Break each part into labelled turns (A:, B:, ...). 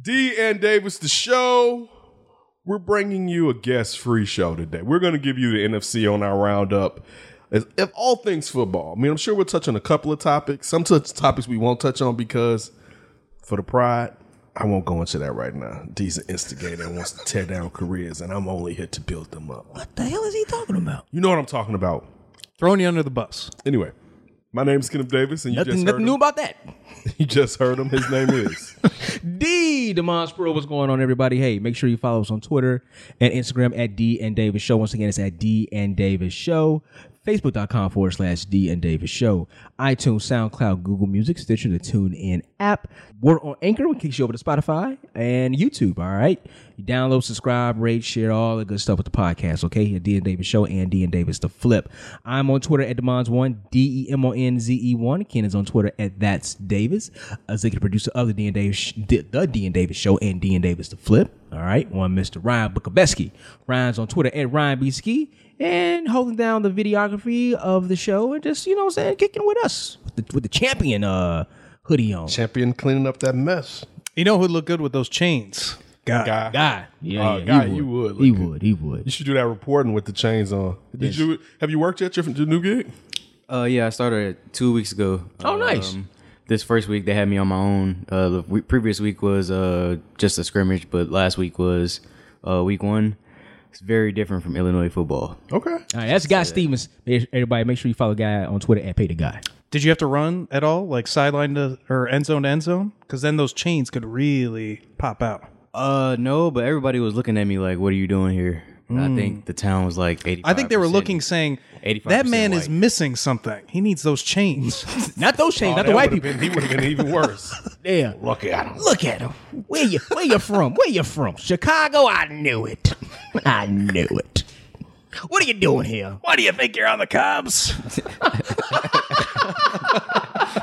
A: D and Davis, the show. We're bringing you a guest free show today. We're going to give you the NFC on our roundup as- of all things football. I mean, I'm sure we'll touch on a couple of topics. Some t- topics we won't touch on because for the pride, I won't go into that right now. D's an instigator and wants to tear down careers, and I'm only here to build them up.
B: What the hell is he talking about?
A: You know what I'm talking about.
B: Throwing you under the bus.
A: Anyway, my name's Kenneth Davis, and you
B: Nothing,
A: just heard
B: nothing new
A: him.
B: about that.
A: You just heard him. His name is.
B: D Demond Sproul, what's going on, everybody? Hey, make sure you follow us on Twitter and Instagram at D and Davis Show. Once again, it's at D and Davis Show. Facebook.com forward slash D and Davis Show. iTunes, SoundCloud, Google Music, Stitcher, the TuneIn app. We're on Anchor, we kick you over to Spotify and YouTube. All right. You download, subscribe, rate, share, all the good stuff with the podcast, okay? At D and Davis Show and D and Davis the Flip. I'm on Twitter at Demons1, D E M O N Z E 1. Ken is on Twitter at That's Davis, executive producer of the D and Davis, Sh- D- the D and Davis Show and D and Davis the Flip. All right, one Mr. Ryan Bukabeski. Ryan's on Twitter at Ryan B Ski and holding down the videography of the show and just you know what I'm saying kicking with us with the, with the champion uh hoodie on.
A: Champion cleaning up that mess.
C: You know who'd look good with those chains? God.
A: Guy.
B: Guy, yeah,
A: Uh,
B: yeah,
A: guy,
B: he would,
A: you would look
B: he
A: good.
B: would, he would.
A: You should do that reporting with the chains on. Did you have you worked yet your, your new gig?
D: Uh, yeah, I started two weeks ago. Um,
B: Oh, nice.
D: This first week they had me on my own. Uh, the we- previous week was uh just a scrimmage, but last week was uh week one. It's very different from Illinois football.
A: Okay.
B: All right, that's Guy Stevens. Everybody, make sure you follow Guy on Twitter at Pay the Guy.
C: Did you have to run at all, like sideline to or end zone to end zone? Because then those chains could really pop out.
D: Uh, no, but everybody was looking at me like, "What are you doing here?" And I think the town was like eighty.
C: Hmm. I think they were looking, saying,
D: 85%
C: "That man is
D: white."
C: missing something. He needs those chains."
B: Not those
A: Oh,
B: chains, not the white people.
A: he would have been even worse.
B: Yeah. Look at him. Look at him. Where you where you from? Where you from? Chicago? I knew it. I knew it. What are you doing here?
C: Why do you think you're on the Cubs?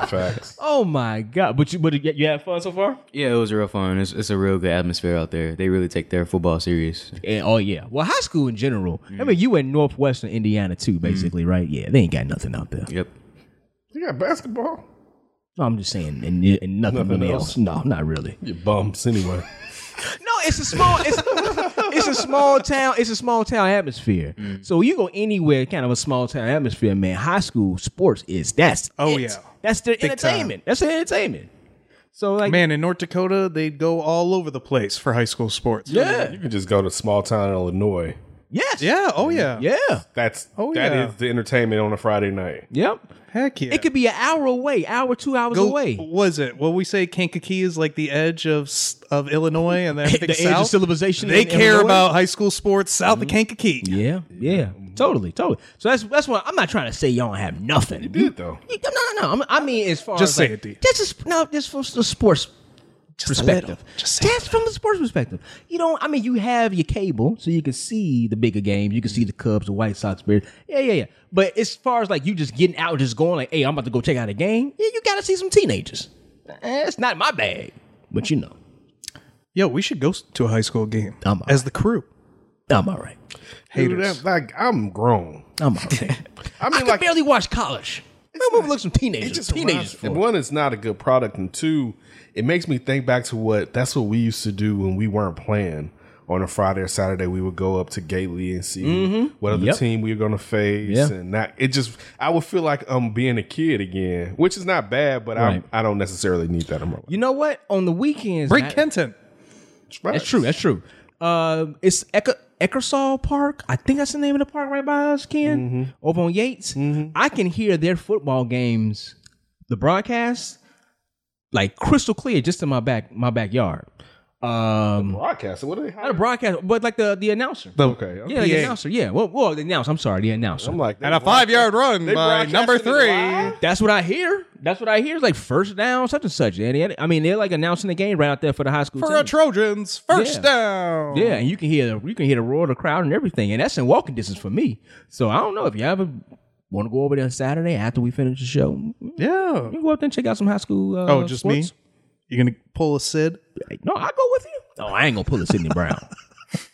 A: Facts.
B: Oh my god. But you but you, you had fun so far?
D: Yeah, it was real fun. It's, it's a real good atmosphere out there. They really take their football serious.
B: Yeah, oh yeah. Well, high school in general. I mean, you in northwestern Indiana too, basically, right? Mm. Yeah, they ain't got nothing out there.
D: Yep.
A: You got basketball.
B: No, I'm just saying, and, and nothing,
A: Nothing
B: really
A: else.
B: else. No, not really.
A: You bums anyway.
B: No, it's a small. It's, it's a small town. It's a small town atmosphere.
C: Mm.
B: So you go anywhere, kind of a small town atmosphere, man. High school sports is that's
C: Oh,
B: it.
C: yeah.
B: that's their
C: Big time.
B: entertainment. That's their entertainment. So like
C: man, in North Dakota, they'd go all over the place for high school sports.
B: yeah,
A: You can just go to small town Illinois.
B: yes,
C: Yeah. Oh yeah.
B: yeah,
A: That's
C: Oh,
A: that
C: yeah.
A: is the entertainment on a Friday night.
B: yep.
C: Heck yeah.
B: It could be an hour away, hour two hours
C: Go-
B: away.
C: Was it? Well, we say Kankakee is like the edge of s- of Illinois, and then everything
B: The edge of
C: south.
B: civilization
C: They
B: in Illinois?
C: care
B: Mm-hmm.
C: about high school sports south of Kankakee.
B: Yeah, yeah,
C: Mm-hmm.
B: totally, totally. So that's that's why I'm not trying to say y'all don't have nothing. You
A: Did though.
B: You- No, no, no. I'm- I mean, as far
C: Just
B: as
C: say
B: like,
C: it, D.
B: This is no, this from the sports
C: a
B: perspective.
C: little. Just say
B: That's from the sports perspective. You don't. I mean, you have your cable, so you can see the bigger games. You can see the Cubs, the White Sox, Bears. Yeah, yeah, yeah. But as far as like you just getting out, just going like, hey, I'm about to go check out a game. Yeah, you got to see some teenagers. Eh, It's not my bag, but you know,
C: Yo, we should go s- to a high school game
B: I'm
C: as the crew.
B: I'm all right.
A: Dude,
C: Haters.
A: that- like I'm grown.
B: I'm all right.
A: I
B: I,
A: mean,
B: can
A: like-
B: barely watch college. I'm gonna look some teenagers. teenagers.
A: And
B: For.
A: one, it's not a good product, and two, it makes me think back to what that's what we used to do when we weren't playing. On a Friday or Saturday, we would go up to Gately and see what other
B: Mm-hmm. Yep.
A: team we were going to face,
B: Yeah.
A: and that it just I would feel like I'm being a kid again, which is not bad, but
B: Right.
A: I I don't necessarily need that in my life.
B: You know what? On the weekends,
C: Break
B: I-
C: Kenton.
B: That's true. That's true. Uh, it's Ecker, Eckersall Park. I think that's the name of the park right by us, Ken. Over on Yates. I can hear their football games, the broadcast, like crystal clear, just in my back my backyard. Um,
A: Broadcast. What are they?
B: not a broadcast, but like the the announcer.
A: okay. okay.
B: yeah, the
C: PA.
B: announcer. Yeah. Well, well, the announcer. I'm sorry, the announcer.
A: I'm like
C: And a five yard run by
A: broadcasted
C: number
A: it
C: three.
A: live?
B: That's what I hear. That's what I hear. Like first down, such and such. And they- I mean, they're like announcing the game right out there for the high school.
C: For
B: team.
C: a Trojans, first
B: Yeah.
C: down.
B: Yeah, and you can hear the you can hear the roar of the crowd and everything, and that's in walking distance for me. So I don't know if you ever want to go over there on Saturday after we finish the show. You
C: Yeah.
B: can go up there and check out some high school. Uh,
C: Oh, just
B: sports.
C: me? You're going to pull a Sid?
B: Like, No, I go with you. No, I ain't gonna pull a Sidney Brown.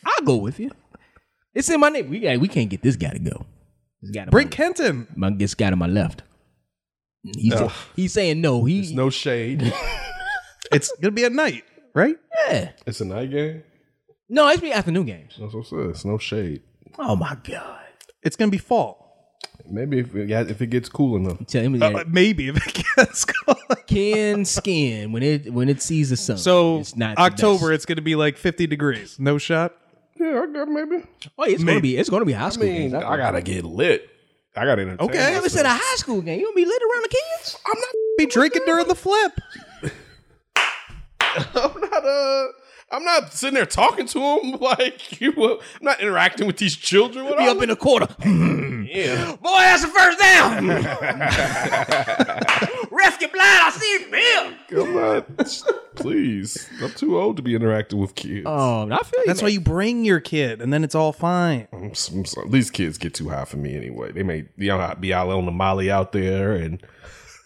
B: I will go with you. It's in my name. We got, we can't get this guy to go. This guy to
C: Break Kenton.
B: my, my this guy to my left. He's he's saying no. He
A: No shade.
C: It's going to be at night. right?
B: Yeah.
A: It's a night game.
B: No, it's be afternoon games.
A: That's what I said. It's no shade.
B: Oh my god.
C: It's gonna be fall.
A: Maybe if it, got- if it gets cool enough.
B: Tell him
C: Uh,
B: that
C: maybe if it gets cold.
B: can skin when it when it sees the sun.
C: So
B: it's not the
C: October,
B: best.
C: it's gonna be like 50 degrees. No shot.
A: Yeah, I got maybe.
B: Oh, it's gonna be it's gonna be high school
A: I mean,
B: games.
A: I gotta get lit. I gotta entertain.
C: Okay.
B: I
A: myself.
B: ever said a high school game. You gonna be lit around the kids?
A: I'm not.
C: Be drinking during the flip.
A: I'm not. Uh, I'm not sitting there talking to them like you. I'm not interacting with these children. What
B: Be up in the quarter.
A: yeah.
B: Boy, that's a first down. Ref your blind. I see Bill.
A: Come on, please. I'm too old to be interacting with kids.
B: Oh, I feel you.
C: That's why you bring your kid, and then it's all fine.
A: I'm s- I'm sorry. These kids get too high for me anyway. They may you know, be out on the molly out there, and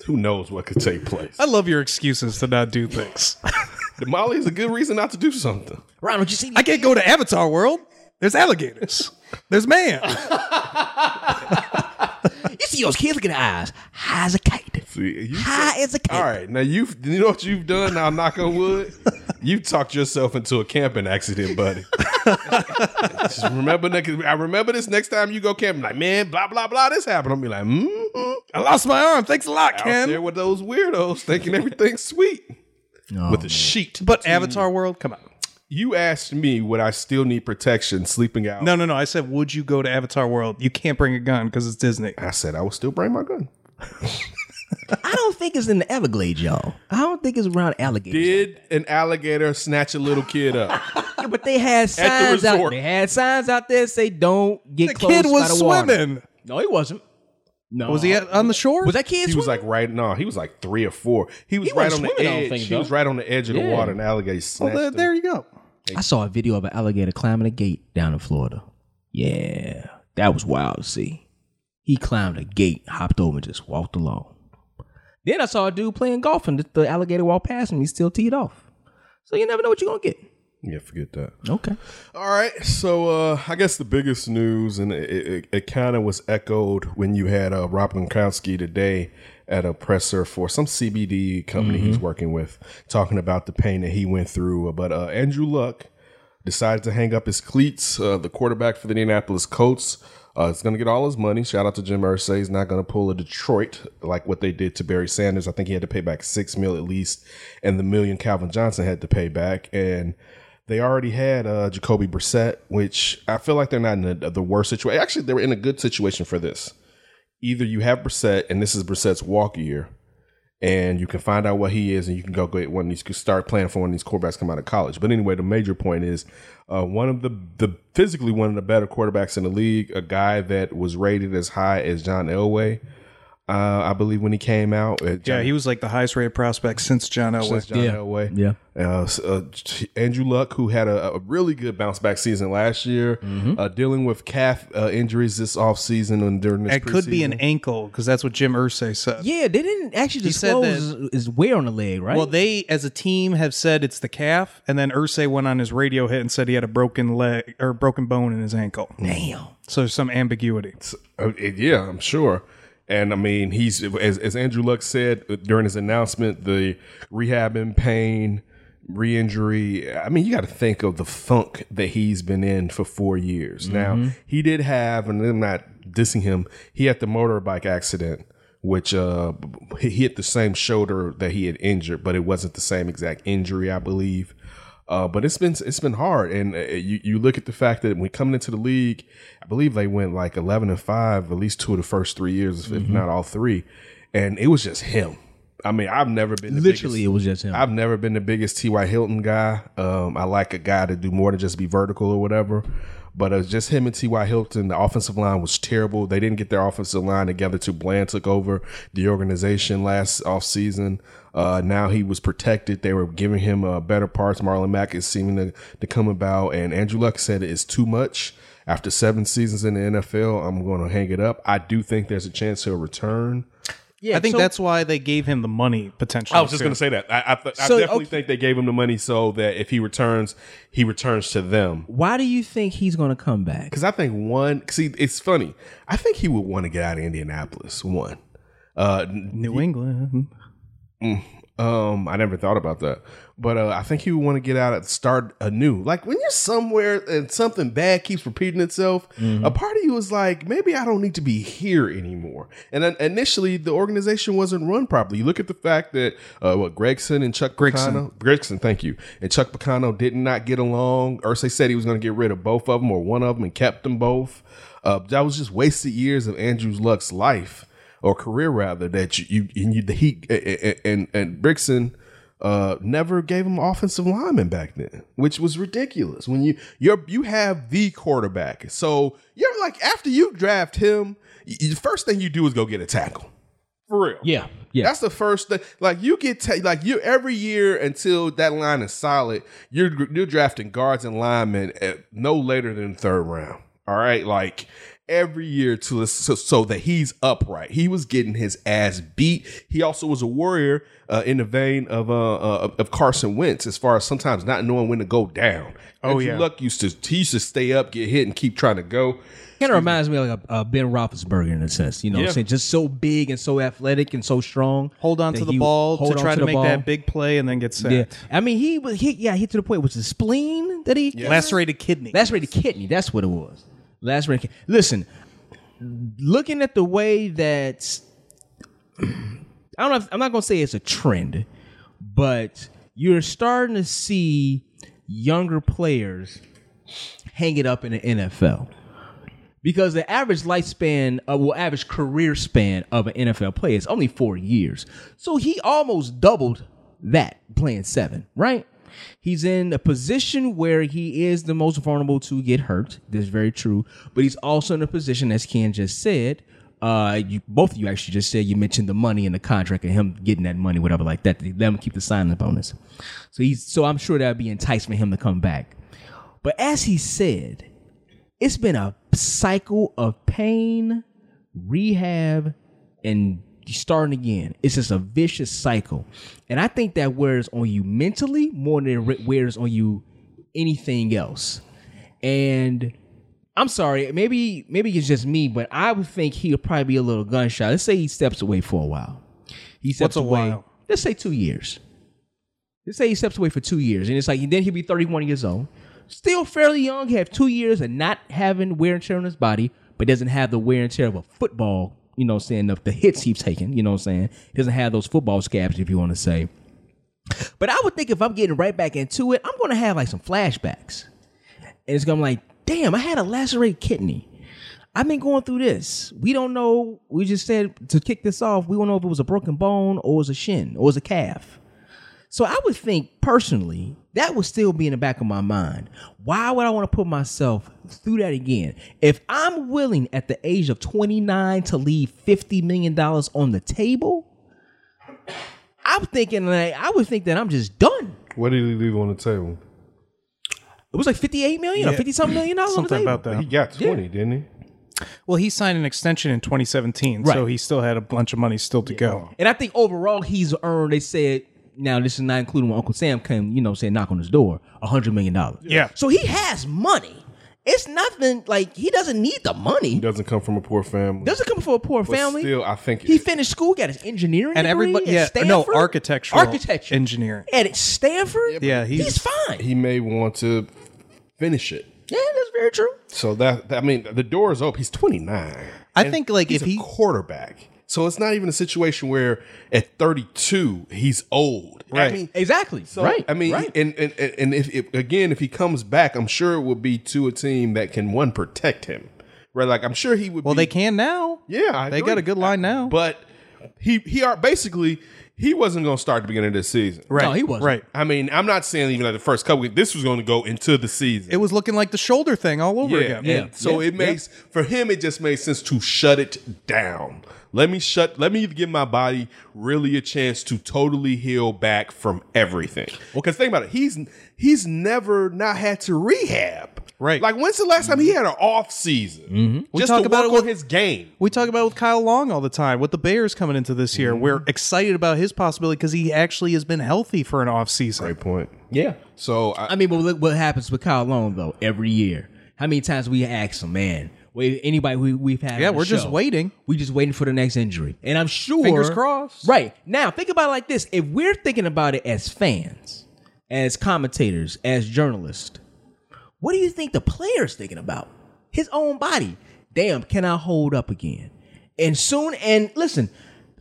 A: who knows what could take place.
C: I love your excuses to not do things.
A: The molly is a good reason not to do something.
B: Ronald, you see?
C: I can't go to Avatar World. There's alligators. There's man.
B: you see those kids? Look at the eyes. High as a kite.
A: See, you
B: High as a kite.
A: All right, now you've you know what you've done. Now knock on wood, you've talked yourself into a camping accident, buddy. Just remember, next, I remember this next time you go camping. Like man, blah blah blah, this happened. I'll be like, mm
C: I lost my arm. Thanks a lot,
A: out there with those weirdos thinking everything's sweet
B: Oh,
A: with a sheet.
C: But Avatar World, come on.
A: You asked me would I still need protection sleeping out?
C: No, no, no. I said, would you go to Avatar World? You can't bring a gun because it's Disney.
A: I said I would still bring my gun.
B: I don't think it's in the Everglades, y'all. I don't think it's around alligators.
A: Did an alligator snatch a little kid up?
B: Yeah, but they had
A: At the
B: signs out.
A: resort.
B: They had signs out there that say don't get
C: The
B: close
C: kid
B: by
C: was
B: the water.
C: swimming.
B: No, he wasn't. No,
C: Was he at, on the shore?
B: Was that kid?
A: He was
B: swimming?
A: like right no, he was like three or four. He was
B: He
A: right on
B: wasn't
A: the
B: swimming, I don't
A: edge.
B: think,
A: he was
B: though.
A: right on the edge of the
B: Yeah.
A: water, and the alligator snatched
C: Well, there,
A: him.
C: there you go.
B: I saw a video of an alligator climbing a gate down in Florida. Yeah, that was wild to see. He climbed a gate, hopped over, and just walked along. Then I saw a dude playing golf, and the, the alligator walked past him. He's still teed off. So you never know what you're gonna get.
A: Yeah, forget that.
B: Okay.
A: All right, so uh, I guess the biggest news, and it, it, it kind of was echoed when you had uh, Rob Gronkowski today at a presser for some CBD company he's working with, talking about the pain that he went through. But uh, Andrew Luck decided to hang up his cleats. Uh, the quarterback for the Indianapolis Colts uh, is going to get all his money. Shout out to Jim Irsay. He's not going to pull a Detroit like what they did to Barry Sanders. I think he had to pay back six mil at least, and the million Calvin Johnson had to pay back. And they already had uh, Jacoby Brissett, which I feel like they're not in the, the worst situation. Actually, they were in a good situation for this. Either you have Brissett, and this is Brissett's walk year, and you can find out what he is, and you can go get one of these, start playing for one of these quarterbacks come out of college. But anyway, the major point is uh, one of the the physically one of the better quarterbacks in the league, a guy that was rated as high as John Elway, uh, I believe, when he came out. Uh, John
C: Yeah, he was like the highest rated prospect since John Elway.
A: John Elway.
B: Yeah.
A: Uh, s- uh, t- Andrew Luck, who had a, a really good bounce back season last year,
B: Mm-hmm.
A: uh, dealing with calf uh, injuries this offseason and during this
C: It could be an
A: preseason.
C: ankle because that's what Jim Ursay said.
B: Yeah, they didn't actually
C: said that-
B: disclose his- his wear on the leg, right?
C: Well, they as a team have said it's the calf, and then Ursay went on his radio hit and said he had a broken leg or broken bone in his ankle.
B: damn.
C: So there's some ambiguity.
A: Uh, it- yeah, I'm sure. And I mean, he's as, as Andrew Luck said uh, during his announcement, the rehab and pain, re-injury. I mean, you got to think of the funk that he's been in for four years now. He did have, and I'm not dissing him. He had the motorbike accident, which uh, he hit the same shoulder that he had injured, but it wasn't the same exact injury, I believe. Uh, but it's been it's been hard, and uh, you you look at the fact that when coming into the league, I believe they went like eleven and five, at least two of the first three years, if not all three, and it was just him. I mean, I've never been the
B: Literally,
A: biggest-
B: it was just him.
A: I've never been the biggest T.Y. Hilton guy. Um, I like a guy to do more than just be vertical or whatever. But it was just him and T.Y. Hilton. The offensive line was terrible. They didn't get their offensive line together till Bland took over the organization last offseason. Uh, now he was protected. They were giving him uh, better parts. Marlon Mack is seeming to, to come about. And Andrew Luck said it's too much. After seven seasons in the NFL, I'm going to hang it up. I do think there's a chance he'll return.
B: yeah,
C: I think
B: so-
C: that's why they gave him the money potentially.
A: I was just going to say that. I, I, th- I
B: Oh, So,
A: definitely
B: okay.
A: think they gave him the money so that if he returns, he returns to them.
B: Why do you think he's gonna come back?
A: Because I think one, see, it's funny. I think he would want to get out of Indianapolis. One, uh,
C: New England.
A: Um, I never thought about that, but uh, I think he would want to get out and start anew. Like when you're somewhere and something bad keeps repeating itself, a part of you is like, maybe I don't need to be here anymore. And then initially, the organization wasn't run properly. You look at the fact that uh, what Gregson and Chuck Gregson, Gregson, thank you, and Chuck Picano did not get along. Ursay said he was going to get rid of both of them or one of them and kept them both. Uh, that was just wasted years of Andrew Luck's life or career rather that you, you and you the Heat and and, and Brixton uh, never gave him offensive lineman back then, which was ridiculous. When you you're you have the quarterback, so you're like after you draft him, y- y- the first thing you do is go get a tackle, for real.
B: Yeah, yeah.
A: That's the first thing. Like you get ta- like you every year until that line is solid. You're you're drafting guards and linemen at no later than the third round. All right, like every year to so, so that he's upright. He was getting his ass beat. He also was a warrior uh, in the vein of uh, uh of Carson Wentz as far as sometimes not knowing when to go down. Oh
C: yeah.
A: Luck used to he used to stay up, get hit, and keep trying to go.
B: Kind of reminds me of like a, a Ben Roethlisberger in a sense, you know, what I'm saying just so big and so athletic and so strong.
C: Hold on
B: that
C: to the
B: he would
C: ball to
B: hold on
C: try to
B: the
C: make
B: ball.
C: that big play and then get sacked.
B: Yeah, I mean he was he yeah hit to the point. It was the spleen that he
C: Lacerated kidney.
B: lacerated kidney. That's what it was. Lacerated. kidney. Listen, looking at the way that I don't know. If, I'm not gonna say it's a trend, but you're starting to see younger players hang it up in the NFL because the average lifespan, uh, well, average career span of an NFL player is only four years. So he almost doubled that playing seven, right? He's in a position where he is the most vulnerable to get hurt. That's very true. But he's also in a position, as Ken just said, uh, you both of you actually just said you mentioned the money and the contract and him getting that money, whatever, like that. They let him keep the signing bonus. So he's so I'm sure that'd be enticement for him to come back. But as he said, it's been a cycle of pain, rehab, and starting again. It's just a vicious cycle. And I think that wears on you mentally more than it wears on you anything else. And I'm sorry, maybe maybe it's just me, but I would think he'll probably be a little gunshot. Let's say he steps away for a while. He steps
C: What's a
B: away.
C: while?
B: Let's say two years. Let's say he steps away for two years, and it's like then he'll be 31 years old, still fairly young, have two years and not having wear and tear on his body, but doesn't have the wear and tear of a football. You know, what I'm saying of the hits he's taken. You know, what I'm saying doesn't have those football scabs, if you want to say. But I would think if I'm getting right back into it, I'm going to have like some flashbacks, and it's going to be like, damn, I had a lacerated kidney. I've been going through this. We don't know. We just said to kick this off. We don't know if it was a broken bone or it was a shin or it was a calf. So I would think personally that would still be in the back of my mind. Why would I want to put myself through that again? If I'm willing at the age of 29 to leave 50 million dollars on the table, I'm thinking like I would think that I'm just done.
A: What did he leave on the table?
B: It was like 58 million or 50 something million dollars on the
C: Something
B: table.
C: about that.
A: got twenty, didn't he?
C: Well, he signed an extension in 2017, so
B: Right.
C: he still had a bunch of money still to go.
B: And I think overall he's earned, they said, now this is not including when Uncle Sam came, you know, saying knock on his door, a hundred million dollars.
C: Yeah.
B: So he has money. It's nothing like he doesn't need the money.
A: Doesn't come from a poor family.
B: Doesn't come from a poor family.
A: still, I think
B: he
A: it-
B: finished school, got his engineering
C: And
B: degree
C: everybody,
B: at
C: yeah, no,
B: Stanford.
C: architectural,
B: architecture,
C: engineering.
B: at Stanford.
C: Yeah,
B: he's,
C: he's-
B: fine.
A: he may want to finish it.
B: yeah, that's very true.
A: So that, that- I mean, the door is open. He's 29.
C: I think like
A: He's
C: if
A: a
C: he
A: quarterback. So it's not even a situation where at 32 he's old. I
C: Right.
A: mean,
B: Exactly.
A: so,
B: right.
A: I mean,
B: right.
A: and and, and- and if, if again, if he comes back, I'm sure it would be to a team that can one protect him, right? Like I'm sure he would.
C: well,
A: be,
C: they can now.
A: Yeah, I
C: they
A: agree.
C: got a good line now.
A: But he he are basically he wasn't going to start at the beginning of this season.
C: right,
B: No, he wasn't.
C: Right,
A: I mean, I'm not saying even like the first couple. weeks, This was going to go into the season.
C: it was looking like the shoulder thing all over
A: Yeah,
C: again.
A: and
B: Yeah.
A: so
B: Yeah.
A: it makes for him it just made sense to shut it down. Let me shut let me give my body really a chance to totally heal back from everything. Well, cause think about it, he's he's never not had to rehab.
C: Right.
A: Like when's the last time he had an off season? Just
C: talk
A: to work
C: about it with-
A: on his game.
C: We talk about it with Kyle Long all the time with the Bears coming into this year. We're excited about his possibility because he actually has been healthy for an off season.
A: point.
B: yeah.
A: So I,
B: I mean, but look what happens with Kyle Long though. Every year, how many times we ask him, man, We, anybody we, we've had. on
C: Yeah,
B: the
C: we're just
B: show.
C: waiting.
B: We're just waiting for the next injury. And I'm sure.
C: Fingers crossed.
B: Right. Now, think about it like this. If we're thinking about it as fans, as commentators, as journalists, what do you think the player's thinking about? His own body. Damn, can I hold up again? And soon, and listen,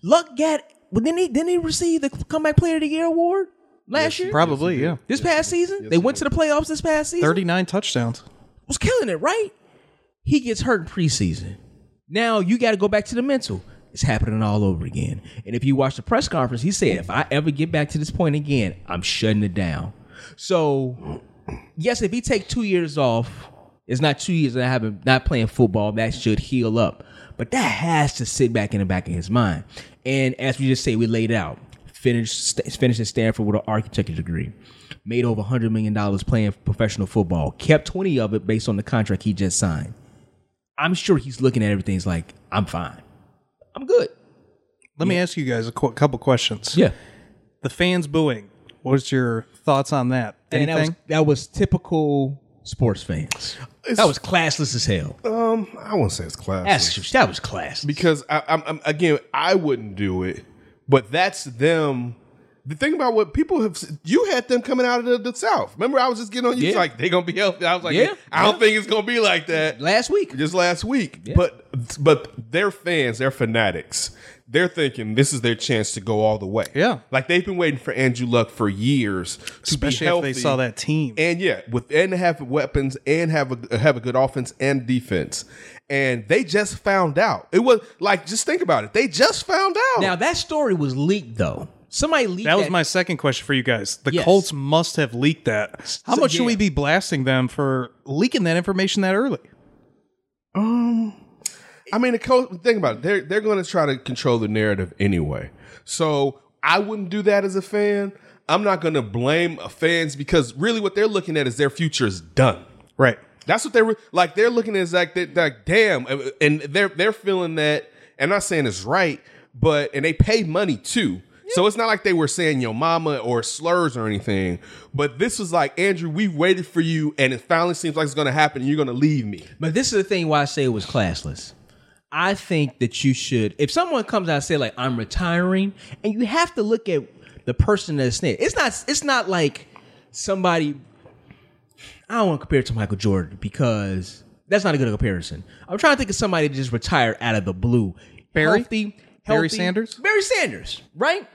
B: Luck got, well, didn't he, didn't he receive the Comeback Player of the Year award last year?
C: Probably, yeah.
B: This past season? they went to the playoffs this past season?
C: 39 touchdowns.
B: was killing it, right? He gets hurt in preseason. Now you got to go back to the mental. It's happening all over again. And if you watch the press conference, he said, if I ever get back to this point again, I'm shutting it down. So, yes, if he take two years off, it's not two years that I haven't not playing football. That should heal up. But that has to sit back in the back of his mind. And as we just say, we laid out, finished, st- finished at Stanford with an architecture degree made over $100 million playing professional football, kept 20 of it based on the contract he just signed. I'm sure he's looking at everything's like, I'm fine. I'm good.
C: Let me ask you guys a qu- couple questions.
B: Yeah.
C: The fans booing. What's your thoughts on that?
B: And
C: Anything?
B: that was, that was typical sports fans. that was classless as hell.
A: Um, I won't say it's class
B: That's, that was class.
A: because I, I'm, I'm again, I wouldn't do it, but that's them. The thing about what people have, s- you had them coming out of the, the south. Remember, I was just getting on you
B: Yeah.
A: like they gonna be healthy. I was like,
B: Yeah,
A: I don't think it's gonna be like that.
B: Last week.
A: just last week. But but their fans, their fanatics, they're thinking this is their chance to go all the way.
C: Yeah.
A: like they've been waiting for Andrew Luck for years, to
C: Especially
A: be healthy.
C: if they saw that team.
A: And yeah, with and have weapons and have a have a good offense and defense, and they just found out it was like just think about it. They just found out.
B: Now, that story was leaked, though. Somebody leaked
C: that was my second question for you guys. The
B: Yes.
C: Colts must have leaked that. How
B: So,
C: much should
B: yeah.
C: we be blasting them for leaking that information that early?
A: I mean, the coach. Think about it. They're they're going to try to control the narrative anyway. So I wouldn't do that as a fan. I'm not going to blame fans because really what they're looking at is their future is done.
C: Right.
A: That's what they were like. They're looking at it as like they like damn, uh, and they're they're feeling that. And I'm not saying it's right, but and they pay money too. So it's not like they were saying your mama or slurs or anything. But this was like Andrew, we waited for you, and it finally seems like it's going to happen. and You're going to leave me.
B: But this is the thing why I say it was classless. I think that you should, if someone comes out and say like I'm retiring, and you have to look at the person that's in it. It's not. It's not like somebody. I don't want to compare it to Michael Jordan because that's not a good comparison. I'm trying to think of somebody that just retired out of the blue.
C: Barry?
B: healthy,
C: Barry
B: healthy-
C: Sanders?
B: Barry Sanders, right?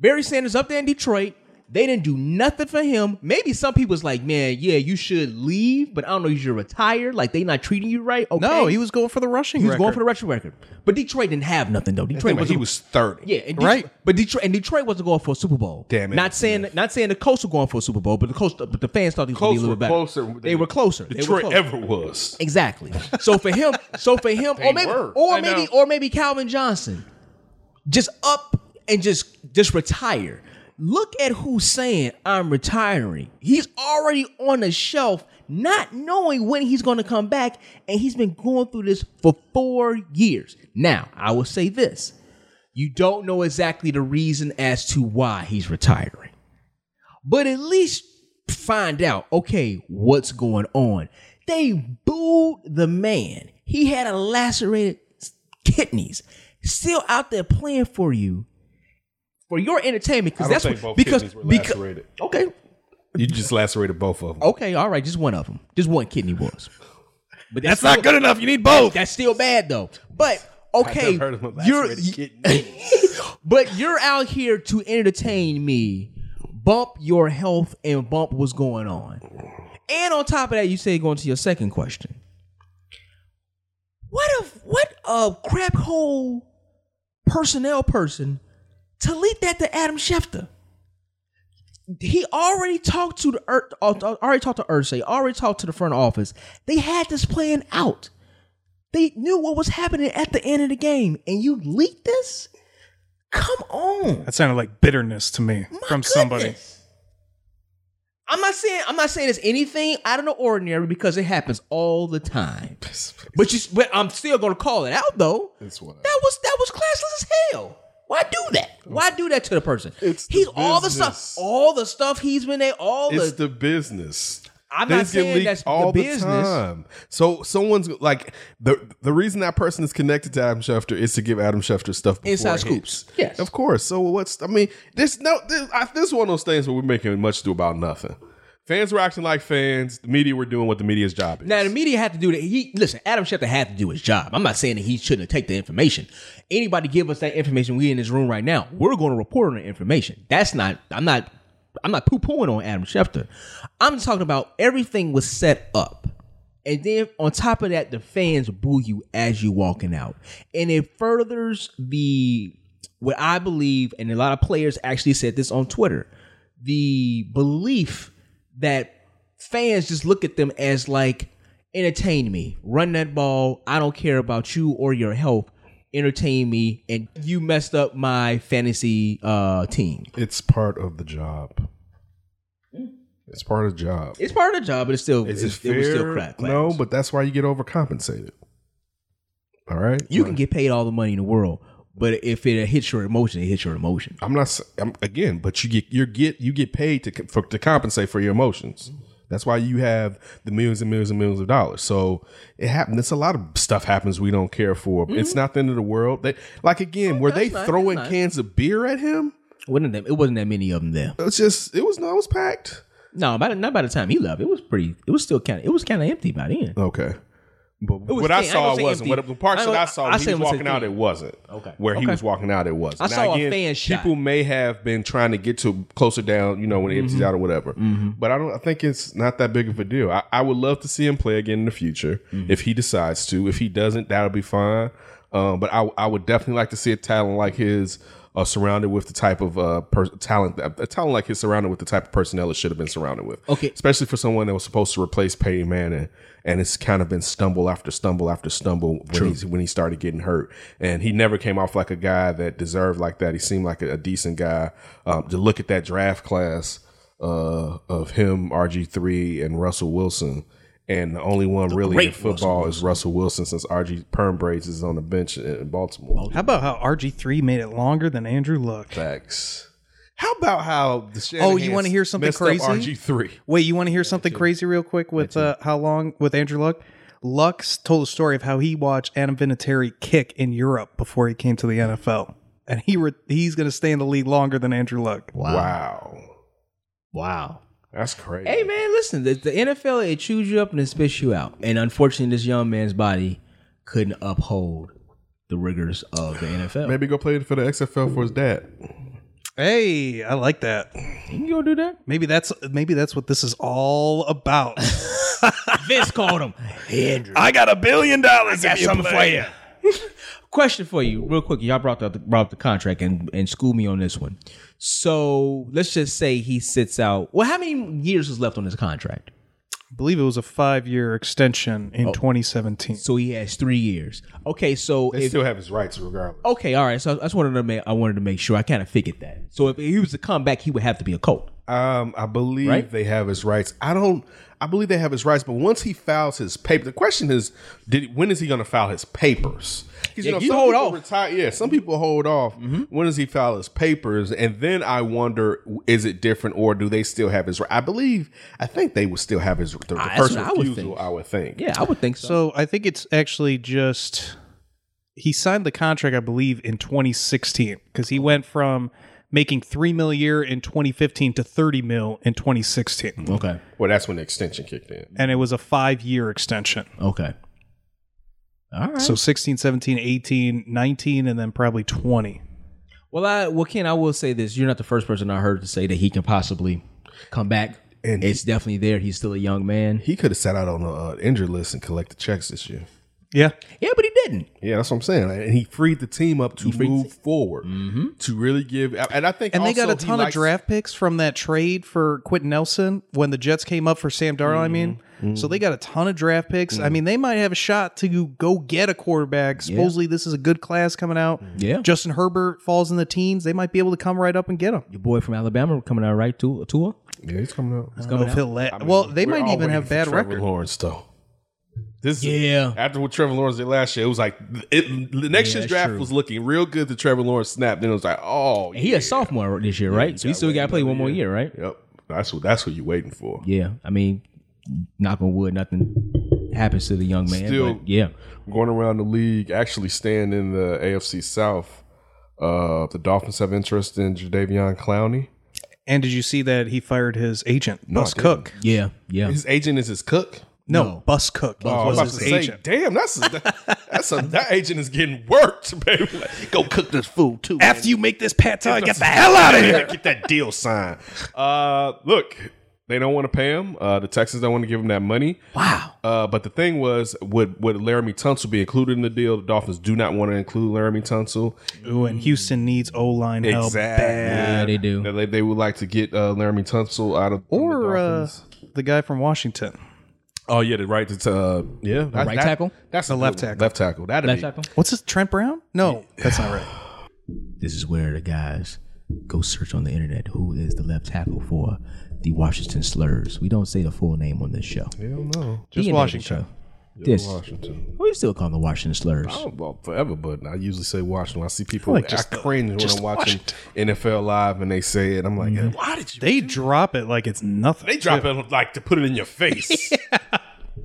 B: Barry Sanders up there in Detroit. They didn't do nothing for him. Maybe some people's like, man, yeah, you should leave, but I don't know, you should retire. Like they not treating you right. Okay.
C: No, he was going for the rushing
B: He was going
C: record.
B: for the retro record. But Detroit didn't have nothing though. Detroit
A: Anyway,
B: was
A: he was thirty.
B: yeah, and Detroit,
C: Right.
B: But Detroit and Detroit wasn't going for a Super Bowl.
A: Damn it.
B: Not saying not saying the Colts were going for a Super Bowl, but the Colts, but the fans thought he was going to be a
A: Colts
B: little
A: were
B: bit better.
A: closer.
B: They were closer. They were
A: Detroit
B: closer.
A: ever was.
B: Exactly. So for him, so for him, or maybe,
A: were.
B: or
A: I
B: maybe,
A: know.
B: or maybe Calvin Johnson, just up and just just retire. Look at who's saying I'm retiring. He's already on the shelf, not knowing when he's going to come back, and he's been going through this for four years. Now, I will say this: you don't know exactly the reason as to why he's retiring but at least find out okay what's going on they booed the man he had a lacerated s- kidneys still out there playing for you for your entertainment
A: I
B: because
A: don't
B: that's
A: think
B: what
A: both
B: because
A: kidneys were
B: because
A: lacerated. Oh,
B: okay
A: You just lacerated both of them.
B: okay all right just one of them just one kidney was but
A: That's not good enough. You need both.
B: that's still bad though but okay
A: Oh. heard of a
B: you're
A: lacerated
B: but you're out here to entertain me, bump your health, and bump what's going on. And on top of that, you say going to your second question. What a what a crap hole personnel person to leak that to Adam Schefter. He already talked to the Ur- uh, already talked to Ursay, already talked to the front office. They had this plan out. They knew what was happening at the end of the game, and you leaked this. Come on,
C: That sounded like bitterness to me
B: My
C: from somebody.
B: goodness. I'm not saying I'm not saying it's anything out of the ordinary because it happens all the time. But you, but I'm still gonna call it out though.
A: It's whatever.
B: That was that was classless as hell. Why do that? Why do that to the person?
A: It's the
B: he's all the stuff,
A: business.
B: all the stuff he's been there, all
A: It's the
B: the.
A: business.
B: I'm not
A: Things get
B: saying
A: leaked
B: that's
A: all
B: the
A: the,
B: business.
A: time. So someone's like the the reason that person is connected to Adam Schefter is to give Adam Schefter stuff before
B: Inside
A: it
B: scoops.
A: hits.
B: Yes.
A: of course. So what's I mean? This no this, I, this is one of those things where we're making much do about nothing. Fans were acting like fans. The media were doing what the media's job is.
B: Now the media had to do that. He listen, Adam Schefter had to do his job. I'm not saying that he shouldn't take the information. Anybody give us that information? We in this room right now. We're going to report on the information. That's not. I'm not. I'm not poo pooing on Adam Schefter. I'm talking about everything was set up. And then on top of that, the fans boo you as you walking out. And it furthers the what I believe, and a lot of players actually said this on Twitter, the belief that fans just look at them as like, entertain me, run that ball. I don't care about you or your health. Entertain me, and you messed up my fantasy uh, team.
A: it's part of the job.
B: Hmm.
A: It's part of the job.
B: It's part of the job, but it's still
A: Is it
B: it's,
A: fair?
B: it was still crap. class.
A: No, but that's why you get overcompensated. All right,
B: you can get paid all the money in the world, but if it hits your emotion, it hits your emotion.
A: I'm not s- I'm, again, but you get you get you get paid to co- for, to compensate for your emotions. That's why you have the millions and millions and millions of dollars. So it happened. It's a lot of stuff happens we don't care for. It's not the end of the world. They, like again, were they
B: Mm-hmm. Oh, that's nice,
A: throwing
B: that's nice.
A: cans of beer at him?
B: Wasn't that, it wasn't that many of them there.
A: It's just it was no, it was packed.
B: No, by the, not by the time he left, it was pretty. It was still kind of. It was kind of empty by then.
A: Okay. But
B: was
A: what I
B: thin.
A: saw
B: I ain't gonna
A: it
B: say
A: wasn't.
B: empty.
A: What the parts
B: I
A: that I
B: don't-
A: saw
B: I
A: when
B: say
A: he
B: it
A: was
B: was
A: walking
B: thin.
A: out, it wasn't.
B: Okay.
A: Where he
B: Okay.
A: was walking out, it wasn't.
B: I saw a fan shot.
A: People may have been trying to get to closer down, you know, when it empties
B: Mm-hmm.
A: out or whatever. But I don't. I think it's not that big of a deal. I, I would love to see him play again in the future
B: Mm-hmm.
A: if he decides to. If he doesn't, that'll be fine. Um, but I, I would definitely like to see a talent like his. Uh, surrounded with the type of uh, per- talent, that, a talent like his surrounded with the type of personnel it should have been surrounded with
B: Okay.
A: especially for someone that was supposed to replace Peyton Manning, and it's kind of been stumble after stumble after stumble when, he's, when he started getting hurt, and he never came off like a guy that deserved like that. He seemed like a, a decent guy. Um, to look at that draft class uh, of him, RG three, and Russell Wilson. And the only one really in
B: great
A: football is Russell Wilson, since RG Perm Braids is on the bench in in Baltimore.
C: How about how RG3 made it longer than Andrew Luck?
A: Facts. How about how the
C: Oh, you wanna hear something crazy?
A: RG three.
C: Wait, you want to hear something crazy real quick with uh, how long with Andrew Luck? Lux told a story of how he watched Adam Vinatieri kick in Europe before he came to the NFL. And he re- he's going to stay in the league longer than Andrew Luck.
A: Wow,
B: Wow.
A: that's crazy.
B: Hey man, listen, the, the NFL it chews you up and it spits you out. And unfortunately, this young man's body couldn't uphold the rigors of the NFL.
A: Maybe go play for the XFL for his dad.
C: Hey, I like that.
B: You can go do that.
C: Maybe that's maybe that's what this is all about.
B: Vince called him. Hey Andrew.
C: I got a billion dollars. if you play.
B: Question for you, real quick. Y'all brought up the, brought up the contract and and school me on this one. So let's just say he sits out. Well, how many years is left on his contract?
C: I believe it was a five year extension in 2017.
B: So he has three years. Okay, so
A: They
B: if
A: still have his rights regardless.
B: okay, all right. So I just wanted to make I wanted to make sure I kind of figured that. So if he was to come back, he would have to be a Colt.
A: Um, I believe
B: Right?
A: they have his rights. I don't. I believe they have his rights, but once he files his paper, the question is, did when is he going to file his papers? 'Cause,
B: Yeah, you
A: some
B: hold
A: people
B: off.
A: retire- yeah, some people hold off. When does he file his papers? And then I wonder, is it different, or do they still have his? ri- I believe. I think they would still have his the, the
B: that's
A: first
B: what I
A: refusal.
B: would
A: Ah, I would think.
B: think. Yeah, I would think so.
C: So I think it's actually just he signed the contract, I believe, in 2016 because he went from making three mil a year in 2015 to 30 mil in 2016,
B: okay,
A: Well, that's when the extension kicked in.
C: and it was a five year extension.
B: okay, all right.
C: So 16, 17, 18, 19, and then probably 20.
B: well, I well Ken, I will say this: you're not the first person I heard to say that he can possibly come back.
A: And-
B: it's definitely there. He's still a young man.
A: He could have sat out on the uh, injury list and collected checks this year.
C: Yeah,
B: Yeah, but he didn't.
A: Yeah, that's what I'm saying. And he freed the team Mm-hmm. up to move forward to really give. And I think,
C: and they got
A: also
C: a
A: he
C: ton of
A: likes-
C: draft picks from that trade for Quentin Nelson when the Jets came up for Sam Darnold. I mean,
A: Mm-hmm.
C: so they got a ton of draft picks. I mean, they might have a shot to go get a quarterback. Supposedly, this is a good class coming out.
A: Mm-hmm.
B: Yeah.
C: Justin Herbert falls in the teens. They might be able to come right up and get him.
B: Your boy from Alabama coming out right to Tua.
A: Yeah, he's coming out.
C: I don't know if he'll let- well, they
A: We're
C: might
A: all
C: even
A: waiting
C: have
A: for
C: bad
A: Trevor
C: record.
A: Lawrence though. This
B: Yeah.
A: After what Trevor Lawrence did last year, it was like it, the next year's
B: Yeah, that's
A: draft
B: true.
A: was looking real good. The Trevor Lawrence snapped, then it was like, oh,
B: He a sophomore this year, right? so he still got to play one more year, right?
A: yep. That's what that's what you're waiting for.
B: Yeah, I mean, knock on wood, nothing happens to the young man.
A: Still-
B: but yeah,
A: going around the league, actually staying in the AFC South. Uh, the Dolphins have interest in Jadavion Clowney.
C: And did you see that he fired his agent, Bus
A: I didn't.
C: Cook?
B: yeah, yeah.
A: His agent is his cook.
C: No, Bus Cook
A: Oh, I was
C: was
A: about
C: his
A: to say,
C: agent.
A: damn, that's a, that's a, that agent is getting worked, baby. Like, go cook this food too.
C: After you make this pat tie, get the hell out
A: outta
C: of
A: here.
C: here.
A: Get that deal signed. Uh, look, they don't want to pay him. Uh, the Texans don't want to give him that money. Wow. Uh, but the thing was, would would Laramie Tunsil be included in the deal? The Dolphins do not want to include Laramie Tunsil.
C: Ooh,
A: mm.
C: and Houston needs O line help.
B: Yeah, they do.
A: They, they would like to get uh, Laramie Tunsil out of
C: Or
A: the
C: uh,
A: Dolphins.
C: the guy from Washington.
A: oh yeah, the right to uh, yeah that-
B: right
A: that-
B: tackle?
A: That's a
C: left
A: good one.
C: tackle.
A: Left tackle. That'd
B: Left
A: be
B: tackle?
C: What's this? Trent Brown? No, that's not right.
B: This is where the guys go search on the internet who is the left tackle for the Washington Slurs. We don't say the full name on this show.
A: Hell no.
C: Just
B: DNA
C: Washington.
B: show. This
A: Washington.
B: we still call them the Washington Slurs.
A: Oh, well, forever, but I usually say Washington. I see people,
C: like just
A: I
C: the-
A: cringe when
C: just
A: I'm watching
C: Washington.
A: NFL Live and they say it. I'm like, why did you?
C: They drop it like it's nothing.
A: They Mm-hmm. drop it like to put it in your face.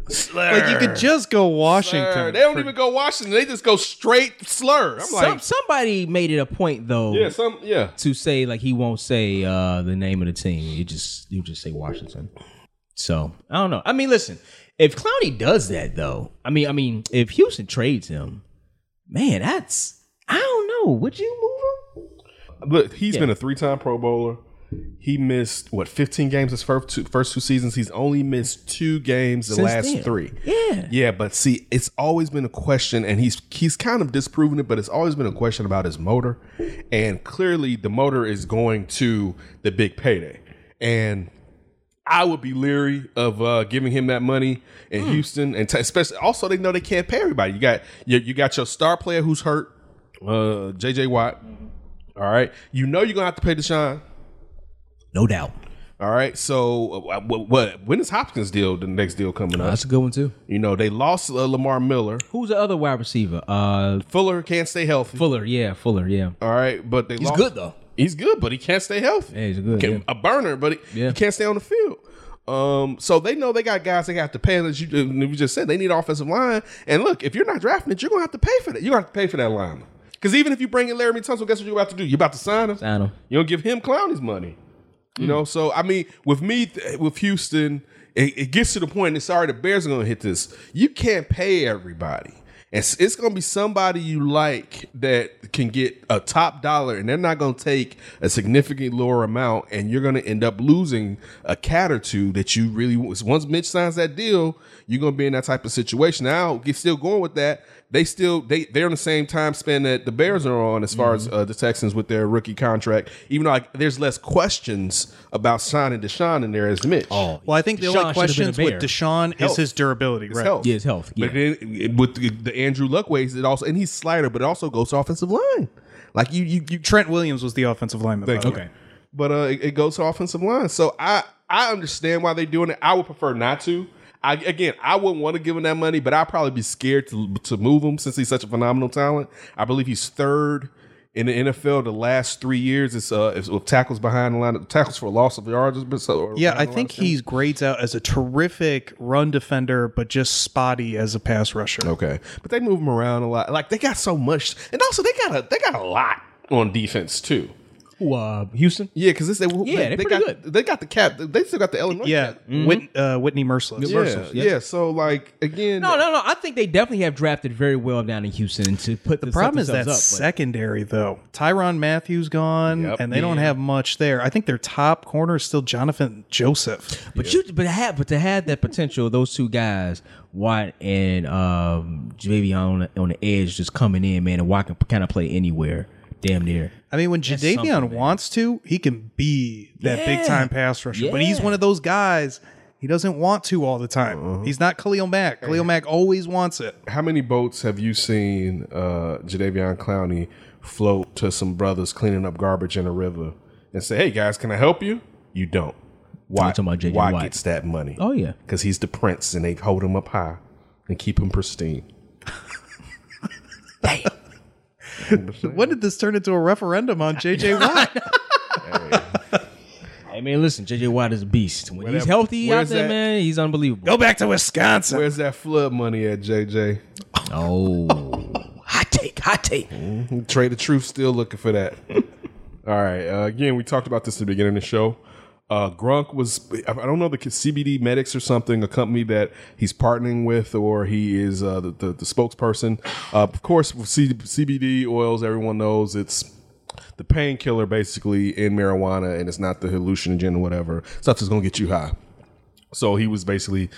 A: slur.
C: like you could just go Washington.
A: slur. They don't even go Washington. They just go straight slur. I'm
B: Some,
A: like,
B: somebody made it a point though
A: yeah, some, yeah.
B: to say like he won't say uh, the name of the team. You just you just say Washington. So I don't know. I mean, listen, if Clowney does that though, I mean, I mean, if Houston trades him, man, that's I don't know. Would you move him?
A: Look, he's been a three-time Pro Bowler. He missed what 15 games his first two, first two seasons. He's only missed two games the
B: Since
A: last
B: then.
A: three.
B: Yeah.
A: Yeah, but see, it's always been a question, and he's he's kind of disproven it, but it's always been a question about his motor, and clearly the motor is going to the big payday, and I would be leery of uh, giving him that money in Houston, and t- especially also they know they can't pay everybody. You got you, you got your star player who's hurt, uh, J.J. Watt. All right, you know you're gonna have to pay Deshaun.
B: No doubt.
A: All right, so uh, what, what when is Hopkins deal? The next deal coming up?
B: That's a good one too.
A: You know they lost uh, Lamar Miller.
B: Who's the other wide receiver? Uh,
A: Fuller can't stay healthy.
B: Fuller. Yeah, Fuller. Yeah,
A: All right, but they
B: he's good though.
A: He's good, but he can't stay healthy.
B: Yeah, he's good.
A: Can-
B: yeah.
A: A burner, but he,
B: Yeah.
A: he can't stay on the field. Um, so they know they got guys they have to pay. As you, you just said, they need offensive line. And look, if you're not drafting it, you're gonna have to pay for that. You're gonna have to pay for that line. Because even if you bring in Laramie Tunsil, guess what you're about to do? You're about to sign him.
B: Sign him.
A: You don't give him Clowney's money. You know, so I mean, with me, th- with Houston, it, it gets to the point. And sorry, the Bears are going to hit this. You can't pay everybody, and it's, it's going to be somebody you like that can get a top dollar, and they're not going to take a significant lower amount, and you're going to end up losing a cat or two that you really. Once Mitch signs that deal, you're going to be in that type of situation. Now, get still going with that. They still they they're on the same time span that the Bears are on as far as
B: Mm-hmm.
A: uh, the Texans with their rookie contract. Even though like, there's less questions about signing Deshaun in there as Mitch. Oh,
C: Well, I think the
B: Deshaun should've been a
C: only questions with
B: Bear.
C: Deshaun
A: Health.
C: is his durability, right?
A: health.
B: Yeah, his health. Yeah.
A: But then with the, the Andrew Luck ways, it also and he's slider, but it also goes to offensive line. Like you you you
C: Trent Williams was the offensive lineman. by the way.
B: okay.
A: but uh, it, it goes to offensive line. So I I understand why they're doing it. I would prefer not to. I, again, I wouldn't want to give him that money, but I'd probably be scared to to move him since he's such a phenomenal talent. I believe he's third in the NFL the last three years. It's uh it's with tackles behind the line, of tackles for loss of yards. But so
C: Yeah, I think he grades out as a terrific run defender, but just spotty as a pass rusher.
A: okay, but they move him around a lot. Like they got so much, and also they got a they got a lot on defense too.
B: Who, uh, Houston.
A: Yeah, because they, they,
B: they're
A: they
B: pretty
A: got
B: good.
A: they got the cap. They still got the Illinois.
C: Yeah,
A: cap.
B: Mm-hmm.
C: Whit, uh, Whitney Merciless.
A: Yeah, yeah, So like again,
B: No, no, no. I think they definitely have drafted very well down in Houston to put the
C: Problem is that
B: themselves up, but-
C: secondary though. Tyron Matthews gone,
A: Yep.
C: and they don't have much there. I think their top corner is still Jonathan Joseph.
B: But you, but have, but to have that potential, those two guys, Watt and um, Javion on the, on the edge, just coming in, man, and Watt can kind of play anywhere, damn near.
C: I mean, when
B: something,
C: Jadavion
B: man.
C: wants to, he can be that
B: Yeah.
C: big time pass rusher. But he's
B: Yeah.
C: one of those guys. He doesn't want to all the time. He's not Khalil Mack. Khalil Mack always wants it.
A: how many boats have you seen uh Jadavion Clowney float to some brothers cleaning up garbage in a river and say, "Hey guys, can I help you?" You don't. Why?
B: talking about J.J.
A: Why
B: Watt.
A: gets that money?
B: Oh yeah,
A: because he's the prince, and they hold him up high and keep him pristine.
C: When did this turn into a referendum on JJ Watt?
B: Hey man, listen, JJ Watt is a beast. When he's
A: that-
B: healthy out
A: where's
B: there,
A: that-
B: man, he's unbelievable.
C: Go back to Wisconsin.
A: Where's that flood money at, JJ?
B: Oh, hot take, hot take.
A: Trade the truth, still looking for that. All right. Uh, again, we talked about this at the beginning of the show. Uh, Grunk was, I don't know, the CBD Medics or something, a company that he's partnering with, or he is uh, the, the, the spokesperson. Uh, of course, with C- CBD oils, everyone knows it's the painkiller basically in marijuana, and it's not the hallucinogen or whatever stuff that's going to get you high. So he was basically,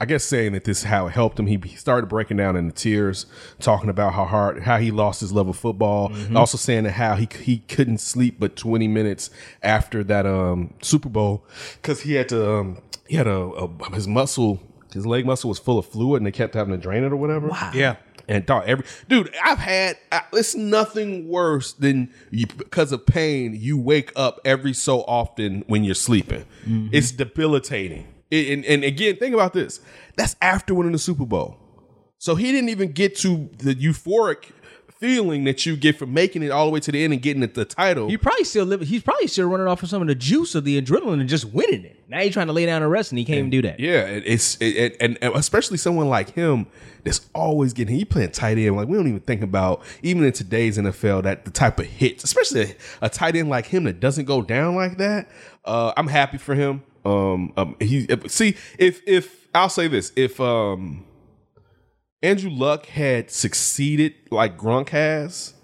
A: I guess, saying that this is how it helped him. He he started breaking down into tears, talking about how hard, how he lost his love of football. Also saying that how he he couldn't sleep but 20 minutes after that um, Super Bowl because he had to um, he had a, a his muscle. His leg muscle was full of fluid, and they kept having to drain it or whatever. Wow
C: Yeah.
A: and thought every dude i've had I, it's nothing worse than you because of pain you wake up every so often when you're sleeping it's debilitating It- and, and again think about this that's after winning the super bowl so he didn't even get to the euphoric feeling that you get from making it all the way to the end and getting it the title
B: He probably still living. He's probably still running off of some of the juice of the adrenaline and just winning it. Now he's trying to lay down and rest, and he can't even do that.
A: Yeah, it, it's it, it- and, and especially someone like him that's always getting he playing tight end. Like we don't even think about even in today's NFL that the type of hits, especially a, a tight end like him that doesn't go down like that. Uh, I'm happy for him. Um, um, he see if if I'll say this if um Andrew Luck had succeeded like Gronk has.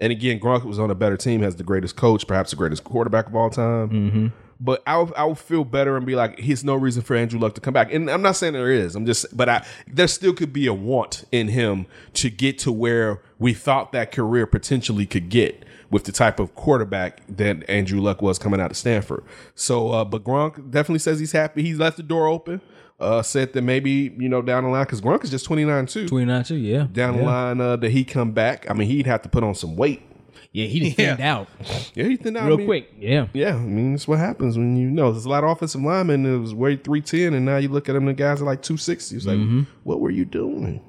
A: And again, Gronk was on a better team, has the greatest coach, perhaps the greatest quarterback of all time.
B: Mm-hmm.
A: But I would, I would feel better and be like, he's no reason for Andrew Luck to come back. And I'm not saying there is. I'm just, but I there still could be a want in him to get to where we thought that career potentially could get with the type of quarterback that Andrew Luck was coming out of Stanford. So, uh, but Gronk definitely says he's happy. He's left the door open. Uh, said that maybe you know down the line because Gronk is just 29 too.
B: Twenty nine too. Yeah,
A: Down the line uh, that he come back. I mean, he'd have to put on some weight.
B: yeah. He just thinned out
A: Yeah, he thinned out. I
B: real
A: mean-
B: quick. Yeah,
A: yeah, I mean that's what happens when you know there's a lot of offensive linemen that was way three ten, and now you look at them, the guys are like two sixty. It's like, what were you doing?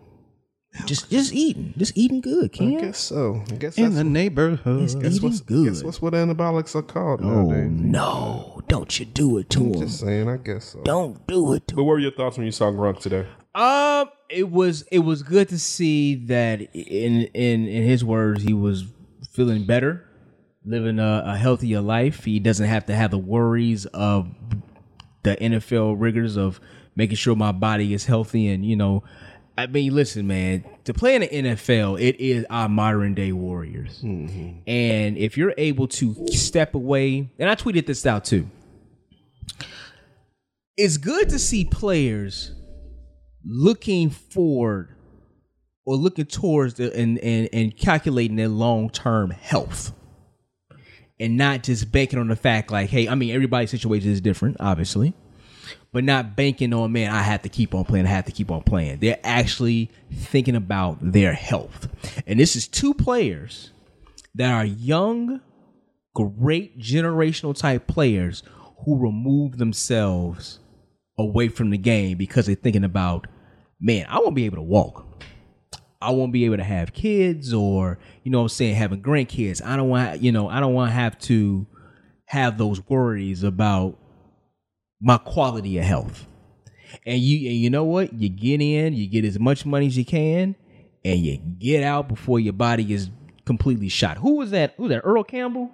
B: just just eating, just eating good. Ken.
A: I guess so. I guess
C: In
A: that's
C: the neighborhood.
B: Just eating good.
A: guess what's what anabolics are called
B: oh
A: nowadays.
B: no! Don't you do it to him?
A: Just saying, I guess so.
B: Don't do it to
A: But what were your thoughts when you saw Gronk today?
B: Um, it was it was good to see that in in in his words, he was feeling better, living a, a healthier life. He doesn't have to have the worries of the NFL rigors of making sure my body is healthy and you know. I mean, listen, man. To play in the NFL, it is our modern day warriors, and if you're able to step away, and I tweeted this out too. It's good to see players looking forward or looking towards the, and, and and calculating their long-term health and not just banking on the fact like hey i mean everybody's situation is different obviously but not banking on man i have to keep on playing i have to keep on playing they're actually thinking about their health and this is two players that are young great generational type players who remove themselves away from the game because they're thinking about, man, I won't be able to walk. I won't be able to have kids or, you know what I'm saying, having grandkids. I don't want, you know, I don't want to have to have those worries about my quality of health. And you and you know what? You get in, you get as much money as you can, and you get out before your body is completely shot. Who was that? Who was that? Earl Campbell?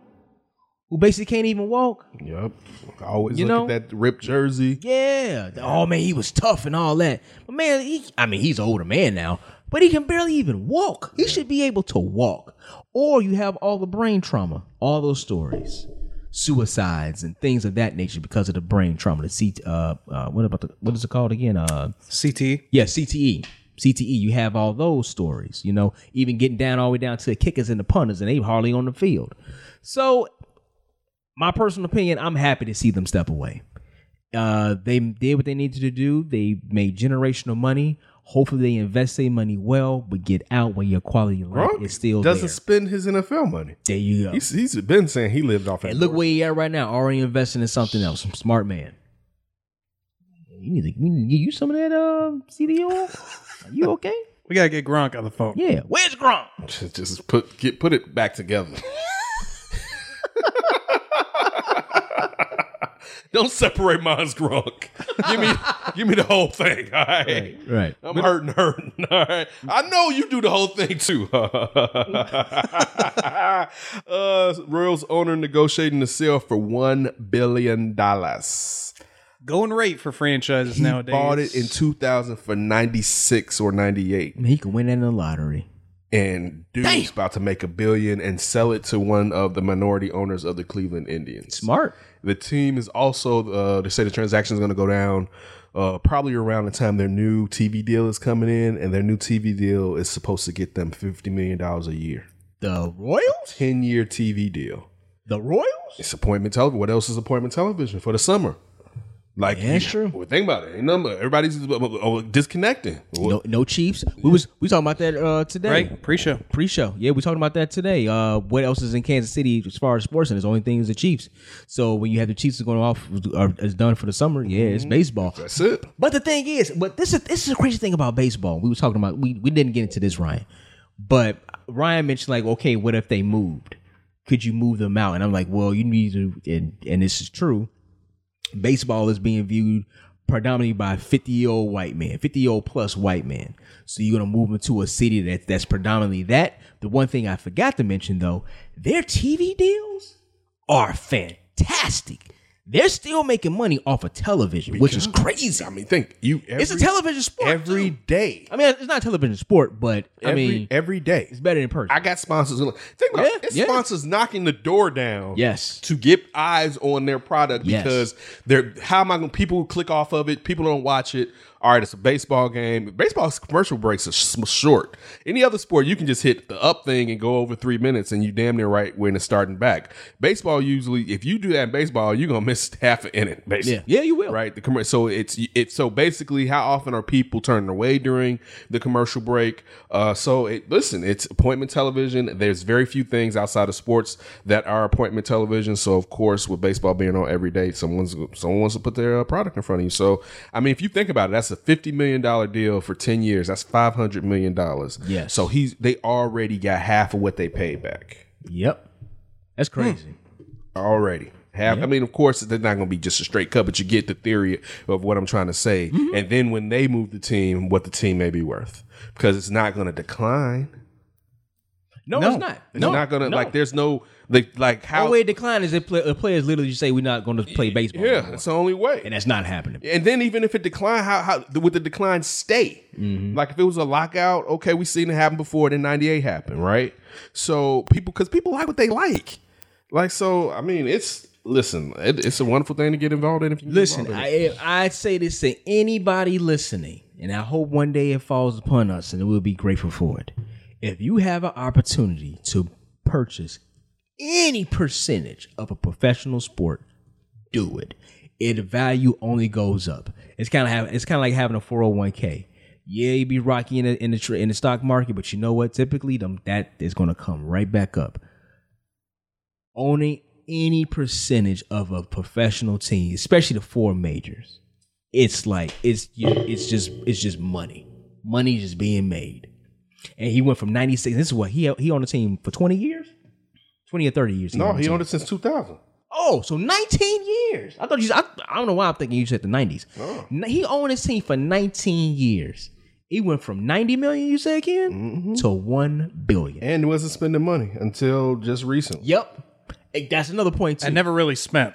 B: Who basically can't even walk?
A: Yep, I always
B: You
A: look
B: know-
A: at that ripped jersey.
B: Yeah. Oh man, he was tough and all that. But man, he, I mean, he's an older man now, but he can barely even walk. He should be able to walk. Or you have all the brain trauma, all those stories, suicides and things of that nature because of the brain trauma. The C, uh, uh, what about the what is it called again? Uh,
C: CT.
B: yeah, E. CTE. CTE, you have all those stories, you know, even getting down all the way down to the kickers and the punters, and they hardly on the field. So, my personal opinion, I'm happy to see them step away. Uh, they did what they needed to do. They made generational money. Hopefully, they invest their money well, but get out when your quality of life
A: Gronk
B: is still
A: doesn't
B: there.
A: spend his NFL money.
B: there you go.
A: He's, he's been saying he lived off. that
B: And look
A: door.
B: where he at right now, already investing in something else. Smart man. You need to, we need to get you some of that uh, CDO. Are you okay?
C: We gotta get Gronk on the phone.
B: Yeah. Where's Gronk?
A: just put get put it back together. Don't separate mine's Gronk. give me, give me the whole thing. All right.
B: Right.
A: I'm hurting, hurting. All right. I know you do the whole thing too. uh, Royals owner negotiating the sale for one billion dollars.
C: Going rate for franchises
A: He
C: nowadays.
A: bought it in 2000 for 96 or 98,
B: He can win that in the lottery.
A: and dude's about to make a billion and sell it to one of the minority owners of the Cleveland Indians.
B: Smart.
A: The team is also uh, they say the transaction is going to go down uh, probably around the time their new TV deal is coming in, and their new TV deal is supposed to get them fifty million dollars a year,
B: The Royals?
A: ten year TV deal.
B: The Royals?
A: It's appointment television. What else is appointment television for the summer? Like,
B: Yeah, it's true.
A: Well, think about it. Ain't number. Everybody's uh, uh, disconnecting.
B: No, no Chiefs. We was we talking about that uh, today.
C: right? Pre-show.
B: Pre-show. Yeah, we talking about that today. Uh, what else is in Kansas City as far as sports? And the only thing is the Chiefs. So when you have the Chiefs going off, or is done for the summer. Yeah, it's baseball.
A: That's it.
B: But the thing is, but this is this is a crazy thing about baseball. We were talking about we, we didn't get into this, Ryan. But Ryan mentioned like, okay, what if they moved? Could you move them out? And I'm like, well, you need to and, and this is true. Baseball is being viewed predominantly by 50 year old white men, 50 year old plus white men. So you're gonna move them to a city that that's predominantly that. The one thing I forgot to mention though, their TV deals are fantastic. They're still making money off of television, which is crazy.
A: I mean, think you. Every,
B: It's a television sport.
A: every
B: too.
A: day.
B: I mean, it's not a television sport, but I
A: every,
B: mean,
A: every day.
B: it's better in person.
A: I got sponsors. Think about it.
B: Yeah,
A: It's
B: yeah.
A: sponsors knocking the door down.
B: Yes.
A: To get eyes on their product
B: Yes.
A: because they're how am I going to people click off of it? People don't watch it. All right, it's a baseball game. Baseball's commercial breaks are sh- short. Any other sport, you can just hit the up thing and go over three minutes, and you damn near right when it's starting back. Baseball usually, if you do that in baseball, you're gonna miss half an inning. Basically,
B: Yeah. Yeah, you will.
A: Right. The commercial. So it's it's so basically, how often are people turning away during the commercial break? Uh, so it, listen, it's appointment television. There's very few things outside of sports that are appointment television. So of course, with baseball being on every day, someone's someone wants to put their uh, product in front of you. So I mean, if you think about it, that's a fifty million dollar deal for ten years. That's five hundred million dollars.
B: Yes.
A: So he's they already got half of what they paid back
B: yep, that's
A: Hmm.
B: crazy.
A: already. Have, I mean, of course, they're not going to be just a straight cut, but you get the theory of what I'm trying to say.
B: Mm-hmm.
A: And then when they move the team, what the team may be worth because it's not going to decline.
B: No,
C: No.
B: it's not.
A: It's
B: no,
A: not going to
B: no.
A: like. There's no like like
B: The
A: how.
B: only way it decline is if pla- uh, players literally just say we're not going to play baseball. no
A: yeah,
B: more."
A: it's the only way.
B: and that's not happening.
A: And then even if it decline, how how would the decline stay?
B: Mm-hmm.
A: Like if it was a lockout, okay, we seen it happen before. Then '98 happened, right? So people, because people like what they like, like so. I mean, it's listen, it, it's a wonderful thing to get involved in. If you get
B: Listen,
A: involved in it.
B: I if I say this to anybody listening, and I hope one day it falls upon us, and we'll be grateful for it. If you have an opportunity to purchase any percentage of a professional sport, do it. It value only goes up. It's kind of have, it's kind of like having a four hundred one k. Yeah, you be rocky in the in the, tr- in the stock market, but you know what? Typically, them, that is going to come right back up. Owning any percentage of a professional team, especially the four majors, it's like it's you, it's just it's just money. Money just being made. And he went from ninety six. This is what he he on the team for twenty years, twenty or thirty years.
A: No,
B: on the
A: he
B: team.
A: owned it since 2000.
B: Oh, so 19 years. I thought you. I, I don't know why I'm thinking you said the 90s. N- He owned his team for 19 years. He went from 90 million, you say again, to 1 billion.
A: And he wasn't spending money until just recently.
B: Yep. Eh, That's another point too.
C: I never really spent.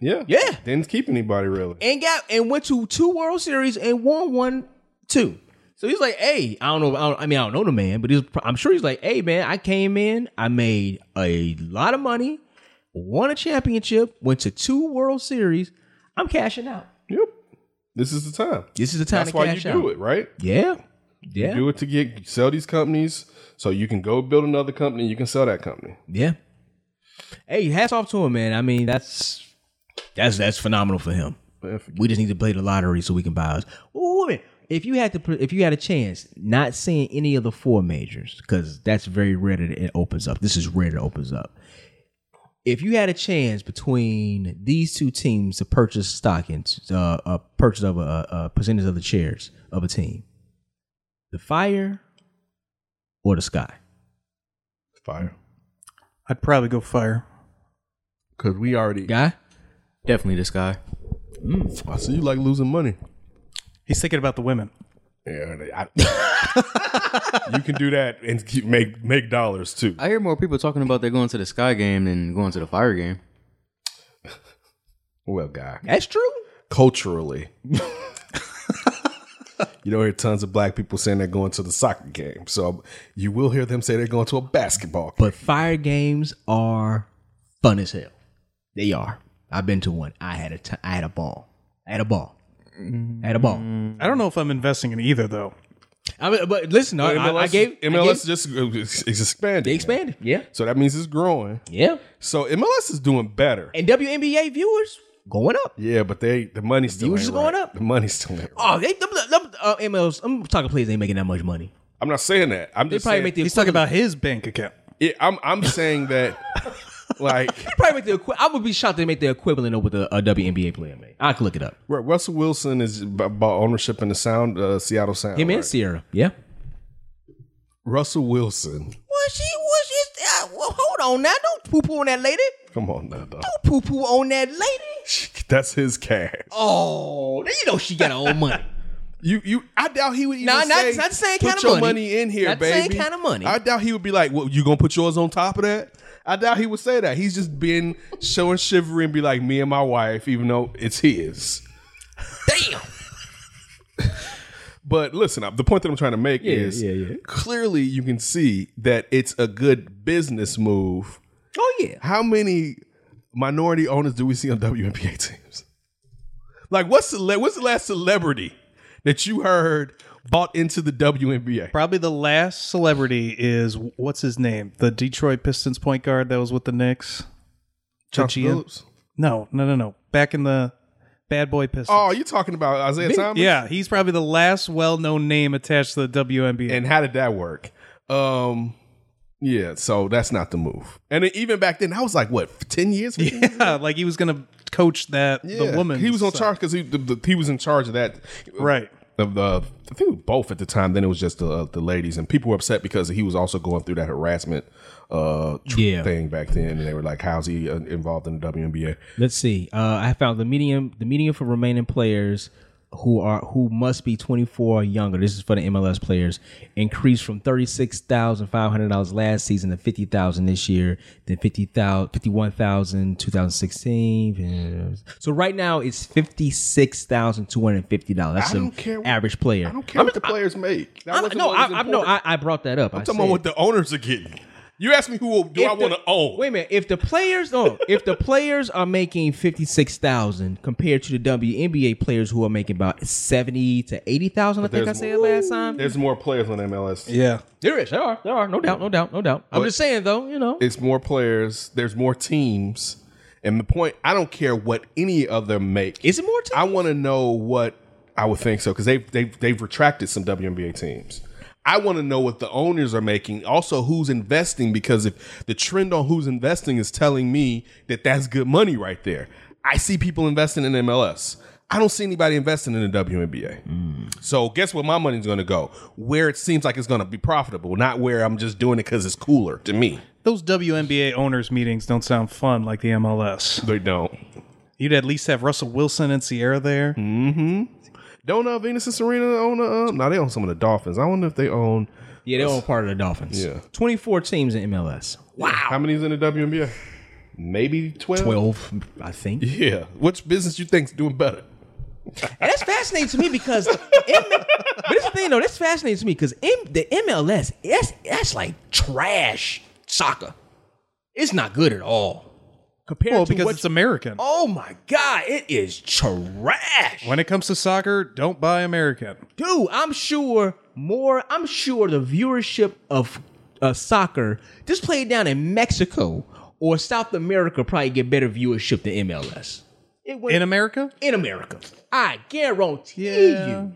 A: Yeah.
B: Yeah.
A: Didn't keep anybody really.
B: and got and went to two World Series and won one, two. So he's like, hey, I don't know. I, don't, I mean, I don't know the man, but he's, I'm sure he's like, hey, man, I came in, I made a lot of money, won a championship, went to two World Series. I'm cashing out.
A: Yep. This is the time.
B: This is the time
A: That's
B: to
A: why you
B: cash
A: do
B: out.
A: it, right?
B: Yeah. Yeah.
A: Do it to get sell these companies so you can go build another company. You can sell that company.
B: Yeah. Hey, hats off to him, man. I mean, that's that's that's phenomenal for him. We just need to play the lottery so we can buy us. Ooh, wait a minute. if you had to, pr- if you had a chance, not seeing any of the four majors because that's very rare that it opens up. This is rare that it opens up. If you had a chance between these two teams to purchase stock and uh, a purchase of a, a percentage of the shares of a team, the fire or the sky?
A: Fire.
C: I'd probably go fire.
A: Because we already
B: Guy?
D: Definitely this guy.
A: I see you like losing money.
C: He's thinking about the women.
A: Yeah, they- I- you can do that and keep make make dollars too.
D: I hear more people talking about they're going to the Sky game than going to the Fire game.
A: Well, guy,
B: That's true.
A: culturally, you don't hear tons of black people saying they're going to the soccer game. So you will hear them say they're going to a basketball. game.
B: But fire games are fun as hell. They are. I've been to one. I had a t- I had a ball. I had a ball. I had a ball.
C: I don't know if I'm investing in either though.
B: Mm-hmm. I mean, but listen, I, I, I gave I
A: MLS
B: gave-
A: just uh, is is expanding.
B: they expanded. Yeah,
A: So that means it's growing.
B: yeah.
A: So MLS is doing better.
B: And WNBA viewers going up.
A: Yeah, but they the money's still
B: Views
A: ain't
B: is going
A: right.
B: up.
A: The money's still ain't right.
B: Oh, they them, them, uh, MLS. I'm talking players ain't making that much money.
A: I'm not saying that. I'm
B: They
A: just
B: probably
A: saying,
B: make the
C: He's talking about his bank account.
A: it, I'm I'm saying that like
B: probably make the equi- I would be shocked they make the equivalent of what a, a WNBA player made. I could look it up.
A: Right, Russell Wilson is b- bought ownership in the Sound uh, Seattle Sound.
B: Him
A: right?
B: and Sierra. Yeah.
A: Russell Wilson.
B: Well, she was just. Uh, well, hold on now. Don't poo poo on that lady.
A: Come on now, dog.
B: Don't poo poo on that lady.
A: That's his cash.
B: Oh, you know she got her own money.
A: You you. I doubt he would even
B: Nah, not-
A: say.
B: not the same
A: put
B: kind of
A: your
B: money.
A: in here,
B: Not the
A: baby.
B: same kind of money.
A: I doubt he would be like, "Well, you gonna put yours on top of that." I doubt he would say that. He's just being showing chivalry and be like, "Me and my wife," even though it's his.
B: Damn.
A: But listen, uh, the point that I'm trying to make is
B: yeah, yeah.
A: clearly you can see that it's a good business move.
B: Oh yeah.
A: How many minority owners do we see on WNBA teams? Like, what's the le- what's the last celebrity that you heard bought into the WNBA?
C: Probably the last celebrity is what's his name? The Detroit Pistons point guard that was with the Knicks.
A: Josh
C: GM?
A: Phillips.
C: No, no, no, no. Back in the Bad Boy Pistons.
A: Oh, you talking about Isaiah Thomas?
C: yeah, he's probably the last well-known name attached to the WNBA.
A: And how did that work? Um, yeah. So that's not the move. And then even back then, I was like, what, ten years?
C: yeah, like he was gonna coach that the woman.
A: He was on charge because he the, the, he was in charge of that.
C: right?
A: Of the, I think it was both at the time. Then it was just the the ladies, and people were upset because he was also going through that harassment uh tr-
B: Yeah.
A: thing back then, and they were like, "How's he uh, involved in the WNBA?"
B: Let's see. Uh, I found the medium. The medium for remaining players who are who must be 24 or younger. This is for the MLS players. Increased from thirty six thousand five hundred dollars last season to fifty thousand this year. Then 50,000, 51,000 2016. So right now it's fifty six thousand two hundred fifty dollars. That's
A: I
B: the
A: don't care what-
B: average player.
A: I don't care what the players make. That
B: I'm-
A: wasn't
B: no,
A: what was
B: I, I'm
A: important.
B: no. I, I brought that up. I'm
A: talking about what the owners are getting. You asked me who do I
B: if the-
A: want to own?
B: Wait a minute. If the players, no, if the players are making fifty six thousand compared to the WNBA players who are making about seventy to eighty thousand, I think I
A: there's
B: said
A: more.
B: last time.
A: There's more players on MLS.
C: Yeah,
B: There is, there are, there are, no doubt, no doubt, no doubt. I'm just saying though, you know,
A: It's more players. There's more teams. And the point, I don't care what any of them make.
B: is it more?
A: I
B: Time?
A: want to know what I would think so because they've they've they've retracted some WNBA teams. I want to know what the owners are making, also who's investing, because if the trend on who's investing is telling me that that's good money right there, I see people investing in MLS. I don't see anybody investing in the WNBA. So guess where my money's going to go? Where it seems like it's going to be profitable, not where I'm just doing it because it's cooler to me.
C: those WNBA owners meetings don't sound fun like the MLS.
A: They don't.
C: You'd at least have Russell Wilson and Sierra there.
A: Mm. Don't uh, Venus and Serena own? Uh, no, they own some of the Dolphins. I wonder if they own.
B: Yeah, they're all part of the Dolphins.
A: Yeah.
B: twenty four teams in MLS. Wow,
A: How many's in the WNBA? Maybe 12?
B: twelve, I think.
A: Yeah. Which business you think's doing better?
B: And that's fascinating to me because, M- but this the thing though, that's fascinating to me because M- the MLS, that's that's like trash soccer. It's not good at all compared
C: Well,
B: to
C: because
B: what.
C: it's American.
B: oh my god, it is trash,
C: When it comes to soccer, don't buy American.
B: dude. I'm sure more. I'm sure the viewership of uh, soccer just played down in Mexico or South America probably get better viewership than MLS. It went
C: In America,
B: in America. I guarantee
C: Yeah.
B: you.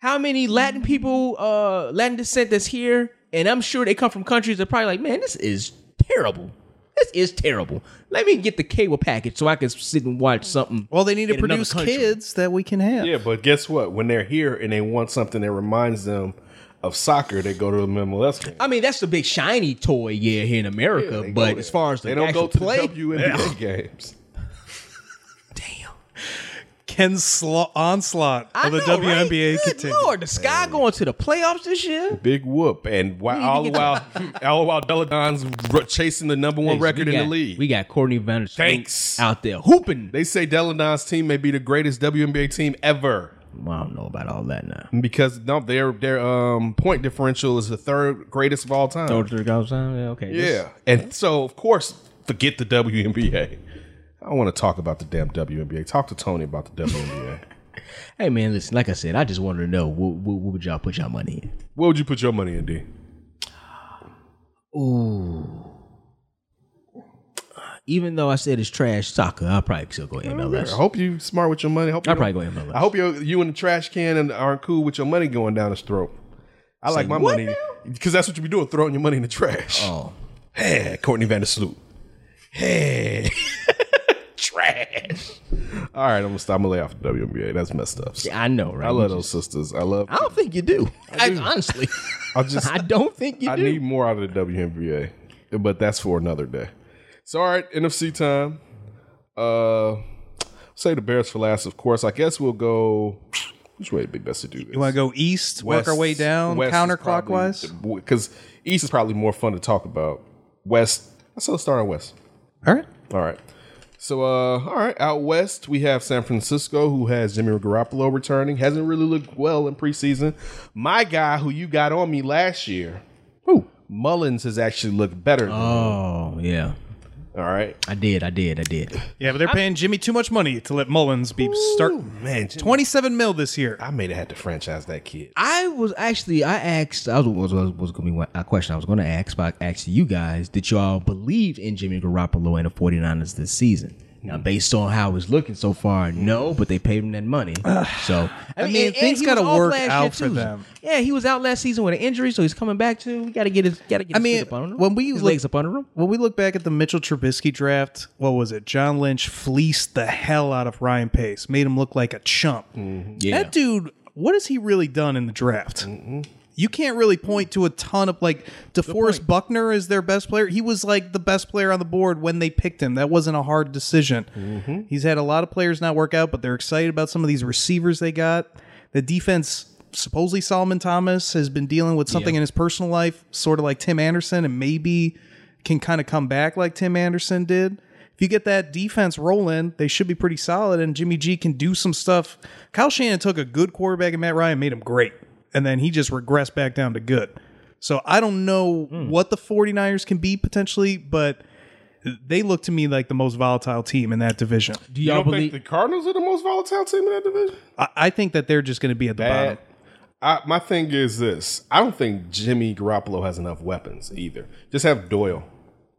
B: How many Latin people, uh, Latin descent that's here, and I'm sure they come from countries that are probably like, man, this is terrible. This is terrible. Let me get the cable package so I can sit and watch something.
C: well, they need to
B: In another
C: produce
B: country.
C: kids that we can have.
A: Yeah, but guess what? When they're here and they want something that reminds them of soccer, they go to the MLS game.
B: I mean, that's the big shiny toy, yeah, here in America.
A: They go
B: Uh, but
A: there.
B: as far as the
A: they don't go
B: actual
A: to
B: play,
A: the WNBA games.
C: Ken's sla- onslaught
B: I
C: of the
B: know, right?
C: WNBA
B: Good
C: continues.
B: Lord, the sky going to the playoffs this year.
A: Big whoop, and while, all the while, all the while, Deladon's r- chasing the number one record
B: we got,
A: in the league.
B: We got Courtney Van
A: Thanks.
B: out there hooping.
A: they say Deladon's team may be the greatest WNBA team ever
B: Well, I don't know about all that now.
A: because no, their their um, point differential is the third greatest of all time.
B: Yeah, okay. this-
A: Yeah, and so of course, forget the WNBA. I don't want to talk about the damn WNBA. Talk to Tony about the WNBA.
B: Hey man, listen. Like I said, I just wanted to know what, what, what would y'all put y'all money in?
A: Where would you put your money in, D?
B: Even though I said it's trash soccer, I'll probably still go MLS.
A: I hope you smart with your money. I hope you
B: I'll
A: don't-
B: probably go MLS.
A: I hope you you in the trash can and aren't cool with your money going down his throat. I like my money because that's what you be doing, throwing your money in the trash.
B: Oh.
A: Hey, Courtney Vandersloot. Hey, trash. All right, I'm gonna stop. I'm gonna lay off the WNBA. That's messed up.
B: I know, right?
A: I
B: You
A: love
B: just-
A: those sisters. I love.
B: I don't think you do. I honestly,
A: I just.
B: I don't think you
A: I
B: do.
A: need more out of the WNBA, but that's for another day. So, all right, NFC time. Uh, say the Bears for last, of course. I guess we'll go. Which way would be best to do this?
C: You want to go east, work our way down counterclockwise?
A: Because East is probably more fun to talk about. West, let's still start on West.
C: All right.
A: All right. So, uh, all right, out west we have San Francisco, who has Jimmy Garoppolo returning. Hasn't really looked well in preseason. My guy, who you got on me last year, who Mullins has actually looked better. than him.
B: oh yeah,
A: All right,
B: I did, I did, I did.
C: Yeah, but they're paying Jimmy too much money to let Mullins be starting.
A: man, Jimmy-
C: 27 mil this year.
A: I may have had to franchise that kid.
B: I was actually I asked I was was, was, was gonna be one, a question I was gonna ask, but I asked you guys, did y'all believe in Jimmy Garoppolo and the 49ers this season? Now, based on how it's looking so far, no, but they paid him that money. So I
C: mean, things
B: he
C: gotta
B: was off
C: work
B: last year,
C: out for
B: too.
C: them.
B: Yeah, he was out last season with an injury, so he's coming back too. We gotta get his gotta get
C: I
B: his
C: mean,
B: feet up on him.
C: when we
B: his
C: look-
B: legs up under him.
C: When we look back at the Mitchell Trubisky draft, what was it? John Lynch fleeced the hell out of Ryan Pace, made him look like a chump.
B: Yeah.
C: That dude, what has he really done in the draft? You can't really point to a ton of like DeForest Buckner is their best player. He was like the best player on the board when they picked him. That wasn't a hard decision. He's had a lot of players not work out, but they're excited about some of these receivers they got. The defense, supposedly Solomon Thomas has been dealing with something in his personal life, sort of like Tim Anderson, and maybe can kind of come back like Tim Anderson did. If you get that defense rolling, they should be pretty solid, and Jimmy G can do some stuff. Kyle Shannon took a good quarterback and Matt Ryan made him great, and then he just regressed back down to good. So I don't know what the 49ers can be potentially, but they look to me like the most volatile team in that division.
B: Do
A: You
B: y'all
A: don't
B: believe
A: think the Cardinals are the most volatile team in that division?
C: I, I think that they're just going to be at the bottom.
A: Uh, I, my thing is this: I don't think Jimmy Garoppolo has enough weapons either. Just have Doyle,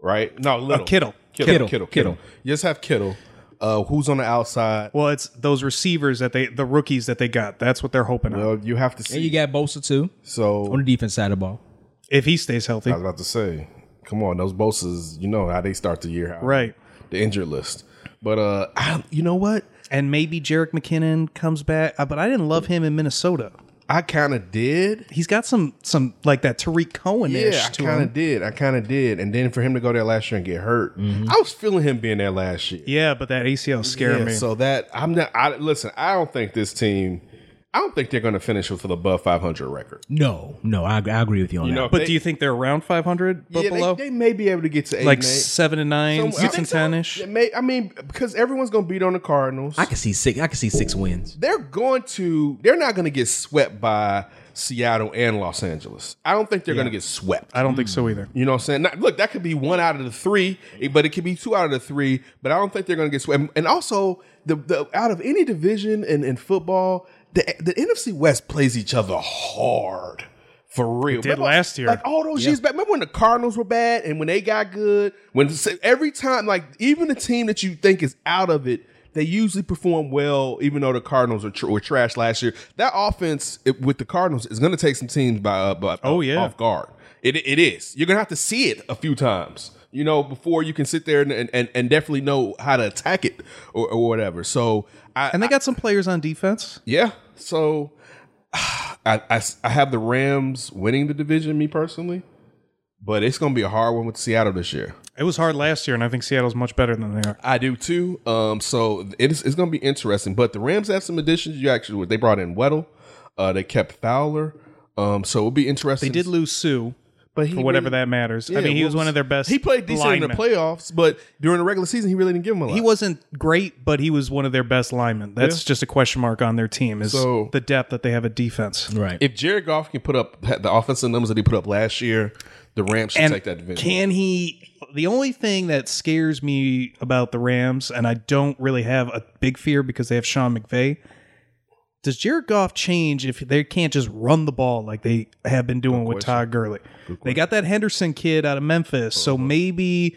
A: right? No, little.
C: Kittle.
A: Kittle, Kittle,
B: Kittle,
A: Kittle,
B: Kittle.
A: Just have Kittle. Uh, who's on the outside?
C: Well, it's those receivers that they, the rookies that they got. That's what they're hoping on.
A: Well, you have to
B: and
A: see.
B: you got Bosa too
A: so
B: on the defense side of the ball.
C: If he stays healthy,
A: I was about to say, come on, those bosses. You know how they start the year out.
C: right?
A: The injured list. But uh, I, you know what?
C: And maybe Jarek McKinnon comes back, Uh, but I didn't love him in Minnesota.
A: I kind of did.
C: He's got some some like that Tariq Cohen ish
A: Yeah, I
C: to
A: kind
C: him.
A: of did. I kind of did. And then for him to go there last year and get hurt, I was feeling him being there last year.
C: Mm-hmm. Yeah, but that ACL scared
A: Yeah,
C: me.
A: so that I'm not. I listen. I don't think this team. I don't think they're going to finish with an above 500 record.
B: No, no, I, I agree with you on
A: You
B: that.
A: know,
C: but
A: they-
C: do you think they're around 500 but
A: yeah,
C: below?
A: They, they may be able to get to eight
C: like
A: and eight.
C: seven and nine,
A: Somewhere-
C: six
A: I
C: and
A: think so.
C: ten ish.
A: It may- I mean, because everyone's going to beat on the Cardinals.
B: I can see six I can see six wins.
A: they're going to. They're not going to get swept by Seattle and Los Angeles. I don't think they're going to get swept.
C: I don't think so either.
A: You know what I'm saying? Now, look, that could be one out of the three, but it could be two out of the three. But I don't think they're going to get swept. And also, the, the out of any division in, in football, the the NFC West plays each other hard for real.
C: did last year.
A: like all those years back. Remember when the Cardinals were bad and when they got good? When every time, like even the team that you think is out of it. They usually perform well, even though the Cardinals were, tr- were trash last year. That offense it, with the Cardinals is going to take some teams by, uh, by
C: Oh, yeah.
A: off guard. It, it is. You're gonna have to see it a few times, you know, before you can sit there and and, and definitely know how to attack it or, or whatever. So I
C: And they got some players on defense.
A: yeah. So I, I s- I have the Rams winning the division, me personally, but it's gonna be a hard one with Seattle this year.
C: It was hard last year, and I think Seattle's much better than they are.
A: I do too. Um, so it is, it's going to be interesting. But the Rams have some additions. You actually they brought in Weddle. Uh, they kept Fowler. Um, so it'll be interesting.
C: They did lose Sue,
A: but he
C: for whatever
A: really-
C: that matters. I
A: yeah,
C: mean, he
A: what
C: was, one of their best.
A: He played decent in
C: linemen.
A: the playoffs, but during the regular season, he really didn't give him a lot.
C: He wasn't great, but he was one of their best linemen. That's just a question mark on their team is
A: So-
C: the depth that they have at defense.
B: Right.
A: if Jared Goff can put up the offensive numbers that he put up last year, the Rams should
C: And
A: take that advantage.
C: Can he? The only thing that scares me about the Rams, and I don't really have a big fear because they have Sean McVay. Does Jared Goff change if they can't just run the ball like they have been doing with Todd Gurley? They got that Henderson kid out of Memphis, so maybe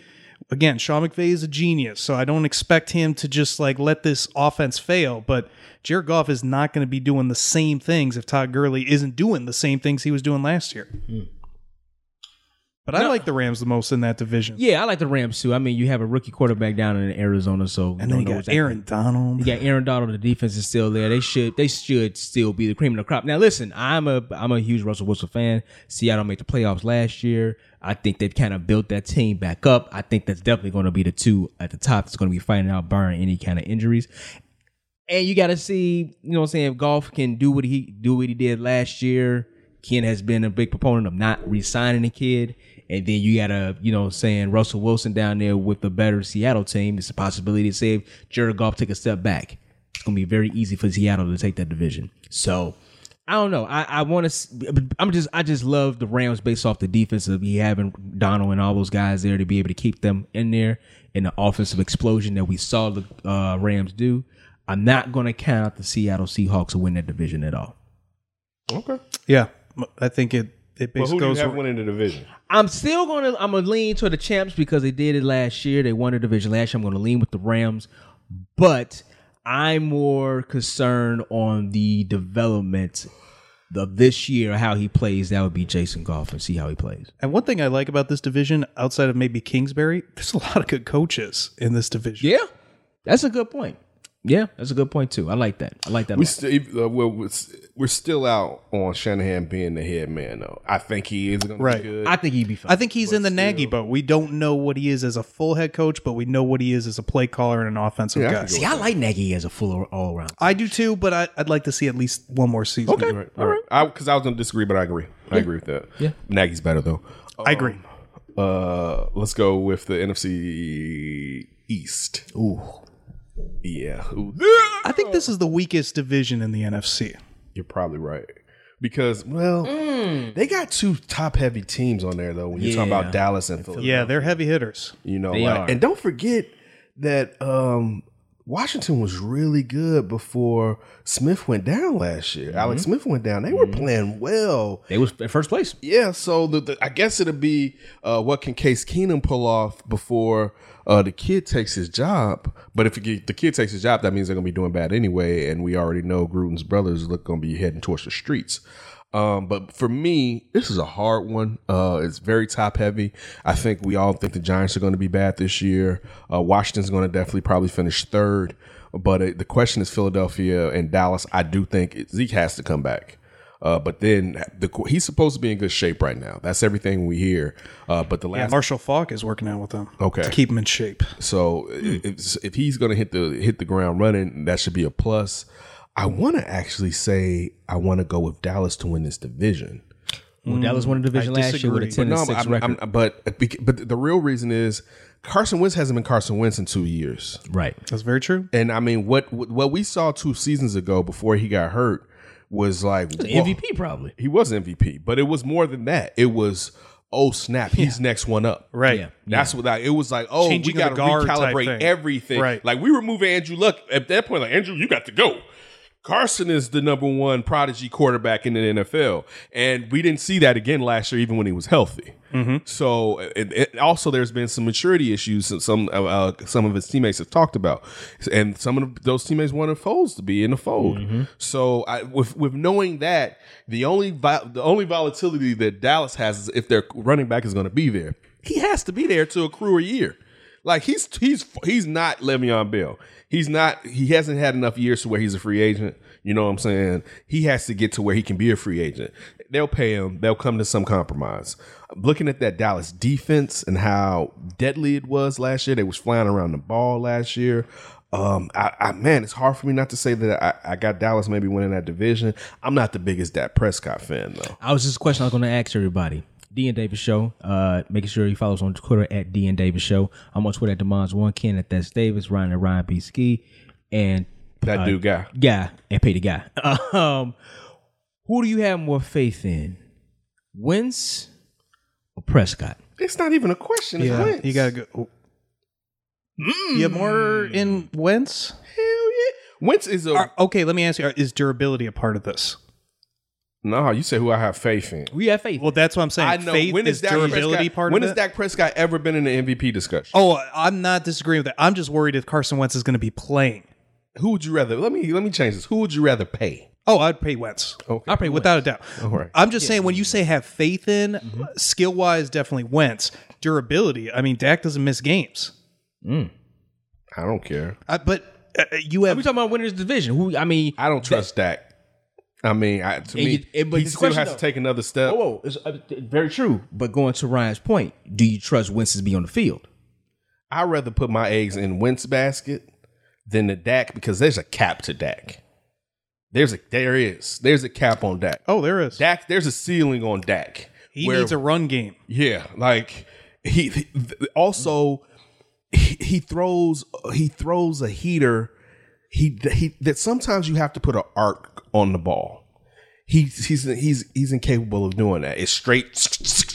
C: again, Sean McVay is a genius, so I don't expect him to just like let this offense fail. But Jared Goff is not going to be doing the same things if Todd Gurley isn't doing the same things he was doing last year. But I like the Rams the most in that division.
B: Yeah, I like the Rams too. I mean, you have a rookie quarterback down in Arizona, so
C: and then you got Aaron Donald.
B: You got Aaron Donald. The defense is still there. They should they should still be the cream of the crop. Now listen, I'm a I'm a huge Russell Wilson fan. Seattle made the playoffs last year. I think they've kind of built that team back up. I think that's definitely going to be the two at the top that's going to be fighting out barring any kind of injuries. And you got to see, you know what I'm saying, if golf can do what he do what he did last year. Ken has been a big proponent of not re-signing the kid. And then you got to, you know, what I'm saying Russell Wilson down there with the better Seattle team. It's a possibility to save Jared Goff take a step back. It's going to be very easy for Seattle to take that division. So I don't know. I, I want to. I'm just. I just love the Rams based off the defense of he having Donald and all those guys there to be able to keep them in there in the offensive explosion that we saw the uh, Rams do. I'm not going to count out the Seattle Seahawks to win that division at all.
A: okay.
C: Yeah, I think it it
A: But who
C: basically
A: do you
C: goes.
A: have winning the division?
B: I'm still gonna I'm gonna lean to the champs because they did it last year. They won the division last year. I'm gonna lean with the Rams, but I'm more concerned on the development of this year, how he plays. That would be Jason Goff and see how he plays.
C: and one thing I like about this division, outside of maybe Kingsbury, there's a lot of good coaches in this division.
B: Yeah, that's a good point. Yeah, that's a good point too. I like that. I like that. a
A: We
B: lot.
A: still, uh, well, we're s- we're still out on Shanahan being the head man, though. I think he is going to
C: Right.
A: be good.
B: I think he'd be fine.
C: I think he's in the Nagy boat. We don't know what he is as a full head coach, but we know what he is as a play caller and an offensive
A: Yeah, I
C: guy.
A: could go
B: See, I like Nagy as a full all around.
C: I do too, but I, I'd like to see at least one more season. Okay,
A: Right, all right. Because I, was going to disagree, but I agree. I agree with that.
B: Yeah.
A: Nagy's better though.
C: I agree.
A: Uh, let's go with the NFC East. Ooh. Yeah. Ooh.
C: I think this is the weakest division in the NFC.
A: You're probably right. Because well, they got two top-heavy teams on there though. When you're talking
B: Yeah.
A: about Dallas and Philadelphia,
C: Yeah, they're heavy hitters.
A: you know,
B: They
A: like-
B: are.
A: and don't forget that um, Washington was really good before Smith went down last year.
B: Mm-hmm.
A: Alex Smith went down. They were playing well.
B: They was at first place.
A: Yeah, so the, the, I guess it'll be uh, what can Case Keenum pull off before uh, the kid takes his job. But if he- the kid takes his job, that means they're going to be doing bad anyway. And we already know Gruden's brothers look going to be heading towards the streets. Um, but for me, this is a hard one. Uh, it's very top heavy. I think we all think the Giants are going to be bad this year. Uh, Washington's going to definitely probably finish third. But uh, the question is Philadelphia and Dallas. I do think Zeke has to come back. Uh, but then the he's supposed to be in good shape right now. That's everything we hear. Uh, but the last
C: Marshall Falk is working out with them.
A: Okay.
C: to keep him in shape.
A: so if, if he's going to hit the hit the ground running, that should be a plus. I want to actually say I want to go with Dallas to win this division.
B: Well, Dallas won the division
C: I
B: last year with a
C: disagree.
B: ten and
A: No,
B: six
A: but, I'm-
B: record.
A: I'm- but but the real reason is Carson Wentz hasn't been Carson Wentz in two years.
B: right.
C: That's very true.
A: And I mean, what what we saw two seasons ago before he got hurt was like whoa.
B: MVP probably.
A: He was MVP, but it was more than that. It was oh snap, he's next one up.
C: Right.
B: Yeah.
A: That's what I, it was like. Oh,
C: Changing
A: we got
C: of
A: to
C: the guard type
A: recalibrate
C: thing.
A: everything.
C: Right.
A: Like we were moving Andrew Luck at that point. Like Andrew, you got to go. Carson is the number one prodigy quarterback in the NFL, and we didn't see that again last year, even when he was healthy. So, it, it- also there's been some maturity issues that some uh, uh, some of his teammates have talked about, and some of those teammates wanted Foles to be in the fold. So, I, with with knowing that, the only vi- the only volatility that Dallas has is if their running back is going to be there. He has to be there to accrue a year. Like he's he's he's not Le'Veon Bell. He's not. He hasn't had enough years to where he's a free agent. You know what I'm saying? He has to get to where he can be a free agent. They'll pay him, they'll come to some compromise. Looking at that Dallas defense and how deadly it was last year, they was flying around the ball last year. Um, I, I man, it's hard for me not to say that I, I got Dallas maybe winning that division. I'm not the biggest Dak Prescott fan though.
B: I was just a question I was going to ask everybody. D and Davis Show. Uh, making sure you follow us on Twitter at D and Davis Show. I'm on Twitter at Demons One Ken at That's Davis Ryan at Ryan B Ski and
A: That dude guy.
B: guy and pay the guy. Um, who do you have more faith in, Wentz or Prescott?
A: It's not even a question. It's
C: Yeah,
A: Wentz.
C: you gotta go. You have more in Wentz?
A: Hell yeah. Wentz is a
C: Are- okay, let me ask you: are- Is durability a part of this?
A: no. You say who I have faith in.
B: We have faith.
C: Well, that's what I'm saying.
A: I know.
C: Faith
A: when
C: is
A: is Dak
C: durability
A: Prescott,
C: part
A: When
C: of
A: has
C: it?
A: Dak Prescott ever been in an MVP discussion?
C: Oh, I'm not disagreeing with that. I'm just worried if Carson Wentz is going to be playing.
A: Who would you rather? Let me let me change this. Who would you rather pay?
C: Oh, I'd pay Wentz.
A: Okay.
C: I'd pay without a doubt.
A: right.
C: I'm just saying when you say have faith in,
A: Mm-hmm.
C: skill wise, definitely Wentz. Durability. I mean, Dak doesn't miss games,
A: I don't care.
C: I, but uh, uh, you have
B: we talking about winners division. Who? I mean,
A: I don't trust Dak. I mean, I, to
B: And
A: me,
B: you- and- but
A: he
B: the
A: still
B: question
A: has
B: though-
A: to take another step.
B: whoa, whoa, it's uh, very true. But going to Ryan's point, do you trust Wentz to be on the field?
A: I'd rather put my eggs in Wentz basket than the Dak because there's a cap to Dak. There's a there is there's a cap on Dak.
C: Oh, there is.
A: Dak, there's a ceiling on Dak.
C: he
A: where-
C: needs a run game.
A: Yeah, like he, he- th- also he, he throws he throws a heater. He he that sometimes you have to put an arc on the ball. He he's he's he's incapable of doing that. It's straight.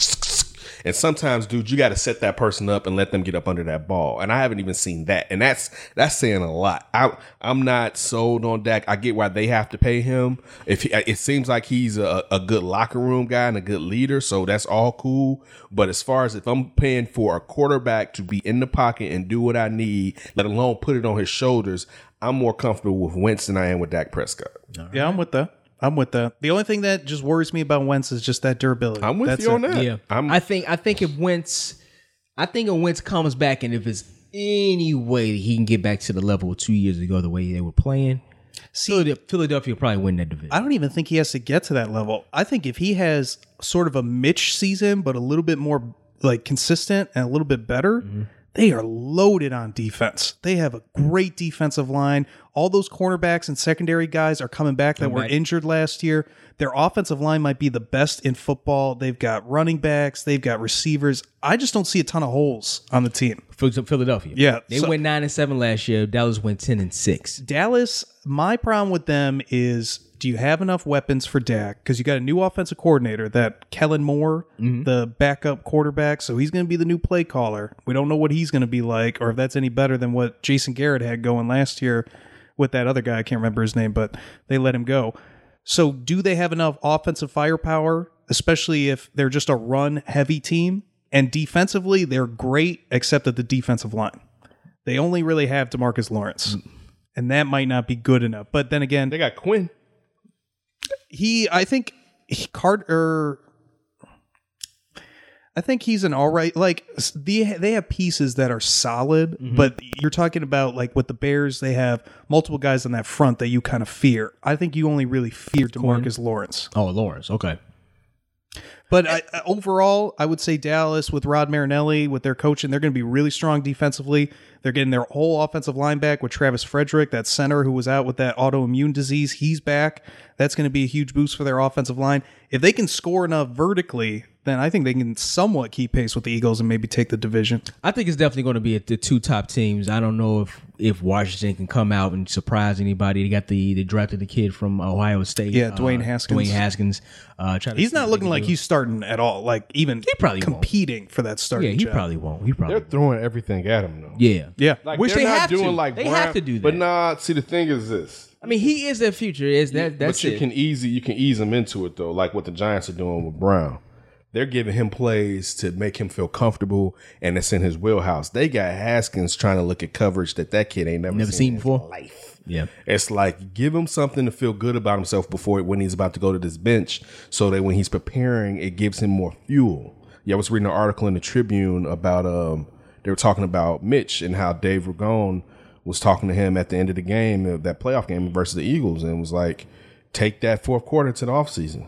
A: And sometimes, dude, you got to set that person up and let them get up under that ball. And I haven't even seen that. And that's that's saying a lot. I I'm not sold on Dak. I get why they have to pay him. If he, it seems like he's a, a good locker room guy and a good leader, so that's all cool. But as far as if I'm paying for a quarterback to be in the pocket and do what I need, let alone put it on his shoulders, I'm more comfortable with Wentz than I am with Dak Prescott.
C: Yeah, I'm with that. I'm with that. The only thing that just worries me about Wentz is just that durability.
A: I'm with
C: That's
A: you
C: it.
A: on that.
B: Yeah,
A: I'm
B: I think I think if Wentz, I think if Wentz comes back and if it's any way that he can get back to the level of two years ago, the way they were playing, Philadelphia, Philadelphia will probably win that division.
C: I don't even think he has to get to that level. I think if he has sort of a Mitch season, but a little bit more like consistent and a little bit better, they are loaded on defense. They have a great defensive line. All those cornerbacks and secondary guys are coming back that were injured last year. Their offensive line might be the best in football. They've got running backs, they've got receivers. I just don't see a ton of holes on the team.
B: For example, Philadelphia,
C: Yeah,
B: they
C: so-
B: went nine and seven last year. Dallas went ten and six.
C: Dallas, my problem with them is do you have enough weapons for Dak? Because you got a new offensive coordinator, that Kellen Moore, the backup quarterback. So he's going to be the new play caller. We don't know what he's going to be like or if that's any better than what Jason Garrett had going last year with that other guy. I can't remember his name, but they let him go. So do they have enough offensive firepower, especially if they're just a run heavy team? And defensively, they're great, except at the defensive line. They only really have Demarcus Lawrence and that might not be good enough. But then again,
A: they got Quinn.
C: he, I think he, Carter, I think he's an all right. Like s- the they have pieces that are solid, but you're talking about like with the Bears, they have multiple guys on that front that you kind of fear. I think you only really fear Demarcus Lawrence.
B: Oh, Lawrence, okay.
C: But I, I- overall, I would say Dallas with Rod Marinelli, with their coaching, they're going to be really strong defensively. They're getting their whole offensive line back with Travis Frederick, that center who was out with that autoimmune disease. He's back. That's going to be a huge boost for their offensive line. If they can score enough vertically, then I think they can somewhat keep pace with the Eagles and maybe take the division.
B: I think it's definitely going to be at the two top teams. I don't know if if Washington can come out and surprise anybody. They got the they drafted the kid from Ohio State. Uh,
C: Yeah, Dwayne Haskins.
B: Dwayne Haskins. Uh, trying to
C: He's
B: see
C: not
B: if they
C: looking
B: can
C: like
B: do-
C: he's starting at all, like even
B: probably won't.
C: competing for that starting
B: Yeah, he
C: job.
B: probably won't. He probably.
A: They're throwing everything at him though.
B: Yeah.
C: yeah.
A: Like,
B: Which
A: they're
B: they
A: not
B: have to.
A: doing like
B: They
A: Brown-
B: have to do
A: But
B: that.
A: nah, see the thing is this.
B: I mean, he is their future. Is that that's
A: but you
B: it.
A: can easy you can ease him into it though, like what the Giants are doing with Brown. They're giving him plays to make him feel comfortable, and it's in his wheelhouse. They got Haskins trying to look at coverage that that kid ain't never,
B: Never
A: seen,
B: seen
A: in his
B: before.
A: Life.
B: Yeah.
A: It's like give him something to feel good about himself before when he's about to go to this bench, so that when he's preparing, it gives him more fuel. Yeah, I was reading an article in the Tribune about um they were talking about Mitch and how Dave Ragone was talking to him at the end of the game, uh, that playoff game versus the Eagles, and was like, take that fourth quarter to the offseason.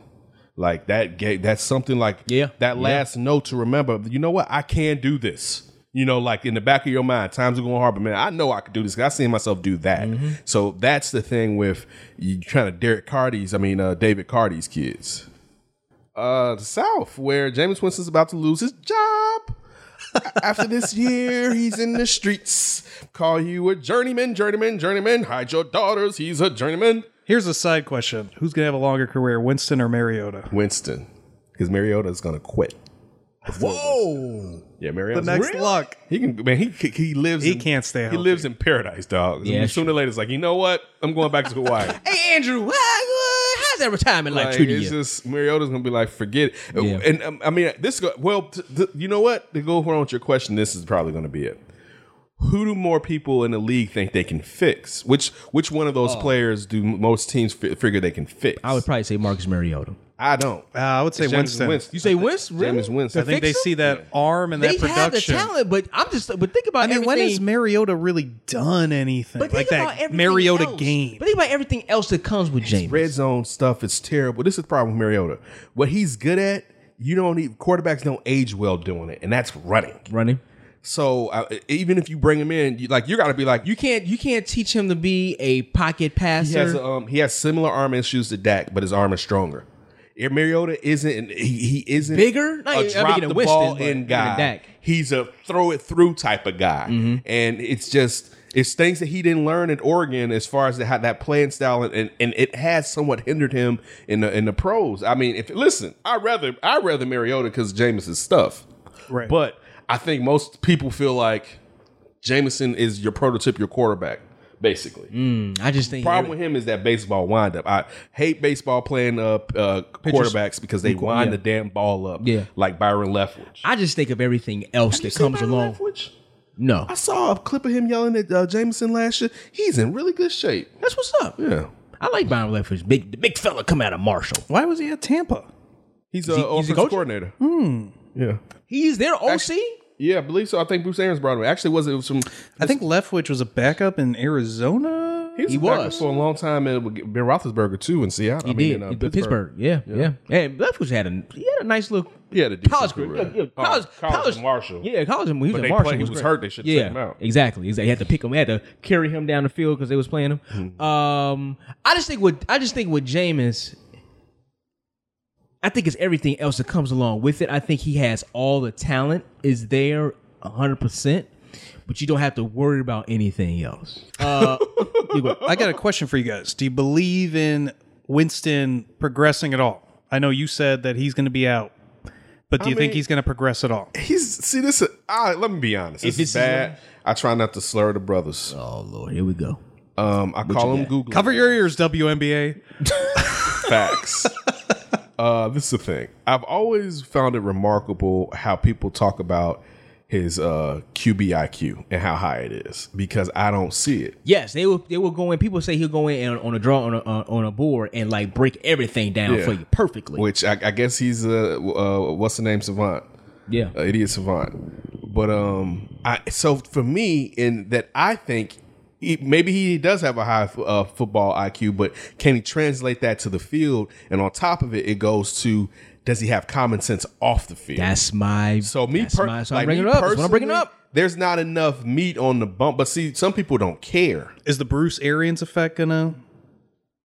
A: Like that gave that's something like
B: Yeah.
A: that last note to remember. You know what? I can do this. You know, like in the back of your mind, times are going hard, but man, I know I could do this. 'cause I seen myself do that.
B: Mm-hmm.
A: So that's the thing with you trying to Derek Cardi's. I mean, uh, David Cardi's kids. Uh, the South, where James Winston's about to lose his job. After this year, he's in the streets. Call you a journeyman, journeyman, journeyman. Hide your daughters. He's a journeyman.
C: Here's a side question: Who's gonna have a longer career, Winston or Mariota?
A: Winston, because Mariota is going to quit.
B: Whoa.
A: Yeah, Mariota.
C: Next luck.
A: He can, man. He he lives.
C: He
A: in-
C: can't stay
A: He
C: healthy.
A: lives in paradise, dog.
B: Yeah,
A: sooner or later, it's like you know what? I'm going back to Hawaii.
B: Hey, Andrew, why- why- how's that retirement life
A: Like,
B: treating
A: it's
B: you?
A: just Mariota's gonna be like, forget it.
B: Yeah.
A: And um, I mean, this go well. T- th- you know what? To go on with your question, this is probably gonna be it. Who do more people in the league think they can fix? Which which one of those
C: Oh.
A: players do m- most teams fi- figure they can fix?
B: I would probably say Marcus Mariota.
A: I don't.
C: Uh, I would say
A: James
C: Winston.
B: You say Winston? Really?
A: James Winston.
C: I think they
B: Fix him?
C: see that arm and
B: They
C: that production.
B: have the talent, but I'm just but think about
C: I mean,
B: everything.
C: when has Mariota really done anything
B: but think
C: like
B: about
C: that
B: everything
C: Mariota
B: else.
C: game?
B: But think about everything else that comes with James.
A: red zone stuff is terrible. This is the problem with Mariota. What he's good at, you don't need quarterbacks don't age well doing it, and that's running.
B: Running.
A: So uh, even if you bring him in, you, like you got to be like you
B: You can't you can't teach him to be a pocket
A: he
B: passer.
A: has um he has similar arm issues to Dak, but his arm is stronger. If Mariota isn't he, he isn't
B: Bigger? Not- I
A: a
B: mean,
A: drop
B: you know,
A: the
B: Winston,
A: ball
B: but
A: in
B: even
A: guy.
B: Dak. Mm-hmm.
A: He's a throw it through type of guy, and it's just it's things that he didn't learn in Oregon as far as the, how that playing style, and, and and it has somewhat hindered him in the in the pros. I mean, if listen, I rather I rather Mariota because Jameis's stuff,
C: Right.
A: But I think most people feel like Jameson is your prototype, your quarterback, basically
B: Mm, I just think
A: problem with him is that baseball windup. I hate baseball playing up uh, quarterbacks because they wind the damn ball up.
B: Yeah.
A: like Byron Leftwich.
B: I just think of everything else that comes along.
A: Leftwich?
B: No.
A: I saw a clip of him yelling at uh, Jameson last year. He's in really good shape.
B: That's what's up.
A: Yeah,
B: I like Byron Leftwich. Big the big fella come out of Marshall.
C: Why was he at Tampa?
A: he's a
B: he- he's the
A: offensive
B: coach? Hmm.
A: coordinator. Yeah,
B: He's their OC?
A: yeah, I believe so. I think Bruce Arians brought him. Actually, was it was from
C: I think Leftwich was a backup in Arizona.
A: he was,
B: He
A: a backup
B: was.
A: for a long time and with Ben Roethlisberger too in Seattle.
B: He
A: I mean,
B: did.
A: in, uh,
B: He- Pittsburgh. Yeah, yeah. And Leftwich had a he had a nice little
A: He had a decent
B: college
A: career.
B: career. Yeah, yeah,
A: Oh,
B: college,
A: college
B: college-
A: in Marshall.
B: Yeah, college. When he was
A: But
B: at
A: they
B: Marshall,
A: played- he
B: was
A: was
B: great.
A: hurt. They should've
B: yeah,
A: took him out.
B: Exactly. They had to pick him. They had to carry him down the field because they was playing him.
A: Hmm.
B: Um, I just think with I just think with Jameis, I think it's everything else that comes along with it. I think he has all the talent is there, hundred percent. But you don't have to worry about anything else. Uh, you go,
C: I got a question for you guys. Do you believe in Winston progressing at all? I know you said that he's going to be out, but do you think
A: mean-
C: he's going to progress at all?
A: He's see this. Is, I, let me be honest. This
B: this
A: is
B: is
A: bad. I try not to slur the brothers.
B: oh Lord, here we go.
A: Um, I call them Google
C: Cover your ears, WNBA.
A: facts. uh, this is the thing. I've always found it remarkable how people talk about his uh, QBIQ and how high it is because I don't see it.
B: Yes, they will. They will go in. People say he'll go in and on a draw on a on on a board and like break everything down
A: Yeah.
B: for you perfectly.
A: Which I, I guess he's a uh, what's the name savant,
B: yeah,
A: uh, idiot savant. But um, I so for me in that I think. He, maybe he does have a high f- uh, football IQ, but can he translate that to the field? And on top of it, it goes to does he have common sense off the field?
B: that's my.
A: So me,
B: that's
A: per-
B: my- so
A: like
B: I'm bringing
A: me
B: it up. That's what I'm bringing
A: personally,
B: up.
A: There's not enough meat on the bump, but see, some people don't care.
C: Is the Bruce Arians effect going to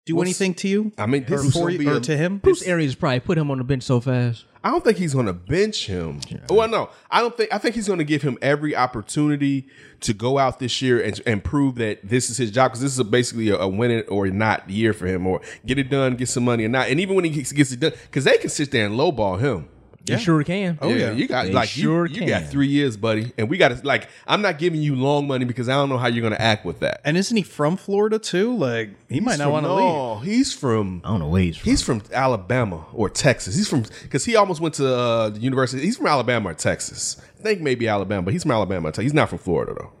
C: do anything to you?
A: I mean, this
C: or,
A: is
C: for
A: gonna be
C: you, or
A: a-
C: to him?
B: Bruce Arians probably put him on the bench so fast.
A: I don't think he's going to bench him. Well, no, I don't think. I think he's going to give him every opportunity to go out this year and, and prove that this is his job because this is a, basically a, a win it or not year for him, or get it done, get some money or not. And even when he gets, gets it done, because they can sit there and lowball him.
B: You sure can.
A: Oh yeah, you got
B: They
A: like
B: sure
A: you, you got
B: can.
A: three years, buddy, and we got to like. I'm not giving you long money because I don't know how you're going to act with that.
C: And isn't he from Florida too? Like he might not
A: from-
C: want to leave.
A: no, He's from
B: I don't know where he's from.
A: he's from Alabama or Texas. He's from because he almost went to uh, the university. He's from Alabama or Texas. I think maybe Alabama, but he's from Alabama. or Texas. He's not from Florida though.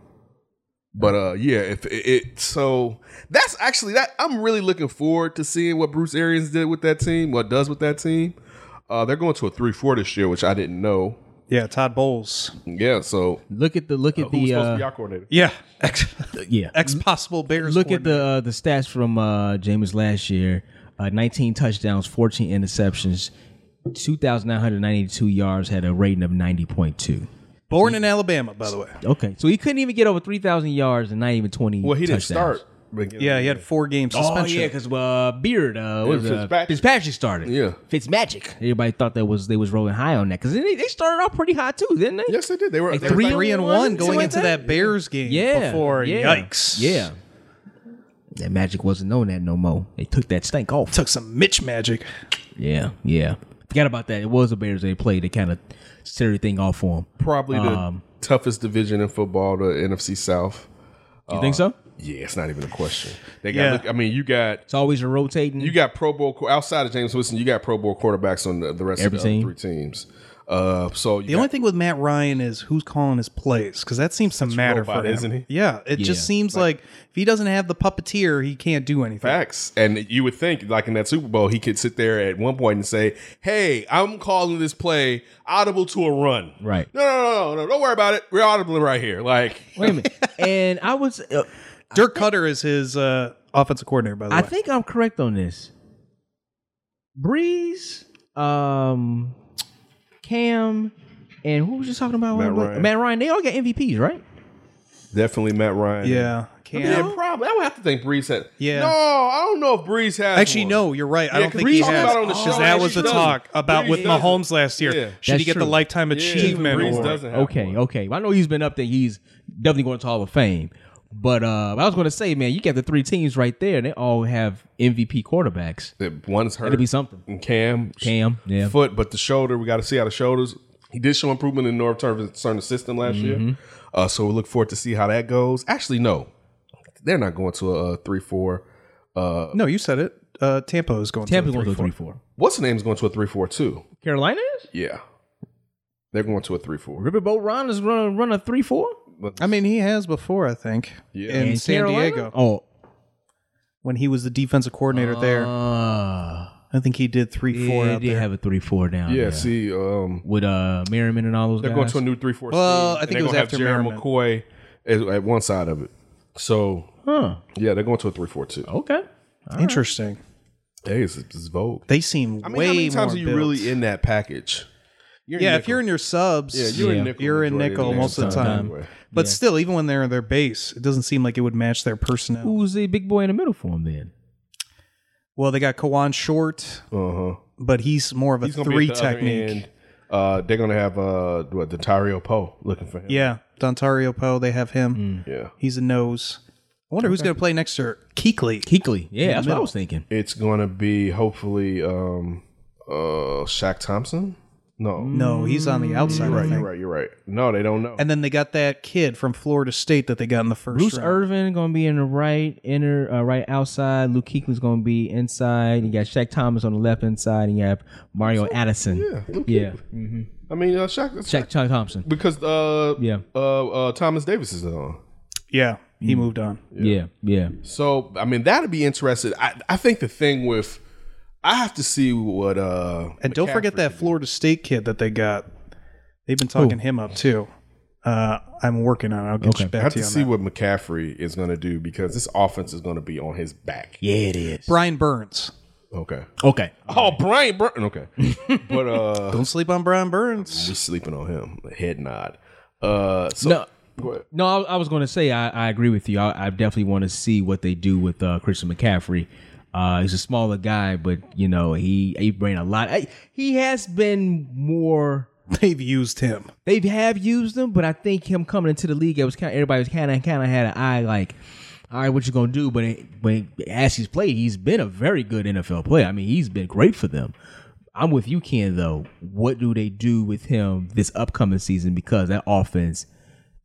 A: But uh, yeah, if it, it so that's actually that I'm really looking forward to seeing what Bruce Arians did with that team, what does with that team. Uh, they're going to a three four this year, which I didn't know.
C: Yeah, Todd Bowles.
A: Yeah, so
B: Look at the look at
A: who was
B: the
A: supposed to
B: uh,
A: be our coordinator?
C: Yeah, ex,
B: yeah.
C: ex possible Bears.
B: Look at the uh, the stats from uh, Jameis last year: uh, 19 touchdowns, 14 interceptions, 2,992 yards, had a rating of 90.2.
C: born in Alabama, by the way.
B: Okay, so he couldn't even get over 3,000 yards and not even 20.
A: Well, he didn't
B: touchdowns.
A: start. but-
C: Yeah, he had four game
B: Oh
C: suspension.
B: yeah, because uh, Beard, uh, what was it?
A: Fitzpatrick.
B: Fitzpatrick. Fitzpatrick started.
A: Yeah.
B: Fitzmagic. Everybody thought that was they was rolling high on that because they, they started off pretty high too, didn't they?
A: Yes, they did. They were
B: Like
A: they were
B: three-
A: back-
C: three and one going
B: Something like
C: into
B: that?
C: that? Bears game.
B: Yeah.
C: before
B: yeah,
C: yikes.
B: Yeah. That magic wasn't known that no more. They took that stank off.
C: took some Mitch magic.
B: Yeah, yeah. Forgot about that. It was the Bears they played. They kind of set everything off for them.
A: probably the
B: Um,
A: toughest division in football, the NFC South.
B: You think so?
A: Yeah, it's not even a question. They got.
C: Yeah.
A: look- I mean, you got
B: It's always a rotating.
A: you got Pro Bowl qu- outside of James Winston. You got Pro Bowl quarterbacks on the, the rest
B: Every
A: of the other
B: team.
A: three teams. Uh, so you
C: The only thing with Matt Ryan is who's calling his plays because that seems to matter
A: robot,
C: for him,
A: isn't he?
C: Yeah, it just
B: Yeah.
C: seems like, if he doesn't have the puppeteer, he can't do anything.
A: facts, and you would think like in that Super Bowl, he could sit there at one point and say, "Hey, I'm calling this play audible to a run."
B: Right.
A: No, no, no, no, no. Don't worry about it. We're audible right here. Like
B: Wait a minute. and I was. Uh,
C: Dirk Cutter is his uh, offensive coordinator, by the
B: I
C: way.
B: think I'm correct on this. Breeze, um, Cam, and who was you talking about?
A: Matt Ryan.
B: Matt Ryan. They all got MVPs, right?
A: definitely Matt Ryan.
C: yeah, Cam.
A: Yeah, probably. I would have to think Breeze had.
C: Yeah.
A: No, I don't know if Breeze has.
C: Actually,
A: one.
C: no, you're right. I
A: Yeah,
C: don't
A: 'cause
C: think
A: we
C: he
A: talked
C: has
A: about it on the
C: because
A: show.
C: that
A: Yeah,
C: was
A: he
C: the
A: doesn't.
C: talk about
A: Breeze
C: with
A: doesn't.
C: Mahomes last year.
A: Yeah.
C: Should
B: That's
C: he get
B: true.
C: the lifetime
A: Yeah,
C: achievement
A: Breeze
C: award?
A: doesn't have
B: Okay,
A: one.
B: okay. Well, I know he's been up there. He's definitely going to Hall of Fame. But uh, I was going to say, man, you got the three teams right there, and they all have MVP quarterbacks.
A: That one's hurt.
B: It'll be something.
A: and Cam,
B: Cam, yeah.
A: foot, but the shoulder. We got to see how the shoulders. He did show improvement in North Turner system last
C: Mm-hmm.
A: year, uh, so we look forward to see how that goes. Actually, no, they're not going to a, uh three four.
C: No, you said it. Uh, Tampa is going
B: Tampa's
C: to
B: going
C: a
B: to
C: three,
B: a
C: four.
B: three four.
A: What's the name's going to a three four two?
B: Carolina is
A: Yeah, they're going to a three four.
B: Riverboat Ron is running run a three four
C: I mean, he has before, I think,
A: Yeah.
C: in
A: And
C: San Diego
B: Oh,
C: when he was the defensive coordinator there.
B: uh,
C: I think he did three,
B: yeah,
C: four
B: they
C: out
B: did
C: there.
B: have a three four down.
A: Yeah,
B: there.
A: see, um,
B: with uh Merriman and all those
A: they're
B: guys.
A: going to a new three four.
C: Well, I think it was
A: have
C: after
A: Jared
C: Merriman.
A: McCoy at, at one side of it. So
B: huh?
A: yeah, they're going to a three four two.
B: Okay.
C: Interesting.
A: Hey, it's, it's Vogue.
C: They seem
A: I mean,
C: way
A: how many
C: more
A: times are you
C: built.
A: really in that package? You're
C: yeah, if you're in your subs,
A: Yeah, you're in
B: Yeah.
A: nickel.
C: You're in
A: majority
C: nickel
A: the
C: most of the
A: time.
C: time.
A: Anyway.
C: but still, even when they're in their base, it doesn't seem like it would match their personnel.
B: Who's the big boy in the middle for him then?
C: Well, they got Kawan Short,
A: Uh huh.
C: but he's more of a three technique.
A: Uh, they're gonna have uh, what, the Tario Poe looking for him.
C: Yeah, Dontario Poe, they have him.
A: Yeah.
C: He's a nose. I wonder who's going to play next to Keekly.
B: Keekly. Yeah, that's what I was thinking.
A: It's gonna be hopefully um, uh, Shaq Thompson. No,
C: No, he's on the outside, I
A: you're
C: think.
A: Mm. right. You're right. No, they don't know.
C: And then they got that kid from Florida State that they got in the first
B: Bruce
C: round.
B: Irvin gonna be in the right inner, uh, right outside. Luke Kuechly's gonna be inside. You got Shaq Thomas on the left inside, and you have Mario Addison. Yeah, yeah.
A: I mean, uh, Shaq, Shaq
B: Shaq Chuck Thompson.
A: because uh,
B: Yeah.
A: uh, uh, Thomas Davis is on.
C: Yeah,
A: Mm.
C: he moved on.
B: Yeah, yeah.
A: So I mean, that'd be interesting. I I think the thing with I have to see what uh
C: And don't forget that Florida State kid that they got. They've been talking him up too. Uh, I'm working on it. I'll get you
A: I
C: back
A: have to
C: to you on
A: see
C: that.
A: what McCaffrey is going to do because this offense is going to be on his back.
B: Yeah, it is.
C: Brian Burns.
A: Okay.
B: Okay.
A: Oh, Brian Burton. Okay. but uh
C: Don't sleep on Brian Burns.
A: we sleeping on him. Head nod. Uh so
B: No,
A: go ahead.
B: no. I, I was gonna say I, I agree with you. I, I definitely want to see what they do with uh, Christian McCaffrey. Uh, he's a smaller guy, but you know he he bring a lot. I, he has been more.
C: They've used him.
B: they have used him, but I think him coming into the league, it was kind of everybody was kind of kind of had an eye like, all right, what you gonna do? But it, but as he's played, he's been a very good NFL player. I mean, he's been great for them. I'm with you, Ken. Though, what do they do with him this upcoming season? Because that offense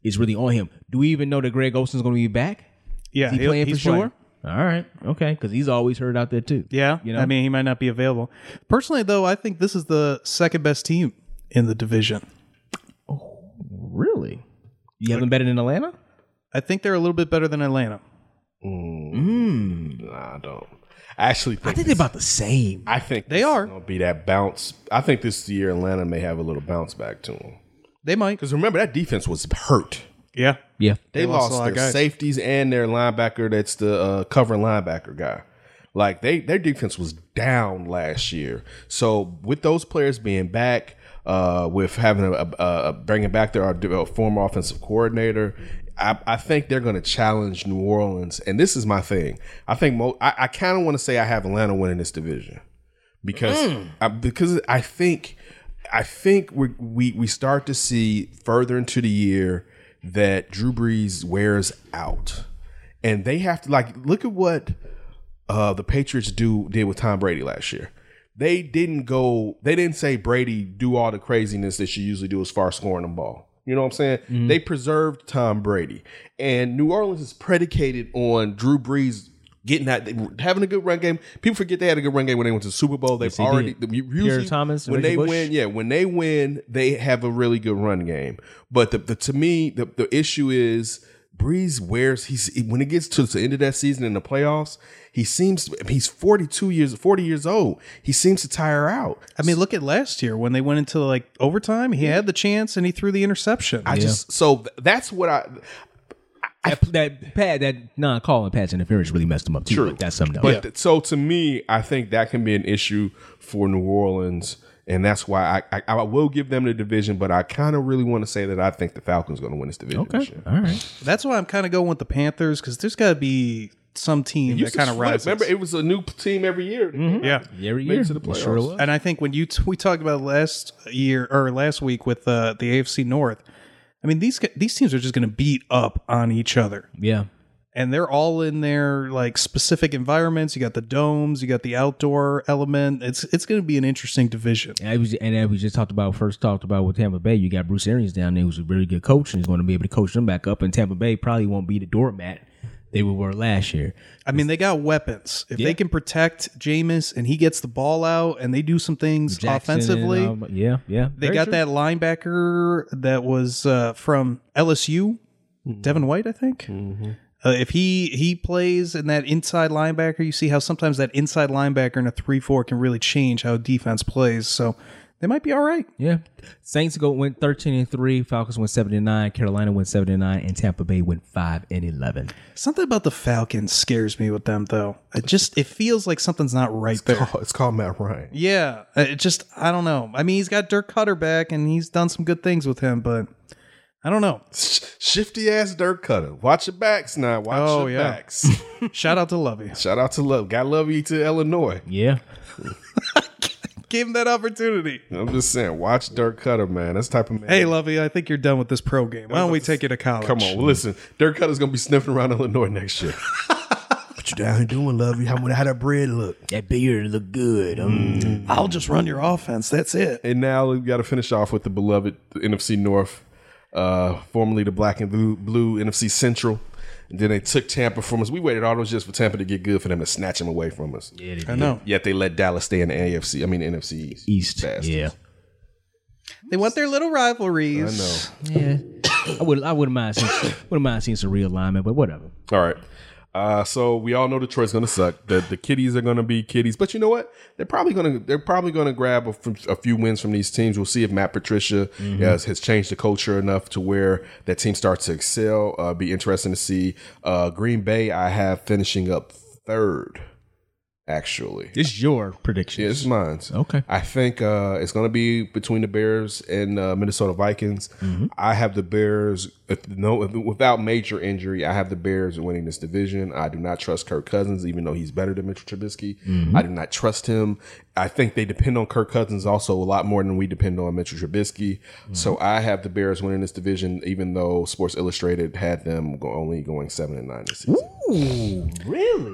B: is really on him. Do we even know that Greg Olson's going to be back?
C: Yeah,
B: Is he
C: he'll-
B: playing for
C: he's
B: sure?
C: playing.
B: All right, okay, because he's always heard out there too.
C: Yeah,
B: you know,
C: I mean, he might not be available. Personally, though, I think this is the second best team in the division.
B: really, you have him better than Atlanta.
C: I think they're a little bit better than Atlanta.
A: Nah, I don't. I actually think
B: I think they're about the same.
A: I think
C: They are.
A: going to be that bounce. I think this year Atlanta may have a little bounce back to him.
C: They might.
A: Because remember that defense was hurt.
C: Yeah.
B: Yeah.
A: They,
C: lost
A: lost,
C: a lot of
A: their
C: guys.
A: safeties and their linebacker. That's the uh, covering linebacker guy. Like they, their defense was down last year. So with those players being back, uh, with having a, a, a bringing back their uh, former offensive coordinator, I, I think they're going to challenge New Orleans. And this is my thing. I think mo- I, I kind of want to say I have Atlanta winning this division because I, because I think I think we, we we start to see further into the year that Drew Brees wears out, and they have to like look at what uh, the Patriots do did with Tom Brady last year. They didn't go. They didn't say Brady do all the craziness that you usually do as far as scoring the ball. You know what I'm saying? They preserved Tom Brady, and New Orleans is predicated on Drew Brees getting that having a good run game. People forget they had a good run game when they went to the Super Bowl. They've
B: they
A: already
B: did.
A: usually
B: Pierre Thomas,
A: when they
B: Reggie Bush.
A: win. Yeah, when they win, they have a really good run game. But the, the to me the, the issue is Breeze wears he's when it gets to the end of that season in the playoffs, he seems he's 42 years 40 years old. He seems to tire out.
C: I mean, look at last year when they went into like overtime. He had the chance and he threw the interception.
A: I just so th- that's what I
B: That, that pad, that non calling pass interference really messed him up too. True. That's something else.
A: But th- so to me, I think that can be an issue for New Orleans, and that's why I I, I will give them the division. But I kind of really want to say that I think the Falcons going to win this division. this year.
B: All right.
C: That's why I'm kind of going with the Panthers because there's got to be some team that
A: Used to
C: kind of
A: flip.
C: rises.
A: Remember, it was a new p- team every year.
C: yeah.
B: Every
A: Made
B: year.
A: it to the
B: It sure
A: playoffs.
B: was.
C: And I think when you t- we talked about last year or last week with uh, the AFC North, I mean these ca- these teams are just going to beat up on each other,
B: Yeah.
C: and they're all in their like specific environments. You got the domes, you got the outdoor element. It's it's going to be an interesting division.
B: And, I was, and as we just talked about, first talked about with Tampa Bay, you got Bruce Arians down there who's a really good coach and he's going to be able to coach them back up. And Tampa Bay probably won't be the doormat they were last year.
C: I mean, they got weapons. If they can protect Jameis and he gets the ball out and they do some things
B: Jackson and,
C: offensively,
B: um, yeah. Yeah.
C: they got that linebacker that was uh, from LSU,
B: Mm-hmm.
C: Devin White, I think. Uh, if he he plays in that inside linebacker, you see how sometimes that inside linebacker in a three four can really change how defense plays. So they might be all right.
B: Yeah. Saints go went 13 and 3, Falcons went 79, Carolina went 79 and Tampa Bay went 5 and 11.
C: Something about the Falcons scares me with them though. It just it feels like something's not right there.
A: Oh, it's called Matt Ryan.
C: Yeah, it just I don't know. I mean, he's got Dirk Cutter back, and he's done some good things with him, but I don't know.
A: Sh- Shifty ass dirt cutter. Watch your backs now. Watch
C: Oh,
A: your
C: yeah.
A: backs.
C: Shout out to Lovey.
A: Shout out to Love. Got Love you to Illinois.
B: Yeah.
C: Give him that opportunity.
A: I'm just saying, watch Dirk Cutter, man. That's the type of man.
C: Hey, Lovey, I think you're done with this pro game. Why don't we take you to college?
A: Come on, listen. Dirk Cutter's gonna be sniffing around Illinois next year. what you down here doing, Love? How how that bread look?
B: That beard look good. um,
A: Mm,
C: I'll just run your offense. That's it.
A: And now we got to finish off with the beloved NFC North, uh, formerly the Black and Blue, Blue NFC Central. And then they took Tampa from us. We waited all those years for Tampa to get good for them to snatch them away from us.
C: I know.
A: Yet they let Dallas stay in the AFC. I mean NFC East.
B: East.
A: Bastards.
B: Yeah.
C: They want their little rivalries.
A: I know.
B: Yeah. I would I wouldn't mind seeing wouldn't mind seeing some realignment, but whatever.
A: All right. Uh, so we all know Detroit's going to suck. The the kitties are going to be kitties, but you know what? They're probably going to they're probably going to grab a, f- a few wins from these teams. We'll see if Matt Patricia has, has changed the culture enough to where that team starts to excel. Uh, be interesting to see. Uh, Green Bay, I have finishing up third, actually.
B: This is your prediction.
A: Yeah, it's mine's.
B: Okay.
A: I think uh, it's going to be between the Bears and uh, Minnesota Vikings. I have the Bears, if no, if, without major injury, I have the Bears winning this division. I do not trust Kirk Cousins, even though he's better than Mitchell Trubisky. I do not trust him. I think they depend on Kirk Cousins also a lot more than we depend on Mitchell Trubisky. So I have the Bears winning this division, even though Sports Illustrated had them go, only going seven and nine this season.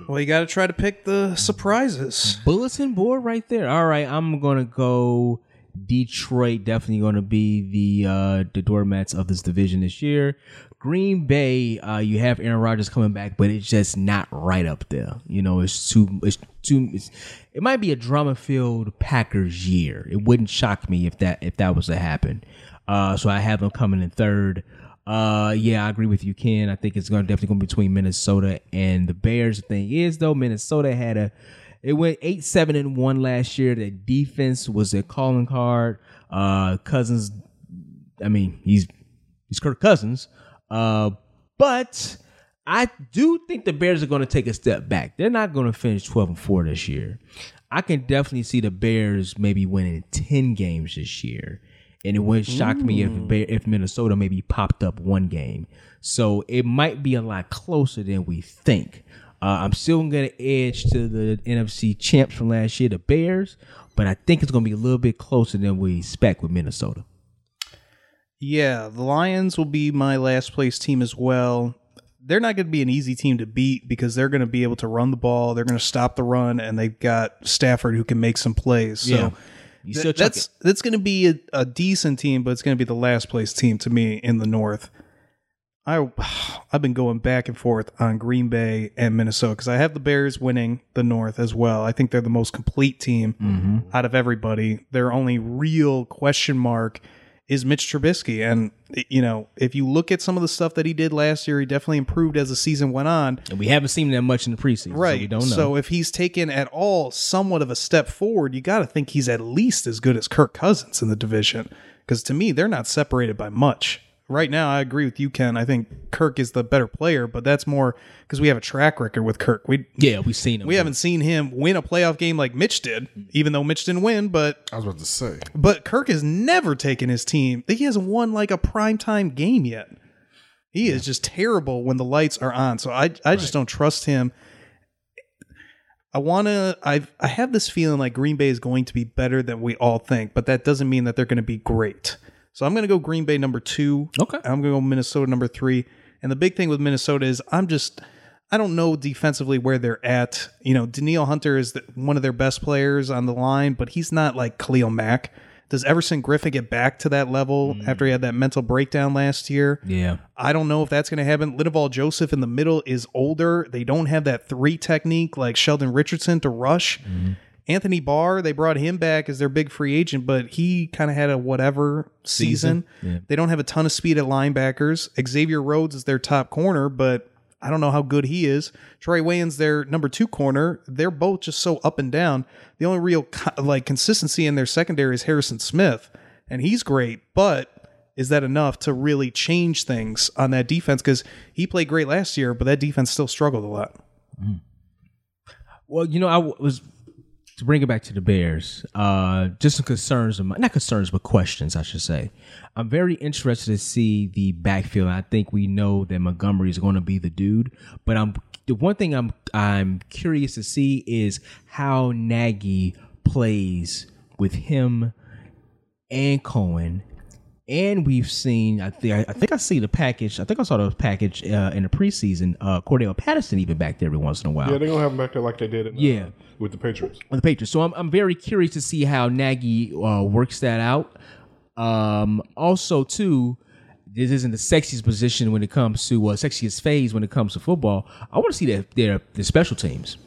C: Well, you got to try to pick the surprises.
B: Bulletin board right there. All right, I'm gonna go. Detroit definitely gonna be the uh, the doormats of this division this year. Green Bay, uh, you have Aaron Rodgers coming back, but it's just not right up there. You know, it's too it's too it's, it might be a drama filled Packers year. It wouldn't shock me if that if that was to happen. Uh, so I have them coming in third. Uh, yeah, I agree with you, Ken. I think it's going to definitely going to be between Minnesota and the Bears. The thing is, though, Minnesota had a it went eight seven and one last year. The defense was a calling card. Uh, Cousins I mean, he's he's Kirk Cousins. Uh, but I do think the Bears are going to take a step back. They're not going to finish 12 and 4 this year. I can definitely see the Bears maybe winning 10 games this year. And it would shock me if
C: Mm.
B: Bear, if Minnesota maybe popped up one game. So it might be a lot closer than we think. Uh, I'm still going to edge to the NFC champs from last year, the Bears, but I think it's going to be a little bit closer than we expect with Minnesota.
C: Yeah, the Lions will be my last place team as well. They're not going to be an easy team to beat because they're going to be able to run the ball. They're going to stop the run, and they've got Stafford who can make some plays. So
B: Yeah. You still
C: th-
B: chuck
C: that's that's going to be a, a decent team, but it's going to be the last place team to me in the North. I I've been going back and forth on Green Bay and Minnesota because I have the Bears winning the North as well. I think they're the most complete team
B: Mm-hmm.
C: out of everybody. Their only real question mark is Mitch Trubisky, and you know if you look at some of the stuff that he did last year, he definitely improved as the season went on.
B: And we haven't seen that much in the preseason.
C: Right.
B: So we don't know.
C: So if he's taken at all somewhat of a step forward, you got to think he's at least as good as Kirk Cousins in the division. Because to me, they're not separated by much. Right now, I agree with you, Ken. I think Kirk is the better player, but that's more because we have a track record with Kirk. We
B: yeah, we've seen him.
C: we haven't seen him win a playoff game like Mitch did, even though Mitch didn't win. But
A: I was about to say.
C: but Kirk has never taken his team. He hasn't won like a primetime game yet. He is just terrible when the lights are on. So I I just don't trust him. I want to I I have this feeling like Green Bay is going to be better than we all think, but that doesn't mean that they're going to be great. So I'm going to go Green Bay number 2.
B: Okay.
C: I'm going to go Minnesota number 3. And the big thing with Minnesota is I'm just I don't know defensively where they're at. You know, Daniil Hunter is the, one of their best players on the line, but he's not like Khalil Mack. Does Everson Griffin get back to that level after he had that mental breakdown last year?
B: Yeah.
C: I don't know if that's going to happen. Linval Joseph in the middle is older. They don't have that three technique like Sheldon Richardson to rush. Anthony Barr, they brought him back as their big free agent, but he kind of had a whatever season. They don't have a ton of speed at linebackers. Xavier Rhodes is their top corner, but I don't know how good he is. Trey Wayne's their number two corner. They're both just so up and down. The only real co- like consistency in their secondary is Harrison Smith, and he's great, but is that enough to really change things on that defense? Because he played great last year, but that defense still struggled a lot.
B: Well, you know, I w- was to bring it back to the Bears. Uh, just some concerns of mine, not concerns, but questions, I should say. I'm very interested to see the backfield. I think we know that Montgomery is going to be the dude, but I'm the one thing I'm I'm curious to see is how Nagy plays with him and Cohen. And we've seen, I think, I think I see the package. I think I saw the package uh, in the preseason. Uh, Cordell Patterson even back there every once in a while.
E: Yeah, they're gonna have him back there like they did. In, uh,
B: Yeah.
E: with the Patriots.
B: on the Patriots. So I'm, I'm very curious to see how Nagy uh, works that out. Um, also, too, this isn't the sexiest position when it comes to uh, sexiest phase when it comes to football. I want to see their their, their special teams.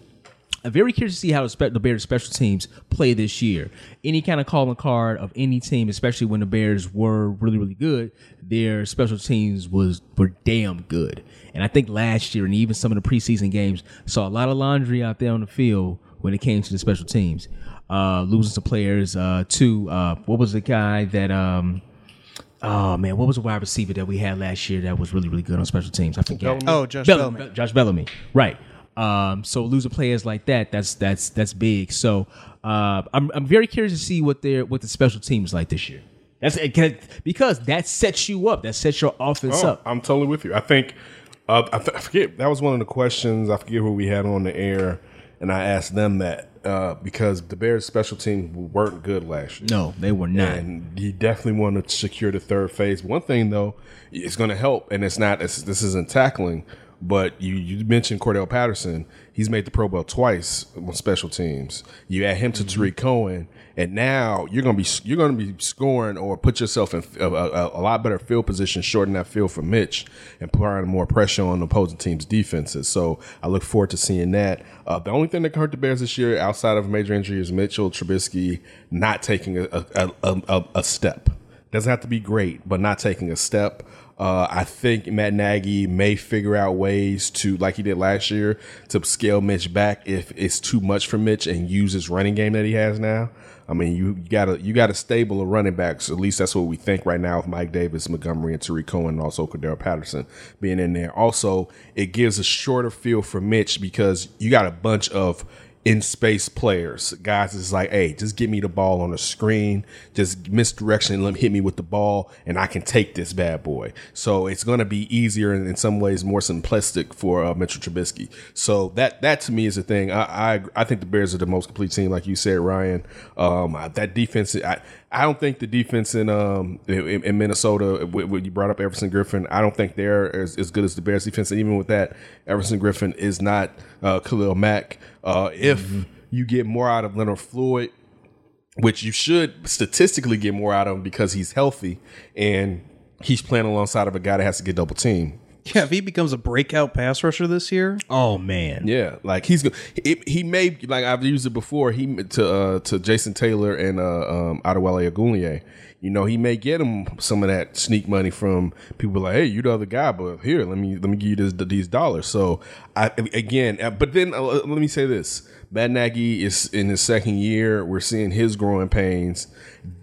B: I'm very curious to see how the, spe- the Bears special teams play this year. Any kind of calling card of any team, especially when the Bears were really, really good, their special teams was were damn good. And I think last year and even some of the preseason games saw a lot of laundry out there on the field when it came to the special teams. Uh, losing some players uh, to uh, what was the guy that um, oh man, what was the wide receiver that we had last year that was really, really good on special teams? I forget.
C: Oh, Josh
B: Bellamy.
C: Bellamy.
B: Be- Josh Bellamy, right? Um, so losing players like that, that's that's that's big. So uh, I'm I'm very curious to see what their what the special teams like this year. That's it can- because that sets you up. That sets your offense
A: Oh,
B: up.
A: I'm totally with you. I think uh, I, th- I forget that was one of the questions. I forget who we had on the air, and I asked them that uh, because the Bears' special team weren't good last year.
B: No, they were not.
A: And you definitely want to secure the third phase. One thing though, it's going to help, and it's not. It's, this isn't tackling, but you you mentioned Cordell Patterson. He's made the Pro Bowl twice on special teams. You add him to Tariq Cohen, and now you're going to be you're going to be scoring or put yourself in a, a, a lot better field position, shorten that field for Mitch, and putting more pressure on opposing teams' defenses. So I look forward to seeing that. Uh, the only thing that can hurt the Bears this year, outside of a major injury, is Mitchell Trubisky not taking a, a, a, a, a step. Doesn't have to be great, but not taking a step. Uh, I think Matt Nagy may figure out ways to, like he did last year, to scale Mitch back if it's too much for Mitch and use his running game that he has now. I mean, you gotta you gotta stable of running backs. At least that's what we think right now with Mike Davis, Montgomery, and Tariq Cohen, and also Cordero Patterson being in there. Also, it gives a shorter field for Mitch because you got a bunch of in space players, guys. It's like, hey, just give me the ball on the screen, just misdirection, let him hit me with the ball, and I can take this bad boy. So it's going to be easier and in some ways more simplistic for uh, Mitchell Trubisky. So that that to me is the thing. I, I I think the Bears are the most complete team, like you said, Ryan. Um, I- that defense, I I don't think the defense in um in, in Minnesota, when when you brought up Everson Griffin, I don't think they're as, as good as the Bears defense. And even with that, Everson Griffin is not uh, Khalil Mack. Uh, if you get more out of Leonard Floyd, which you should statistically get more out of him because he's healthy and he's playing alongside of a guy that has to get double team.
C: Yeah, if he becomes a breakout pass rusher this year,
B: Oh man.
A: Yeah, like he's go- it, he may like I've used it before. He to uh, to Jason Taylor and uh, um, Adewale Agunye. You know, he may get him some of that sneak money from people like, hey, you the other guy, but here, let me let me give you this, these dollars. So I again, uh, but then uh, let me say this: Matt Nagy is in his second year. We're seeing his growing pains.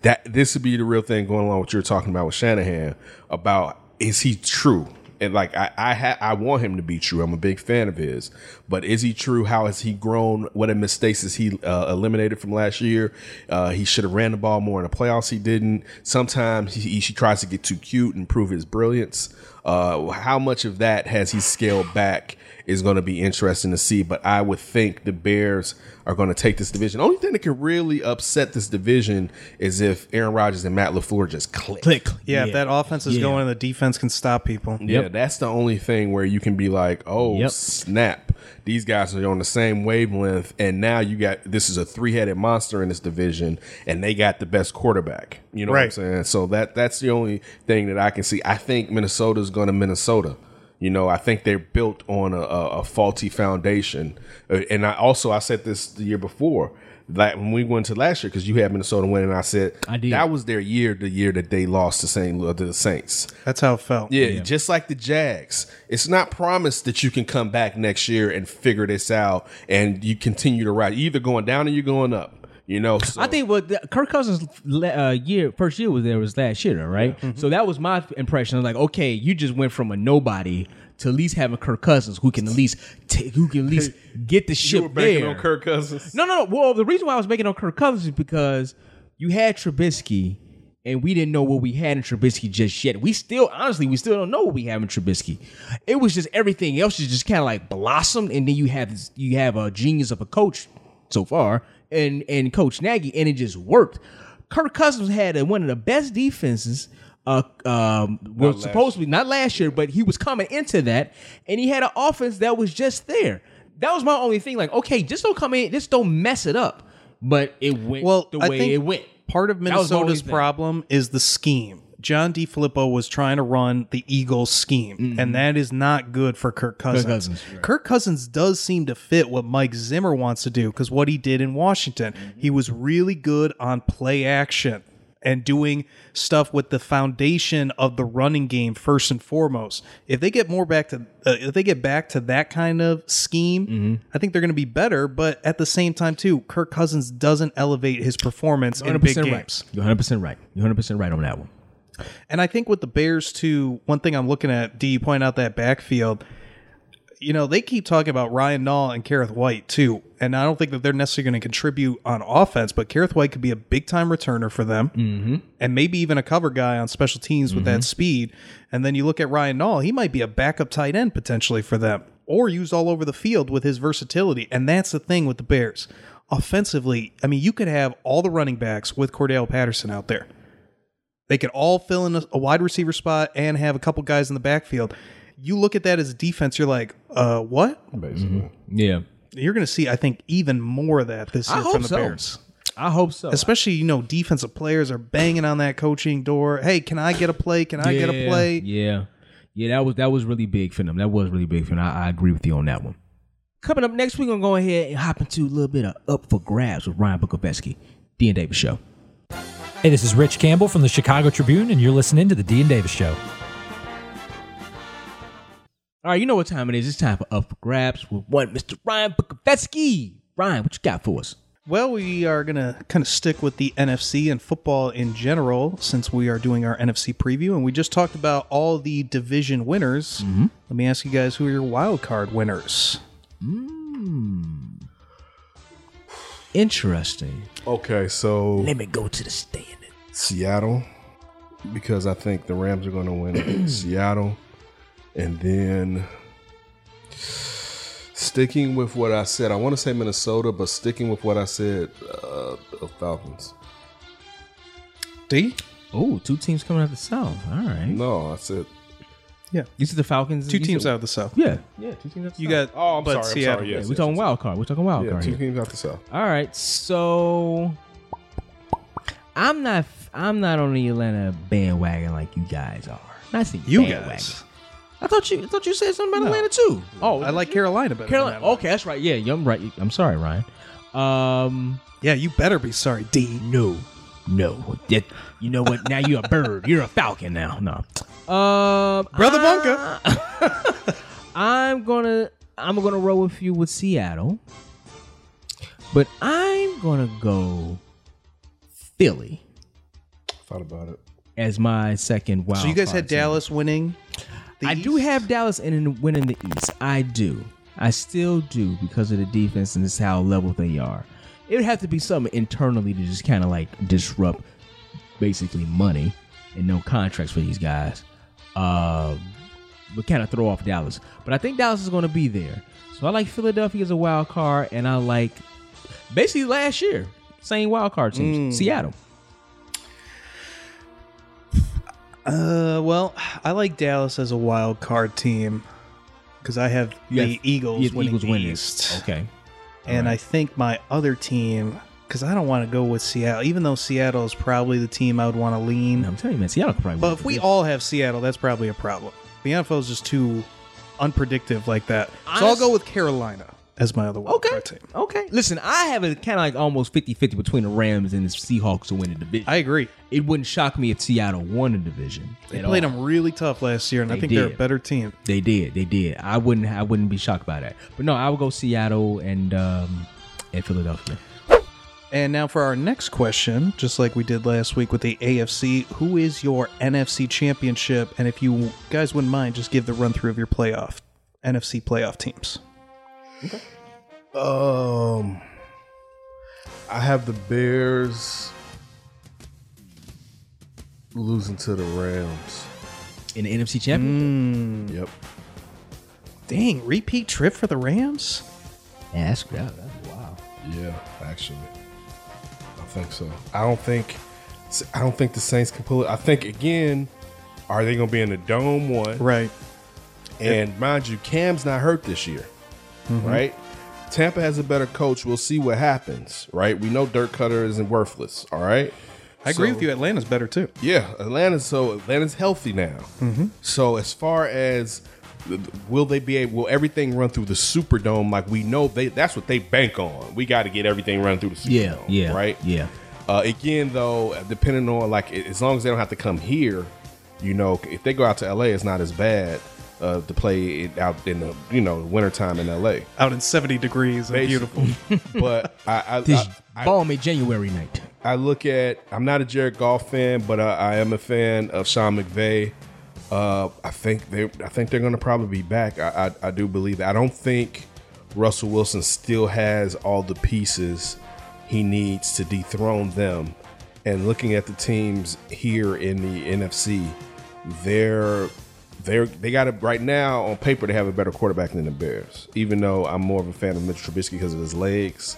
A: That this would be the real thing going along with what you're talking about with Shanahan about is he true? and like I I, ha- I want him to be true. I'm a big fan of his, but is he true? How has he grown? What mistakes has he uh, eliminated from last year? Uh, he should have ran the ball more in the playoffs. He didn't. Sometimes he, he tries to get too cute and prove his brilliance. Uh, how much of that has he scaled back? Is going to be interesting to see, but I would think the Bears are going to take this division. Only thing that could really upset this division is if Aaron Rodgers and Matt Lafleur just click.
B: Click.
C: yeah, if that offense is
B: Yeah.
C: going and the defense can stop people.
A: Yeah, that's the only thing where you can be like, oh
B: Yep.
A: snap, these guys are on the same wavelength, and now you got this is a three headed monster in this division, and they got the best quarterback. You know
E: Right.
A: what I'm saying? So that that's the only thing that I can see. I think Minnesota's going to Minnesota. You know, I think they're built on a, a, a faulty foundation, Uh, and I also I said this the year before. Like when we went to last year, because you had Minnesota win, and I said
B: I did.
A: that was their year, the year that they lost to Saint Louis, to the Saints.
C: That's how it felt.
A: Yeah, just like the Jags. It's not promised that you can come back next year and figure this out and you continue to ride. You're either going down or you're going up. You know, so
B: I think what the, Kirk Cousins' le- uh, year first year was there was last year, though, right?
A: Mm-hmm.
B: So that was my impression. Like, okay, you just went from a nobody to at least having Kirk Cousins, who can at least ta- who can at least get the ship
A: you were banking
B: there.
A: on Kirk Cousins.
B: No, no, no. Well, the reason why I was making on Kirk Cousins is because you had Trubisky, and we didn't know what we had in Trubisky just yet. We still, honestly, we still don't know what we have in Trubisky. It was just everything else is just kind of like blossomed, and then you have this, you have a genius of a coach so far, and and Coach Nagy, and it just worked. Kirk Cousins had uh, one of the best defenses. Uh, um, well, supposed to be not last year, but he was coming into that, and he had an offense that was just there. That was my only thing. Like, okay, just don't come in, just don't mess it up. But it went
C: Well,
B: the
C: I
B: way
C: think
B: it went.
C: Part of
B: That was the only
C: Minnesota's
B: thing.
C: problem is the scheme. John D. Filippo was trying to run the Eagles scheme, and that is not good for Kirk Cousins.
B: Mm-hmm. Cousins,
C: Kirk Cousins does seem to fit what Mike Zimmer wants to do because what he did in Washington,
B: Mm-hmm.
C: he was really good on play action and doing stuff with the foundation of the running game first and foremost. If they get more back to uh, if they get back to that kind of scheme,
B: Mm-hmm.
C: I think they're going to be better, but at the same time too, Kirk Cousins doesn't elevate his performance in big games.
B: right. You're 100 percent right. You're 100 percent right on that one.
C: And I think with the Bears too, one thing I'm looking at, D, you point out that backfield. You know, they keep talking about Ryan Nall and Kareth White too, and I don't think that they're necessarily going to contribute on offense. But Kareth White could be a big time returner for them, mm-hmm. and maybe even a cover guy on special teams with that speed. And then you look at Ryan Nall; he might be a backup tight end potentially for them, or used all over the field with his versatility. And that's the thing with the Bears, offensively. I mean, you could have all the running backs with Cordell Patterson out there. They could all fill in a, a wide receiver spot and have a couple guys in the backfield. You look at that as defense, you're like, uh, what?
A: Basically.
B: Yeah,
C: You're going to see, I think, even more of that this
B: I
C: year from
B: hope
C: the
B: so.
C: Bears.
B: I hope so.
C: Especially, you know, defensive players are banging on that coaching door. Hey, can I get a play? Can I get a play?
B: Yeah, yeah. That was that was really big for them. That was really big for them. I, I agree with you on that one. Coming up next, we're gonna go ahead and hop into a little bit of up for grabs with Ryan Bukovetsky, D and Davis Show.
F: Hey, this is Rich Campbell from the Chicago Tribune, and you're listening to the Dean Davis Show.
B: All right, you know what time it is. It's time for Up for Grabs with one Mr. Ryan Bukovetsky. Ryan, what you got for us?
C: Well, we are going to kind of stick with the NFC and football in general since we are doing our NFC preview. And we just talked about all the division winners.
B: Mm-hmm.
C: Let me ask you guys who are your wild card winners?
B: Interesting.
A: Okay, so
B: Let me go to the stand.
A: Seattle, because I think the Rams are going to win against Seattle. And then sticking with what I said, I want to say Minnesota, but sticking with what I said, uh, the Falcons.
C: D?
B: Oh, two teams coming out the South. All right.
A: No, I said.
B: You said the Falcons.
C: Two
B: you
C: teams
B: said-
C: out of the South.
B: Yeah. Yeah, two teams out the
C: You
B: South.
C: got.
A: Oh, I'm
C: but
A: sorry.
C: Seattle.
A: I'm sorry. Yes,
B: We're talking wild card. We're talking wild
A: Yeah,
B: card.
A: two
B: here.
A: teams out the south.
B: All right, so I'm not I'm not on the Atlanta bandwagon like you guys are. Not saying
C: You
B: bandwagon.
C: guys.
B: I thought you I thought you said something about Atlanta too. Oh,
C: I like Carolina better.
B: Carolina.
C: Carolina.
B: Okay, that's right. Yeah, I'm right. I'm sorry, Ryan. Um,
C: Yeah, you better be sorry, D.
B: no, no. That- you know what? Now you're a bird. You're a falcon now. No. Um,
C: Brother
B: I- I'm gonna I'm gonna roll with you with Seattle, but I'm gonna go Philly
A: Thought about it.
B: as my second wild.
C: So you guys
B: card
C: had
B: team.
C: Dallas winning. The
B: I do
C: East?
B: have Dallas in in- winning the East. I do. I still do because of the defense and just how level they are. It would have to be something internally to just kind of like disrupt basically money and no contracts for these guys. Uh, but kind of throw off Dallas. But I think Dallas is going to be there. So I like Philadelphia as a wild card, and I like basically last year same wild card
C: Mm.
B: teams. Seattle.
C: Uh, well, I like Dallas as a wild card team because I have
B: You
C: the
B: have-
C: Eagles
B: Yeah, the
C: winning the
B: winning.
C: East,
B: Okay.
C: and I think my other team because I don't want to go with Seattle, even though Seattle is probably the team I would want to lean.
B: And I'm telling you, man, Seattle could probably.
C: But
B: win
C: if
B: the
C: we
B: division.
C: all have Seattle, that's probably a problem. The NFL is just too unpredictable like that. so I'll
B: Honest-
C: go with Carolina as my other wild
B: Okay.
C: card team.
B: Okay. Listen, I have it kind of like almost 50 50 between the Rams and the Seahawks to win the division.
C: I agree.
B: it wouldn't shock me if Seattle won the division.
C: They
B: at
C: played
B: all.
C: them really tough last year, and I
B: They
C: think they're a
B: did.
C: better team.
B: They did. They did. I wouldn't. I wouldn't be shocked by that. But no, I would go Seattle and um, and Philadelphia.
C: And now for our next question, just like we did last week with the AFC, who is your NFC championship? And if you guys wouldn't mind, just give the run through of your playoff NFC playoff teams.
A: Um, I have the Bears losing to the Rams.
B: In the NFC Championship.
A: Yep.
C: Dang, repeat trip for the Rams? Mm.
B: Yeah, that's great. That's wow.
A: Yeah, actually, I think so. I don't think, I don't think the Saints can pull it. I think again, are they going to be in the dome one?
C: Right.
A: And mind you, Cam's not hurt this year, right? Tampa has a better coach. We'll see what happens, right? We know Dirk Cutter isn't worthless. All right.
C: I agree with you. Atlanta's better too.
A: Yeah, Atlanta. So Atlanta's healthy now.
B: Mm-hmm.
A: So as far as th- th- will they be able? Will everything run through the Superdome like we know they? That's what they bank on. We got to get everything run through the Superdome.
B: Yeah. Yeah.
A: Right.
B: Yeah.
A: Uh, again, though, depending on like a- as long as they don't have to come here, you know, if they go out to LA, it's not as bad uh, to play it out in the you know wintertime in LA.
C: Out in 70 degrees and beautiful.
A: beautiful. but I, I,
B: This
A: I, I
B: balmy January night.
A: I look at. I'm not a Jared Goff fan, but I, I am a fan of Sean McVay. Uh, I think they. I think they're going to probably be back. I, I, I do believe that. I don't think Russell Wilson still has all the pieces he needs to dethrone them. And looking at the teams here in the NFC, they're they're they got it right now on paper. They have a better quarterback than the Bears. Even though I'm more of a fan of Mitch Trubisky because of his legs.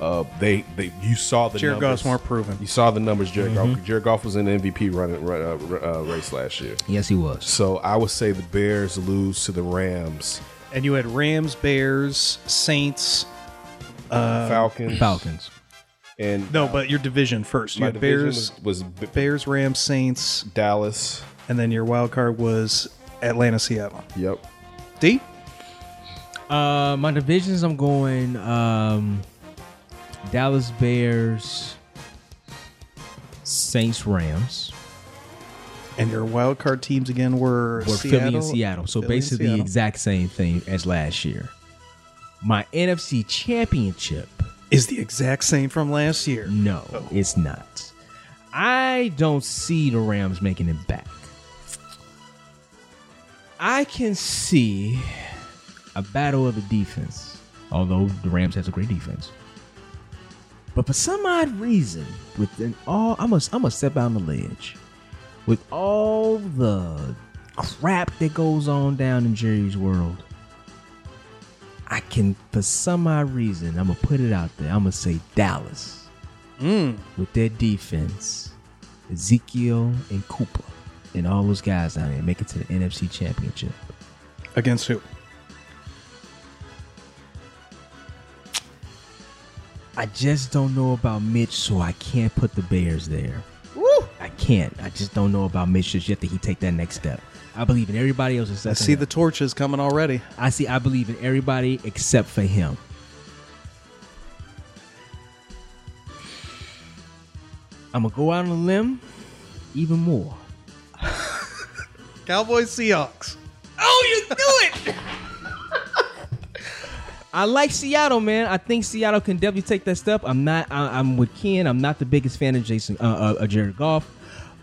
A: Uh, they, they you saw the
C: Jared
A: numbers.
C: Goff's more proven.
A: You saw the numbers, Jared Goff. Jared Goff was in the MVP running run, uh, uh, race last year.
B: Yes, he was.
A: So I would say the Bears lose to the Rams,
C: And you had Rams, Bears, Saints.
A: Falcons,
B: Falcons.
A: and
C: No, but your division first. You
A: my
C: had
A: division
C: Bears,
A: was, was B-
C: Bears, Rams, Saints,
A: Dallas.
C: and then your wild card was Atlanta, Seattle.
A: Yep.
C: D?
B: Uh, my divisions. I'm going um, Dallas Bears, Saints, Rams.
C: And your wild card teams again were,
B: were Philly and Seattle. So
C: Philly and
B: basically the
C: Seattle.
B: exact same thing as last year. My NFC championship,
C: is the exact same from last year.
B: no, it's not. I don't see the Rams making it back. I can see a battle of the defense, although the Rams has a great defense. But for some odd reason, within all I'm gonna I'm gonna step out on the ledge. With all the crap that goes on down in Jerry's world, I can for some odd reason I'm gonna put it out there. I'm gonna say Dallas with their defense, Ezekiel and Cooper, and all those guys down there make it to the NFC Championship.
C: Against who?
B: I just don't know about Mitch, so I can't put the Bears there. I can't. I just don't know about Mitch just yet that he take that next step. I believe in everybody else
C: I
B: except for
C: see
B: him.
C: the torches coming already.
B: I see. I believe in everybody except for him. I'm gonna go out on a limb, even more.
C: Cowboys Seahawks.
B: I like Seattle, man. I think Seattle can definitely take that step. I'm not. I, I'm with Ken. I'm not the biggest fan of Jason uh, uh, of Jared Goff.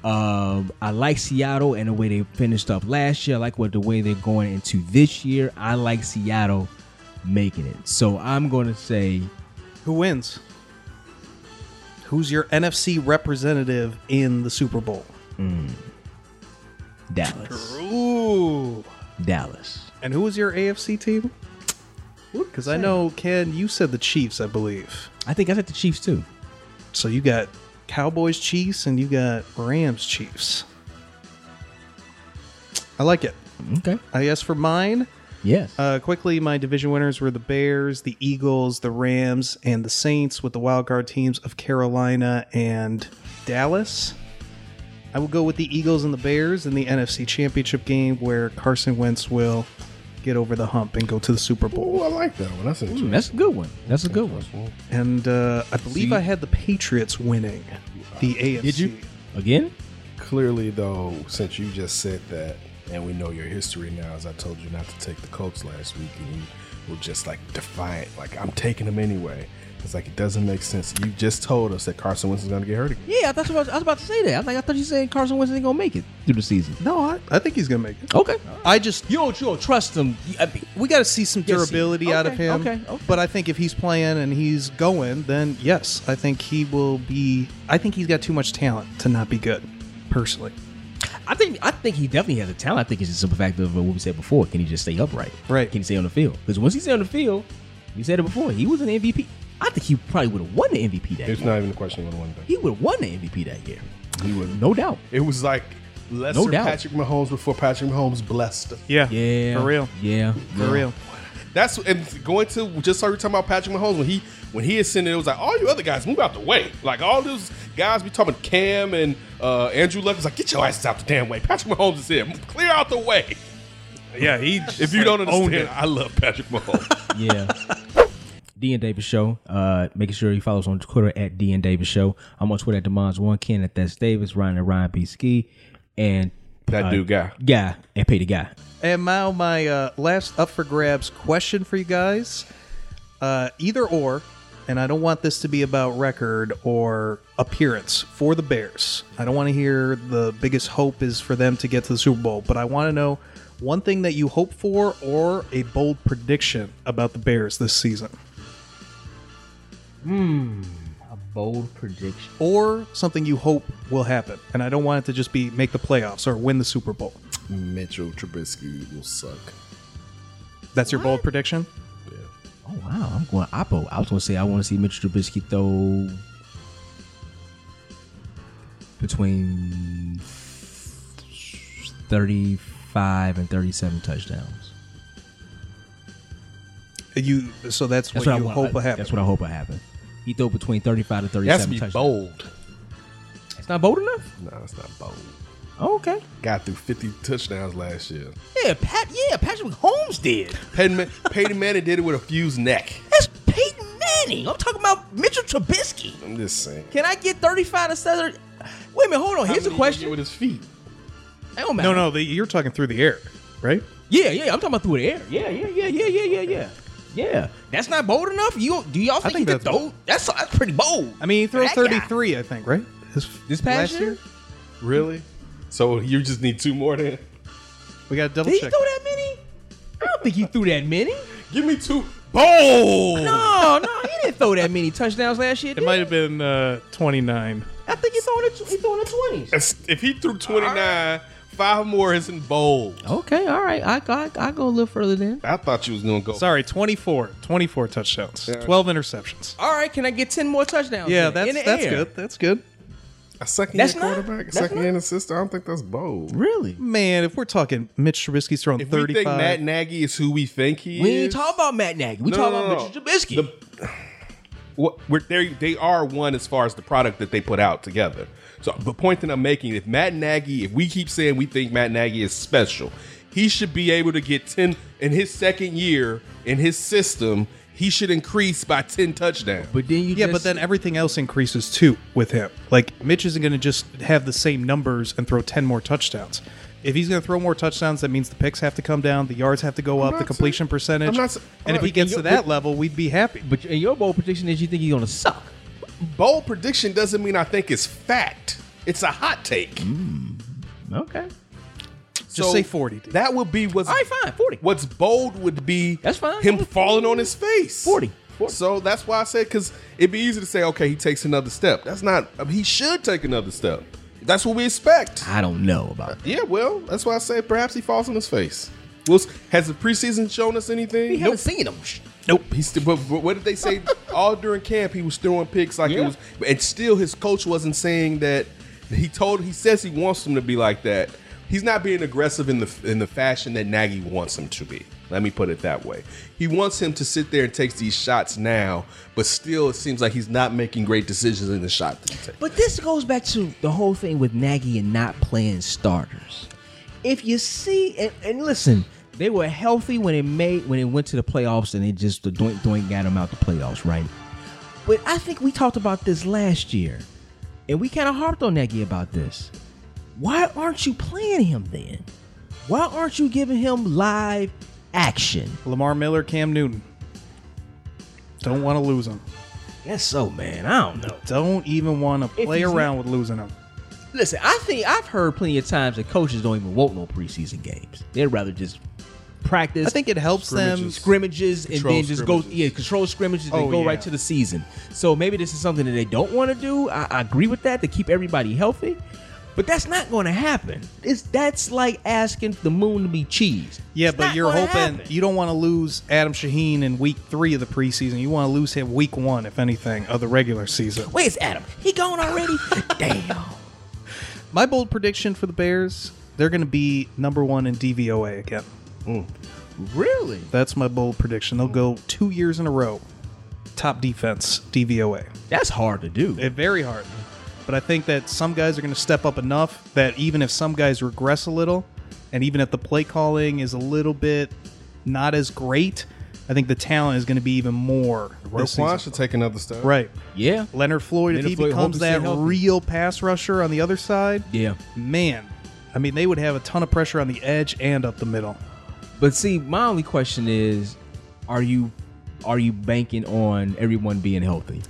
B: Um, I like Seattle and the way they finished up last year. I like what the way they're going into this year. I like Seattle making it. So I'm going to say
C: Who wins? Who's your NFC representative in the Super Bowl?
B: Dallas.
C: Ooh.
B: Dallas.
C: And who was your AFC team? Because I know, Ken, you said the Chiefs, I believe.
B: I think I said the Chiefs too.
C: So you got Cowboys Chiefs and you got Rams Chiefs. I like it.
B: Okay.
C: I guess for mine,
B: Yes.
C: uh, quickly, my division winners were the Bears, the Eagles, the Rams, and the Saints, with the wildcard teams of Carolina and Dallas. I will go with the Eagles and the Bears in the NFC Championship game, where Carson Wentz will get over the hump and go to the Super
E: Ooh,
C: Bowl.
E: I like that one. That's interesting.
B: That's a good one. That's a good one.
C: And uh, I believe I had the Patriots winning the AFC.
B: Did you? Again?
E: Clearly, though, since you just said that, and we know your history now, as I told you not to take the Colts last week, and you were just like defiant, like I'm taking them anyway. It's like it doesn't make sense. You just told us that Carson Wentz is going to get hurt again.
B: Yeah, I thought you was, I was about to say that. I think I thought you said Carson Wentz ain't gonna make it through the season.
C: No, I, I think he's gonna make it.
B: Okay.
C: I just
B: You don't, you don't trust him. You- I mean,
C: we got to see some
B: Yes, he-
C: durability out of
B: okay,
C: him.
B: okay, okay.
C: But I think if he's playing and he's going, then yes, I think he will be. I think he's got too much talent to not be good, personally.
B: I think I think he definitely has a talent. I think it's just a simple fact of what we said before. Can he just stay upright?
C: Right.
B: Can he stay on the field? Because once he's on the field, we said it before. He was an MVP. I think he probably would have won the MVP that
E: It's
B: year.
E: not even a question of one thing.
B: He would have won the MVP that year. He would, no doubt.
E: It was like lesser
B: No doubt.
E: Patrick Mahomes before Patrick Mahomes blessed.
C: Yeah.
B: Yeah.
C: For real.
B: Yeah.
C: For real.
E: That's and going to just like we we're talking about Patrick Mahomes when he when he ascended, it was like all you other guys move out the way. Like all those guys we talking about Cam and uh, Andrew Luck is like get your asses out the damn way. Patrick Mahomes is here, clear out the way.
C: Yeah, he.
E: If you don't understand, I love Patrick Mahomes.
B: yeah. D and Davis Show. Uh, making sure you follow us on Twitter at D and Davis Show. I'm on Twitter at Demons One Ken at That's Davis Ryan at Ryan B Ski and
E: that dude guy.
B: Guy and Pay the Guy.
C: And now my uh, last up for grabs question for you guys, uh, either or, and I don't want this to be about record or appearance for the Bears. I don't want to hear the biggest hope is for them to get to the Super Bowl, but I want to know one thing that you hope for or a bold prediction about the Bears this season,
B: Hmm, A bold prediction.
C: or something you hope will happen. And I don't want it to just be make the playoffs or win the Super Bowl.
E: Mitchell Trubisky will suck.
C: That's your bold prediction.
B: Oh wow, I'm going Oppo. I was gonna say I want to see Mitch Trubisky throw between thirty-five and thirty-seven touchdowns.
C: You so
B: That's
C: that's what,
B: what,
C: you
B: I want.
C: hope will happen.
B: That's what I hope will happen. He throw between thirty-five to
E: That's
B: thirty-seven
E: be
B: touchdowns.
E: bold.
B: It's not bold enough.
E: No, it's not bold.
B: Oh, okay.
E: Got through 50 touchdowns last year.
B: Yeah, Pat. Yeah, Patrick Holmes did.
E: Peyton, Ma- Peyton Manning did it with a fused neck.
B: That's Peyton Manning. I'm talking about Mitchell Trubisky.
E: I'm just saying.
B: Can I get 35 to 30? Wait a minute, hold on. Here's a question.
A: with his feet.
B: It don't matter.
C: No, no, the, you're talking through the air, right?
B: Yeah, yeah, I'm talking about through the air. Yeah, yeah, yeah, yeah, yeah, yeah, yeah. Yeah, that's not bold enough. You do y'all think,
C: think
B: he could
C: that's-
B: throw? That's that's pretty bold.
C: I mean, he throws
B: That guy.
C: 33, I think, right? His,
B: This past
C: last
B: year,
A: Really? So you just need two more then?
C: we got to double
B: did he throw
C: check.
B: that many? I don't think he threw that many.
A: Give me two. Boom!
B: No, no, he didn't throw that many touchdowns last year.
C: It
B: Did
C: might
B: he?
C: have been uh, 29.
B: I think he threw in the, he threw in the twenties.
A: If if he threw 29, five more isn't bold.
B: Okay, all right. I I, I go a little further then.
A: I thought you was going to go.
C: Sorry, 24. 24 touchdowns, 12 interceptions.
B: All right, can I get ten more touchdowns?
C: Yeah,
B: then? In
C: that's
B: the
C: that's
B: air.
C: good. That's good.
E: A second year
B: That's not-
E: quarterback, a
B: that's
E: second
B: not-
E: year an assist. I don't think that's bold.
B: Really?
C: Man, if we're talking Mitch Trubisky's throwing
A: If we
C: 35.
A: think Matt Nagy is who we think he
B: We
A: is,
B: ain't talking about Matt Nagy. We
A: No,
B: talking
A: no, no,
B: about
A: no.
B: Mitchell Trubisky.
A: The- what we're, they they are one as far as the product that they put out together. So the point that I'm making, if Matt Nagy, if we keep saying we think Matt Nagy is special, he should be able to get ten in his second year in his system. He should increase by ten touchdowns.
B: but then you
C: yeah,
B: just,
C: but then everything else increases too with him. Like, Mitch isn't going to just have the same numbers and throw 10 more touchdowns. If he's going to throw more touchdowns, that means the picks have to come down, the yards have to go up, the
E: not
C: completion
E: saying-
C: percentage.
E: I'm not s-
C: and if
E: I'm
C: he
E: not-
C: gets to
E: but-
C: that level, we'd be happy.
B: but in your bold prediction is you think he's gonna suck.
A: bold prediction doesn't mean I think it's fact. It's a hot take.
B: Mm, Okay.
C: Just say 40, dude.
A: That would be what's
B: All right, fine, 40.
A: What's bold would be
B: That's fine.
A: Him falling on his face.
B: 40. 40.
A: So that's why I said because it'd be easy to say, okay, he takes another step. That's not. I mean, he should take another step. That's what we expect.
B: I don't know about that.
A: Yeah, well, that's why I say perhaps he falls on his face. Well, s- has the preseason shown us anything?
B: We haven't seen him.
A: Nope. He's still, but, but what did they say? All during camp, he was throwing picks like it
B: Yeah.
A: was, and still his coach wasn't saying that. He told he says he wants him to be like that. He's not being aggressive in the in the fashion that Nagy wants him to be. Let me put it that way. He wants him to sit there and takes these shots now, but still it seems like he's not making great decisions in the shot that he takes.
B: But this goes back to the whole thing with Nagy and not playing starters. If you see and, and listen, they were healthy when it made when it went to the playoffs and it just the doink doink got them out the playoffs, right? But I think we talked about this last year. And we kind of harped on Nagy about this. Why aren't you playing him then? Why aren't you giving him live action?
C: Lamar Miller, Cam Newton. Don't want to lose him.
B: That's so, man. I don't know.
C: Don't even want to play
B: he's
C: around with losing him.
B: Listen, I think I've heard plenty of times that coaches don't even want no preseason games. They'd rather just practice.
C: I think it helps them.
B: scrimmages and
A: Control
B: then just go
A: scrimmages.
B: yeah control scrimmages and
C: Oh,
B: go
C: yeah.
B: right to the season. So maybe this is something that they don't want to do. I, I agree with that to keep everybody healthy, but that's not going to happen. It's that's like asking the moon to be cheese.
C: Yeah,
B: It's
C: but
B: not
C: you're
B: gonna
C: hoping
B: happen.
C: you don't want to lose Adam Shaheen in week three of the preseason. You want to lose him week one, if anything, of the regular season.
B: Where's Adam? He gone already? Damn.
C: My bold prediction for the Bears: they're going to be number one in DVOA again.
B: Really?
C: That's my bold prediction. They'll go two years in a row, top defense DVOA.
B: That's hard to do.
C: It very hard. But I think that some guys are going to step up enough that even if some guys regress a little, and even if the play calling is a little bit not as great, I think the talent is going to be even more. this
E: Roquan
C: season.
E: should take another step.
C: Right.
B: yeah.
C: Leonard Floyd, if
B: Leonard
C: he
B: Floyd, hope
C: becomes
B: he stay
C: that
B: healthy.
C: real pass rusher on the other side,
B: Yeah.
C: man, I mean, they would have a ton of pressure on the edge and up the middle.
B: But see, my only question is, are you are you banking on everyone being healthy?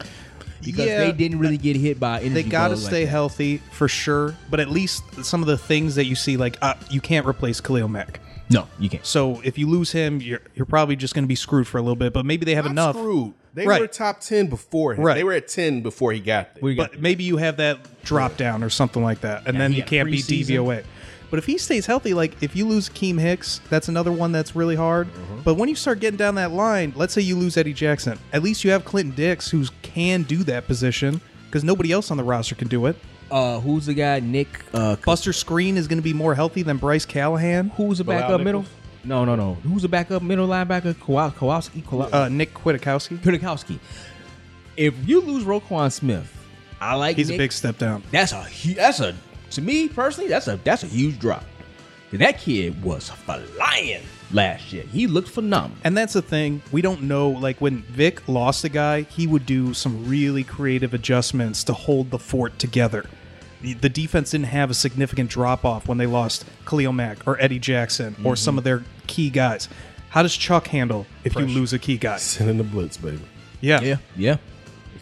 B: Because
C: Yeah.
B: they didn't really get hit by energy.
C: They got to
B: bugs like
C: stay
B: that.
C: healthy for sure, but at least some of the things that you see, like uh, you can't replace Khalil Mack.
B: No, you can't.
C: So if you lose him, you're you're probably just going to be screwed for a little bit. But maybe they have
A: Not
C: enough.
A: screwed. They
C: Right.
A: were top ten before him.
C: Right.
A: They were at ten before he got there.
B: We got
C: But maybe you have that drop down or something like that, and then
B: he
C: you
B: got
C: can't be
B: preseason.
C: DVOA. But if he stays healthy, like if you lose Keem Hicks, that's another one that's really hard. But when you start getting down that line, let's say you lose Eddie Jackson, at least you have Clinton Dix, who can do that position because nobody else on the roster can do it.
B: uh, who's the guy? Nick. Uh,
C: Buster Screen is going to be more healthy than Bryce Callahan.
B: who's the backup
A: Nichols?
B: middle? No, no, no. Who's the backup middle linebacker? Kowa- Kowalski. Kowa-
C: Uh, Nick Kwiatkowski,
B: Kudakowski. If you lose Roquan Smith, I like.
C: he's a
B: Nick.
C: big step down.
B: That's a. hu- That's a. To me personally, that's a. That's a huge drop. That kid was flying last year. He looked phenomenal.
C: And that's the thing. We don't know. Like when Vic lost a guy, he would do some really creative adjustments to hold the fort together. the defense didn't have a significant drop off when they lost Khalil Mack or Eddie Jackson or some of their key guys. How does Chuck handle if you lose a key guy?
E: Sending the blitz, baby.
C: Yeah.
B: Yeah, yeah,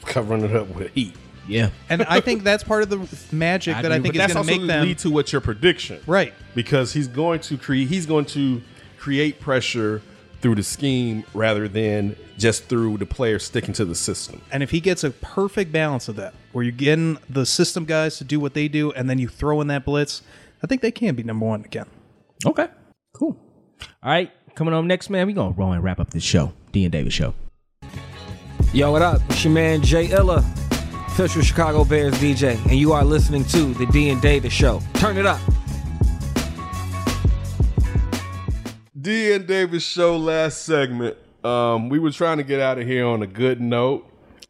E: Covering it up with heat.
B: yeah.
C: And I think that's part of the magic that I
A: agree, but
C: think is
A: that's
C: going to
A: also
C: make them
A: lead to what's your prediction,
C: Right.
A: Because he's going to create he's going to create pressure through the scheme rather than just through the player sticking to the system.
C: And if he gets a perfect balance of that, where you're getting the system guys to do what they do, and then you throw in that blitz, I think they can be number one again.
B: Okay, cool. All right, coming on next, man. We gonna roll and wrap up this show, D and Davis show.
G: Yo, what up? It's your man Jay Illa, official Chicago Bears DJ, and you are listening to the D and Davis Show. Turn it up.
A: D and Davis show last segment. Um, we were trying to get out of here on a good note.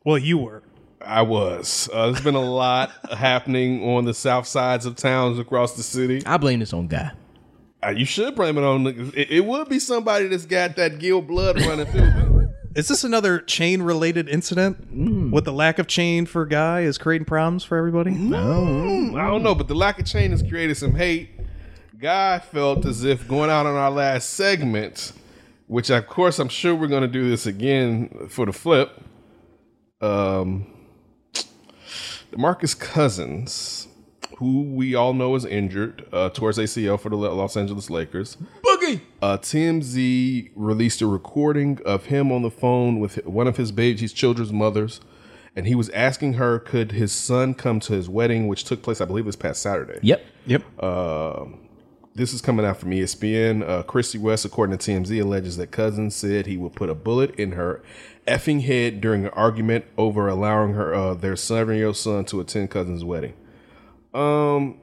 C: Well, you were.
A: I was. Uh, there's been a lot happening on the south sides of towns across the city.
B: I blame this on guy.
A: Uh, you should blame it on. the- It, it would be somebody that's got that gill blood running through them.
C: Is this another chain related incident? With the lack of chain for Guy is creating problems for everybody?
A: I don't know, but the lack of chain has created some hate. Guy felt as if going out on our last segment, which of course I'm sure we're going to do this again for the flip. Um, Marcus Cousins, who we all know is injured uh, towards ACL for the Lo- Los Angeles Lakers.
B: Boogie.
A: Uh, TMZ released a recording of him on the phone with one of his babies, his children's mothers, and he was asking her, could his son come to his wedding, which took place, I believe, this past Saturday.
B: Yep.
C: Yep.
A: This is coming out from ESPN. Uh, Christy West, according to TMZ, alleges that Cousins said he would put a bullet in her effing head during an argument over allowing her uh, their seven-year-old son to attend Cousins' wedding.
B: And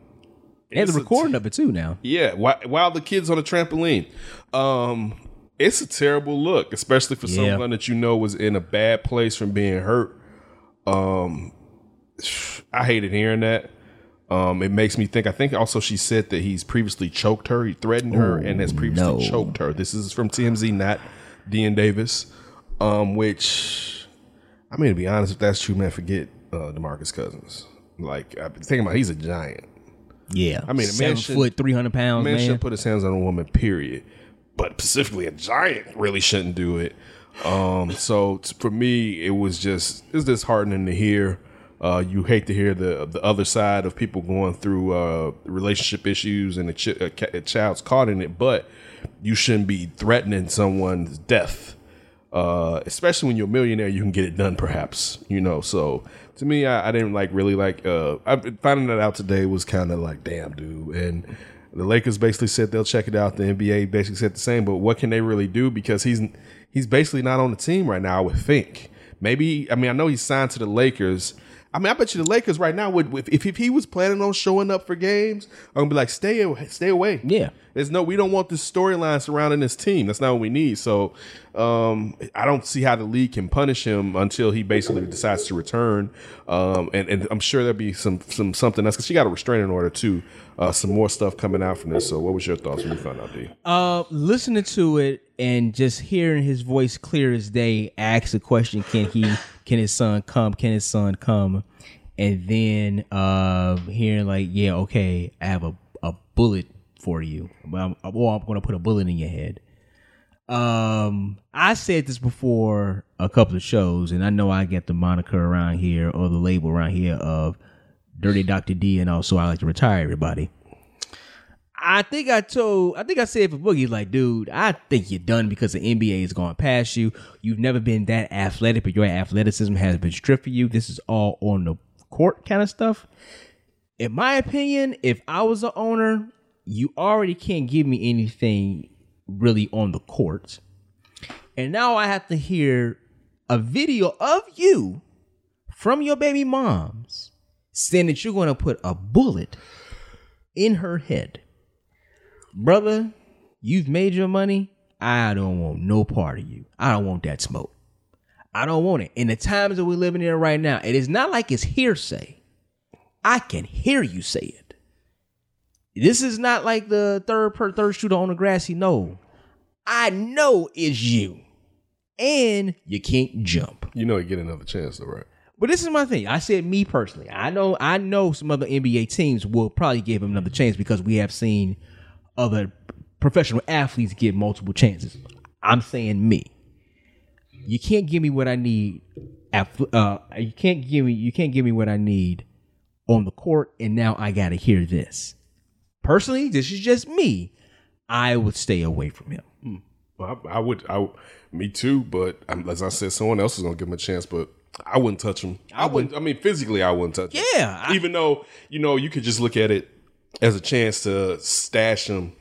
B: the recording of it too now.
A: Yeah, while, while the kid's on a trampoline. Um, it's a terrible look, especially for
B: Yeah.
A: someone that you know was in a bad place from being hurt. Um, I hated hearing that. Um, it makes me think. I think also she said that he's previously choked her, he threatened her, and has previously
B: no.
A: choked her. This is from TMZ, not Dean Davis. Um, which I mean, to be honest, if that's true, man, forget uh, Demarcus Cousins. Like, I'm thinking about, he's a giant.
B: Yeah. I
A: mean, a man
B: seven
A: should-
B: foot, three hundred pounds,
A: Man,
B: man.
A: should put his hands on a woman, period. But specifically, a giant really shouldn't do it. Um, so t- for me, it was just it's disheartening to hear. Uh, you hate to hear the the other side of people going through uh, relationship issues and a, chi- a, ca- a child's caught in it, but you shouldn't be threatening someone's death. Uh, especially when you're a millionaire, you can get it done, perhaps. You know, so to me, I, I didn't like really like. Uh, I finding that out today was kind of like, damn, dude. And the Lakers basically said they'll check it out. The NBA basically said the same. But what can they really do? Because he's he's basically not on the team right now. I would think maybe. I mean, I know he's signed to the Lakers. I mean, I bet you the Lakers right now would if, if he was planning on showing up for games, I'm gonna be like, stay away, stay away.
B: Yeah.
A: There's no, we don't want this storyline surrounding this team. That's not what we need. So um, I don't see how the league can punish him until he basically decides to return. Um, and, and I'm sure there'll be some some something else because she got a restraining order too. Uh, some more stuff coming out from this. So what was your thoughts when you found out, D?
B: Uh, listening to it and just hearing his voice clear as day, ask the question: Can he? Can his son come? Can his son come? And then uh, hearing like, yeah, okay, I have a, a bullet for you. Well, I'm, or I'm going to put a bullet in your head. Um, I said this before a couple of shows, and I know I get the moniker around here or the label around here of Dirty Doctor D, and also I like to retire everybody. I think I told, I think I said for Boogie, like, dude, I think you're done because the NBA is going past you. You've never been that athletic, but your athleticism has been stripped for you. This is all on the court kind of stuff. In my opinion, if I was an owner, you already can't give me anything really on the court. And now I have to hear a video of you from your baby moms saying that you're going to put a bullet in her head brother, you've made your money. I don't want no part of you. I don't want that smoke. I don't want it. In the times that we're living in right now, it is not like it's hearsay. I can hear you say it. This is not like the third per third shooter on the grassy knoll. I know it's you. And you can't jump.
A: You know, he get another chance though, right?
B: But this is my thing. I said me personally. I know I know some other NBA teams will probably give him another chance because we have seen other professional athletes get multiple chances. I'm saying me. You can't give me what I need. At, uh, you can't give me. You can't give me what I need on the court, and now I gotta hear this. Personally, this is just me. I would stay away from him.
A: I, I would, I, would- me too. But um, as I said, someone else is gonna give him a chance. But I wouldn't touch him. I wouldn't. I mean, physically, I wouldn't touch him.
B: Yeah, I-
A: Even though you know, you could just look at it as a chance to stash him.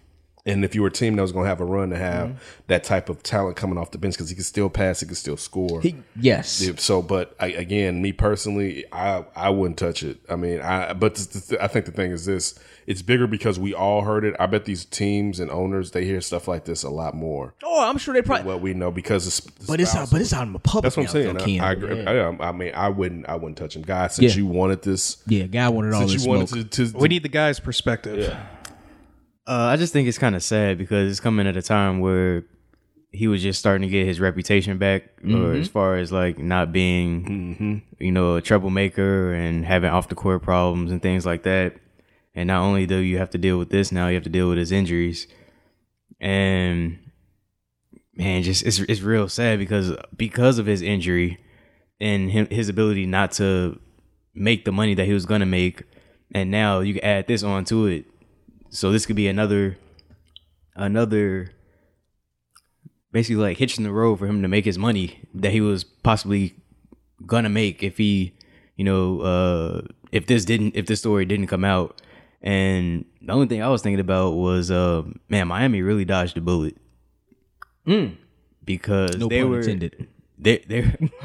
A: And if you were a team that was gonna have a run to have
B: Mm-hmm.
A: that type of talent coming off the bench, because he could still pass, he could still score.
B: He, yes.
A: Yeah, So, but I, again, me personally, I I wouldn't touch it. I mean, I but th- th- I think the thing is this: it's bigger because we all heard it. I bet these teams and owners they hear stuff like this a lot more.
B: Oh, I'm sure they probably.
A: What we know because it's
B: but it's out. But it's out in the public.
A: that's what I'm
B: now,
A: saying.
B: though,
A: I,
B: Ken.
A: I agree. I, I mean, I wouldn't I wouldn't touch him, guys. Since
B: Yeah.
A: you wanted this,
B: Yeah, guy wanted all
A: since
B: this
A: you
B: smoke.
A: wanted to, to,
C: We need the guy's perspective.
D: Uh, I just think it's kind of sad because it's coming at a time where he was just starting to get his reputation back, or as far as like not being, you know, a troublemaker and having off the court problems and things like that. And not only do you have to deal with this now, you have to deal with his injuries, and man, just it's it's real sad because because of his injury and him, his ability not to make the money that he was gonna make, and now you add this on to it so this could be another another basically like hitching the road for him to make his money that he was possibly gonna make if he you know uh if this didn't if this story didn't come out and the only thing i was thinking about was uh man miami really dodged a bullet because
B: Hmm. no
D: they
B: pun
D: were
B: intended.
D: they they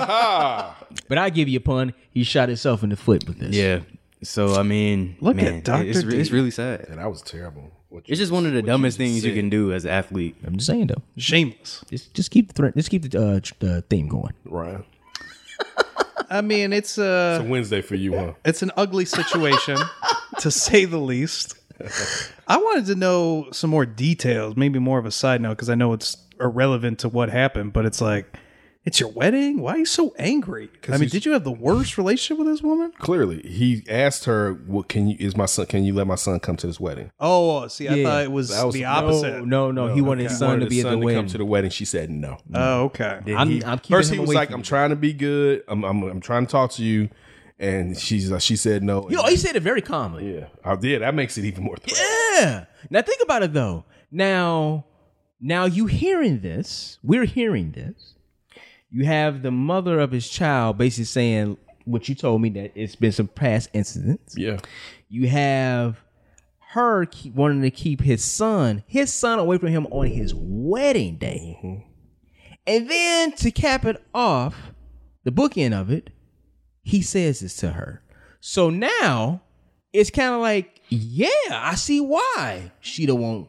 B: But I give you a pun. He shot himself in the foot with this.
D: yeah so i mean
C: Look
D: man,
C: at Dr.
D: it's,
C: D.
D: it's really sad
A: that was terrible. What you-
D: it's just one of the dumbest things you can do as an athlete
B: I'm just saying though.
C: Shameless.
B: Just, just keep the threat. Just keep the uh, tr- uh, theme going.
A: Ryan,
C: I mean, it's uh,
A: it's a Wednesday for you, huh?
C: It's an ugly situation, to say the least. I wanted to know some more details, maybe more of a side note, because I know it's irrelevant to what happened, but it's like, it's your wedding? Why are you so angry? I mean, did you have the worst relationship with this woman?
A: Clearly, he asked her, "What can you? Is my son? Can you let my son come to this wedding?"
C: Oh, see, I
B: Yeah.
C: thought it was,
A: was-
C: the
A: no,
C: opposite.
B: No, no, he wanted his son
A: Wanted
B: to be
A: his
B: at the
A: son to
B: wedding.
A: come to the wedding. She said no.
C: Oh, okay.
B: I'm,
A: He-
B: I'm keeping
A: first
B: him
A: he was
B: away
A: like,
B: from
A: "I'm
B: you."
A: trying to be good. I'm, I'm, I'm trying to talk to you," and she's like, she said no.
B: You know, he said it very calmly.
A: yeah, I did. That makes it even more. threatening.
B: Yeah. Now think about it though. Now, now you hearing this? We're hearing this. You have the mother of his child basically saying what you told me that it's been some past incidents.
A: Yeah,
B: You have her keep wanting to keep his son, his son away from him on his wedding day. And then to cap it off, the bookend of it, he says this to her. So now it's kind of like, yeah, I see why she don't want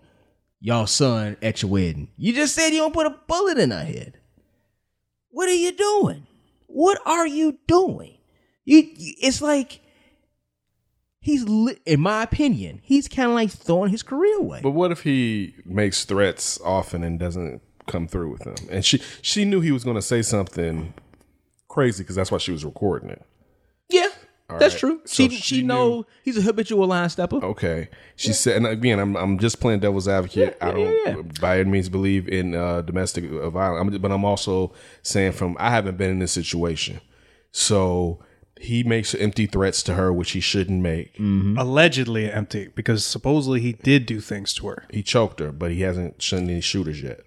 B: y'all son at your wedding. You just said you don't put a bullet in her head. What are you doing? What are you doing? You, you- it's like he's, li- in my opinion, he's kind of like throwing his career away.
A: but what if he makes threats often and doesn't come through with them? And she she knew he was going to say something crazy because that's why she was recording it.
B: yeah, that's
A: right.
B: true.
A: So
B: she she,
A: she
B: know he's a habitual line stepper.
A: Okay, she said, and again, I'm I'm just playing devil's advocate. I don't by any means believe in uh, domestic uh, violence, I'm, but I'm also saying from I haven't been in this situation, so he makes empty threats to her which he shouldn't make.
C: Allegedly empty, because supposedly he did do things to her.
A: He choked her, but he hasn't shot any shooters yet.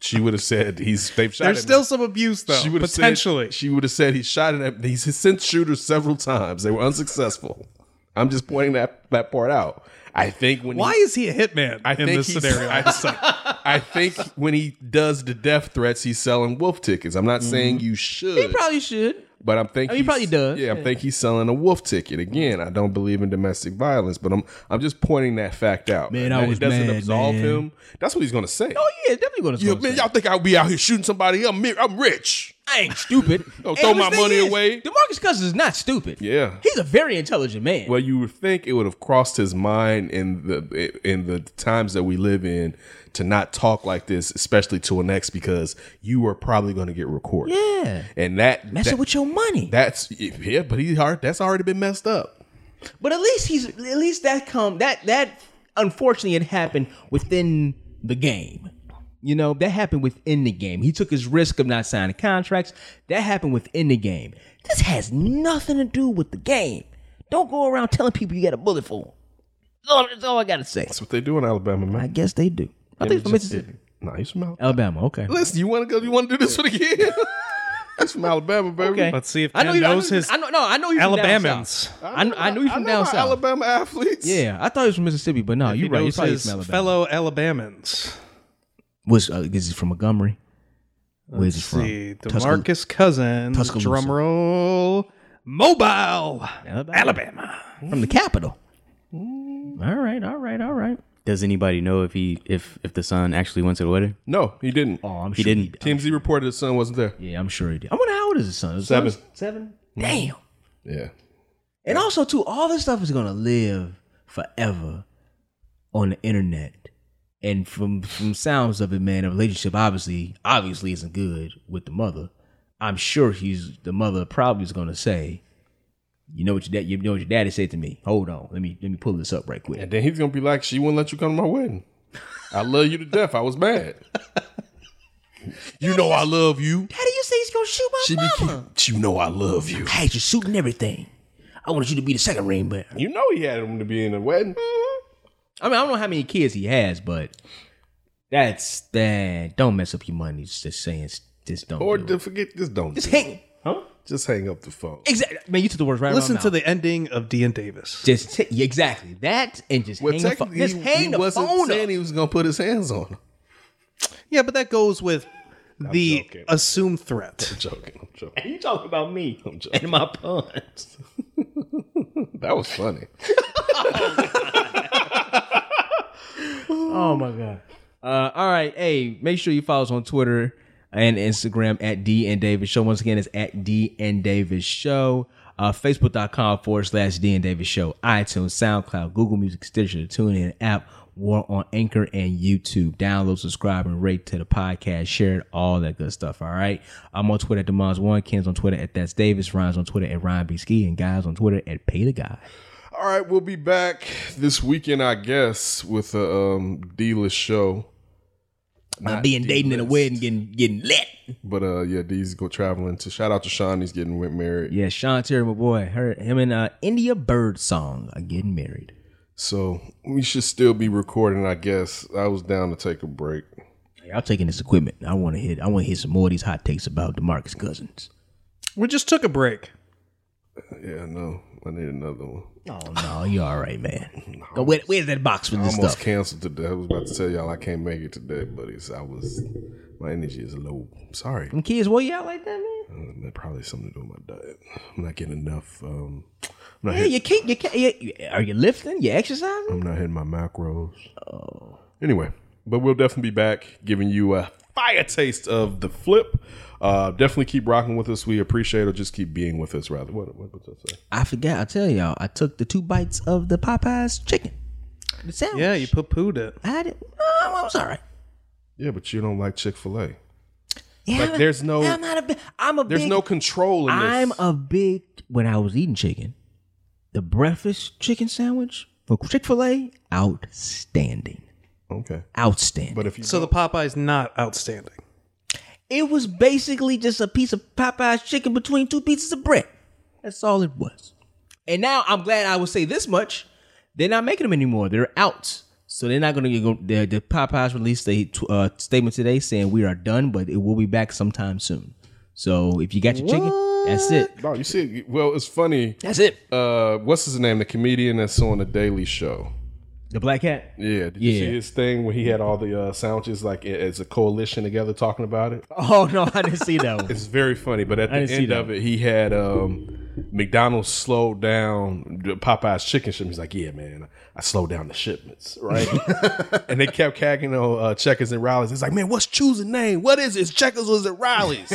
A: she would have said he's they've shot.
C: There's
A: at
C: still
A: him.
C: some abuse, though.
A: she would have
C: potentially.
A: Said, she would have said he shot at he's sent shooters several times. They were unsuccessful. I'm just pointing that that part out. I think when
C: Why
A: he,
C: is he a hitman
A: I
C: in
A: think
C: this
A: he's-
C: scenario? I just said.
A: I think when he does the death threats, he's selling wolf tickets. I'm not saying you
B: Mm-hmm. He
A: should,
B: probably should.
A: but I'm thinking
B: he probably does.
A: Yeah, I'm
B: Yeah.
A: think he's selling a wolf ticket. Again, I don't believe in domestic violence, but I'm I'm just pointing that fact out.
B: Man, I
A: That
B: was
A: it doesn't
B: mad,
A: absolve
B: man.
A: him. That's what he's gonna say.
B: Oh yeah, definitely going to.
A: Yeah, man, y'all think I'll be out here shooting somebody? I'm mi- I'm rich.
B: I ain't stupid.
A: Don't
B: And
A: throw
B: the
A: my
B: thing
A: money
B: is,
A: away.
B: Demarcus Cousins is not stupid.
A: Yeah.
B: He's a very intelligent man.
A: Well, you would think it would have crossed his mind in the in the times that we live in to not talk like this, especially to an ex, because you are probably going to get recorded.
B: Yeah.
A: and that
B: Messing
A: that-
B: with your money.
A: That's yeah, but he hard. That's already been messed up.
B: But at least he's at least that come that that unfortunately it happened within the game. You know, that happened within the game. He took his risk of not signing contracts. That happened within the game. This has nothing to do with the game. Don't go around telling people you got a bullet for 'em. That's all, that's all I gotta say.
A: That's what they do in Alabama,
B: I
A: man.
B: guess they do. I think it's from Mississippi.
A: Nah, he's from Alabama.
B: Alabama, okay.
A: Listen, you want to go? You want to do this for the kid? he's from Alabama, baby.
B: Okay.
C: Let's see if
B: I
C: Ken
B: know, he- I know
C: knows
B: he-
C: his
B: I know, no, I know he's From
C: Alabamans.
B: Uh, down south. I, I know he's
A: I
B: from
A: know
B: down
A: my
B: south.
A: Alabama athletes.
B: Yeah, I thought he was from Mississippi, but no, you're
C: He
B: right. He's
C: knows
B: probably
C: his
B: from Alabama.
C: fellow Alabamans.
B: Was uh, is he from Montgomery? Where's he from?
C: See,
B: Tuscal-
C: Demarcus Cousins,
B: Tuscaloosa.
C: drum roll, mobile,
B: Alabama.
C: Alabama.
B: From the capital. All right, all right, all right.
D: Does anybody know if he if if the son actually went to the wedding?
A: No, he didn't.
B: Oh, I'm
D: He
B: sure
D: didn't.
A: Tim Z reported his son wasn't there.
B: Yeah, I'm sure he did. I wonder how old is his son? His
A: Seven.
B: son's Seven. Damn.
A: Yeah.
B: And also too, all this stuff is gonna live forever on the internet. And from from sounds of it, man, the relationship obviously obviously isn't good with the mother. I'm sure he's the mother probably is gonna say, "You know what your dad? You know what your daddy said to me? Hold on, let me let me pull this up right quick."
A: And then he's gonna be like, "She wouldn't let you come to my wedding. I love you to death. I was mad. you know I love you.
B: How do you say he's gonna shoot my
A: She be cute. You know I love you.
B: I had you shooting everything. I wanted you to be the second ring bearer.
A: You know he had him to be in the wedding.
B: I mean, I don't know how many kids he has, but that's that. Don't mess up your money. It's Just saying, it's- just don't.
A: Or
B: do
A: to
B: it.
A: forget, just don't.
B: just
A: do it.
B: hang. Huh?
A: Just hang up the phone.
B: Exactly. Man, you took the words right. out of my
C: Listen to
B: mouth.
C: the ending of Dean Davis.
B: Just t- yeah, exactly that, and just hang the phone.
A: technically,
B: Just
A: he-
B: hang
A: he
B: the
A: wasn't
B: phone
A: saying
B: up.
A: he was gonna put his hands on him.
C: Yeah, but that goes with the
A: joking.
C: assumed threat.
A: I'm joking. I'm joking.
B: you talking about me and my puns?
A: That was funny.
B: Oh my god. Uh, all right, hey, make sure you follow us on Twitter and Instagram at D and Davis Show. Once again, it's at D and Davis Show. Uh, Facebook.com forward slash D and Davis Show. iTunes, SoundCloud, Google Music, Stitcher, TuneIn app. War on Anchor and YouTube. Download, subscribe, and rate to the podcast. Share it, all that good stuff. All right. I'm on Twitter at Demons1. Ken's on Twitter at That's Davis. Ryan's on Twitter at Ryan B. Ski. And guys on Twitter at Pay the Guy.
A: All right, we'll be back this weekend, I guess, with a um, D-list show.
B: By being dating in a wedding, getting, getting lit.
A: But uh, yeah, D's go traveling to. Shout out to Sean. He's getting went married.
B: Yeah, Sean Terry, my boy, her, him and uh, India Bird Song are getting married.
A: So we should still be recording, I guess. I was down to take a break.
B: Hey, I'm taking this equipment. I want to hit. I want to hit some more of these hot takes about Demarcus Cousins.
C: We just took a break.
A: Yeah, no, I need another one.
B: Oh no, you all right, man? Go, where, where's that box for
A: I
B: this
A: almost
B: stuff?
A: canceled today. I was about to tell y'all I can't make it today, buddies. I was my energy is low. Sorry,
B: Them kids wore you out like that, man?
A: that probably has something to do with my diet. I'm not getting enough. Um, I'm not
B: Yeah,
A: hit-
B: you can't. You can't. You, you- are you lifting? You exercising?
A: I'm not hitting my macros. Oh. Anyway, but we'll definitely be back giving you a fire taste of the flip. Uh, definitely keep rocking with us. We appreciate it. Just keep being with us, rather. What, what, what's that say?
B: I forgot. I tell y'all, I took the two bites of the Popeyes chicken. The sandwich.
C: Yeah, you poo pooed it.
B: I did. No, I was all right.
A: Yeah, but you don't like Chick Fil A.
B: Yeah,
A: Like,
B: I'm-
A: there's no-
B: I'm not a. bi- I'm a.
A: There's
B: big,
A: no control in this.
B: I'm a big when I was eating chicken, the breakfast chicken sandwich from Chick Fil A, outstanding,
A: okay,
B: outstanding.
A: but if you
C: So the Popeye's not outstanding.
B: it was basically just a piece of Popeye's chicken between two pieces of bread. That's all it was. And now I'm glad I would say this much: they're not making them anymore. They're out. So they're not going to go. The, the Popeyes released a tw- uh, statement today saying we are done, but it will be back sometime soon. So if you got your chicken, that's it.
A: no, Oh, you see, well, it's funny.
B: That's it.
A: Uh, what's his name? The comedian that's on the Daily Show.
B: The black hat.
A: Yeah, did you
B: Yeah.
A: see his thing where he had all the uh, sandwiches like a- as a coalition together talking about it?
B: Oh no, I didn't see that one.
A: It's very funny, but at the
B: didn't see
A: end
B: that.
A: of it, he had um, McDonald's slowed down the Popeye's chicken shipments. He's like, yeah, man, I slowed down the shipments, right? and they kept cagging on uh, Checkers and Riley's. It's like, man, what's choosing name? What is it? It's Checkers or is it Riley's?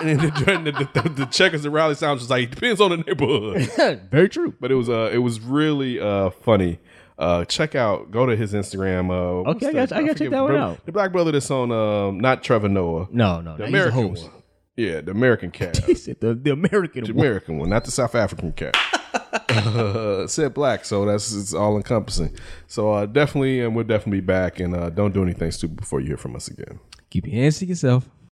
A: and then the, the, the, the checkers and rally sounds was like it depends on the neighborhood.
B: Very true.
A: But it was uh it was really uh funny. Uh, check out go to his Instagram. Uh, what's
B: Okay, I got- I gotta check
A: forget,
B: that one
A: bro-
B: out.
A: The black brother that's on um not Trevor Noah.
B: No, no, no.
A: the
B: He's a
A: American
B: host.
A: one. Yeah, the American cat.
B: He said the, the American
A: the
B: one.
A: American one, not the South African cat. uh, it said black, so that's it's all encompassing. So uh, definitely, and we'll definitely be back. And uh, don't do anything stupid before you hear from us again.
B: Keep your hands to yourself.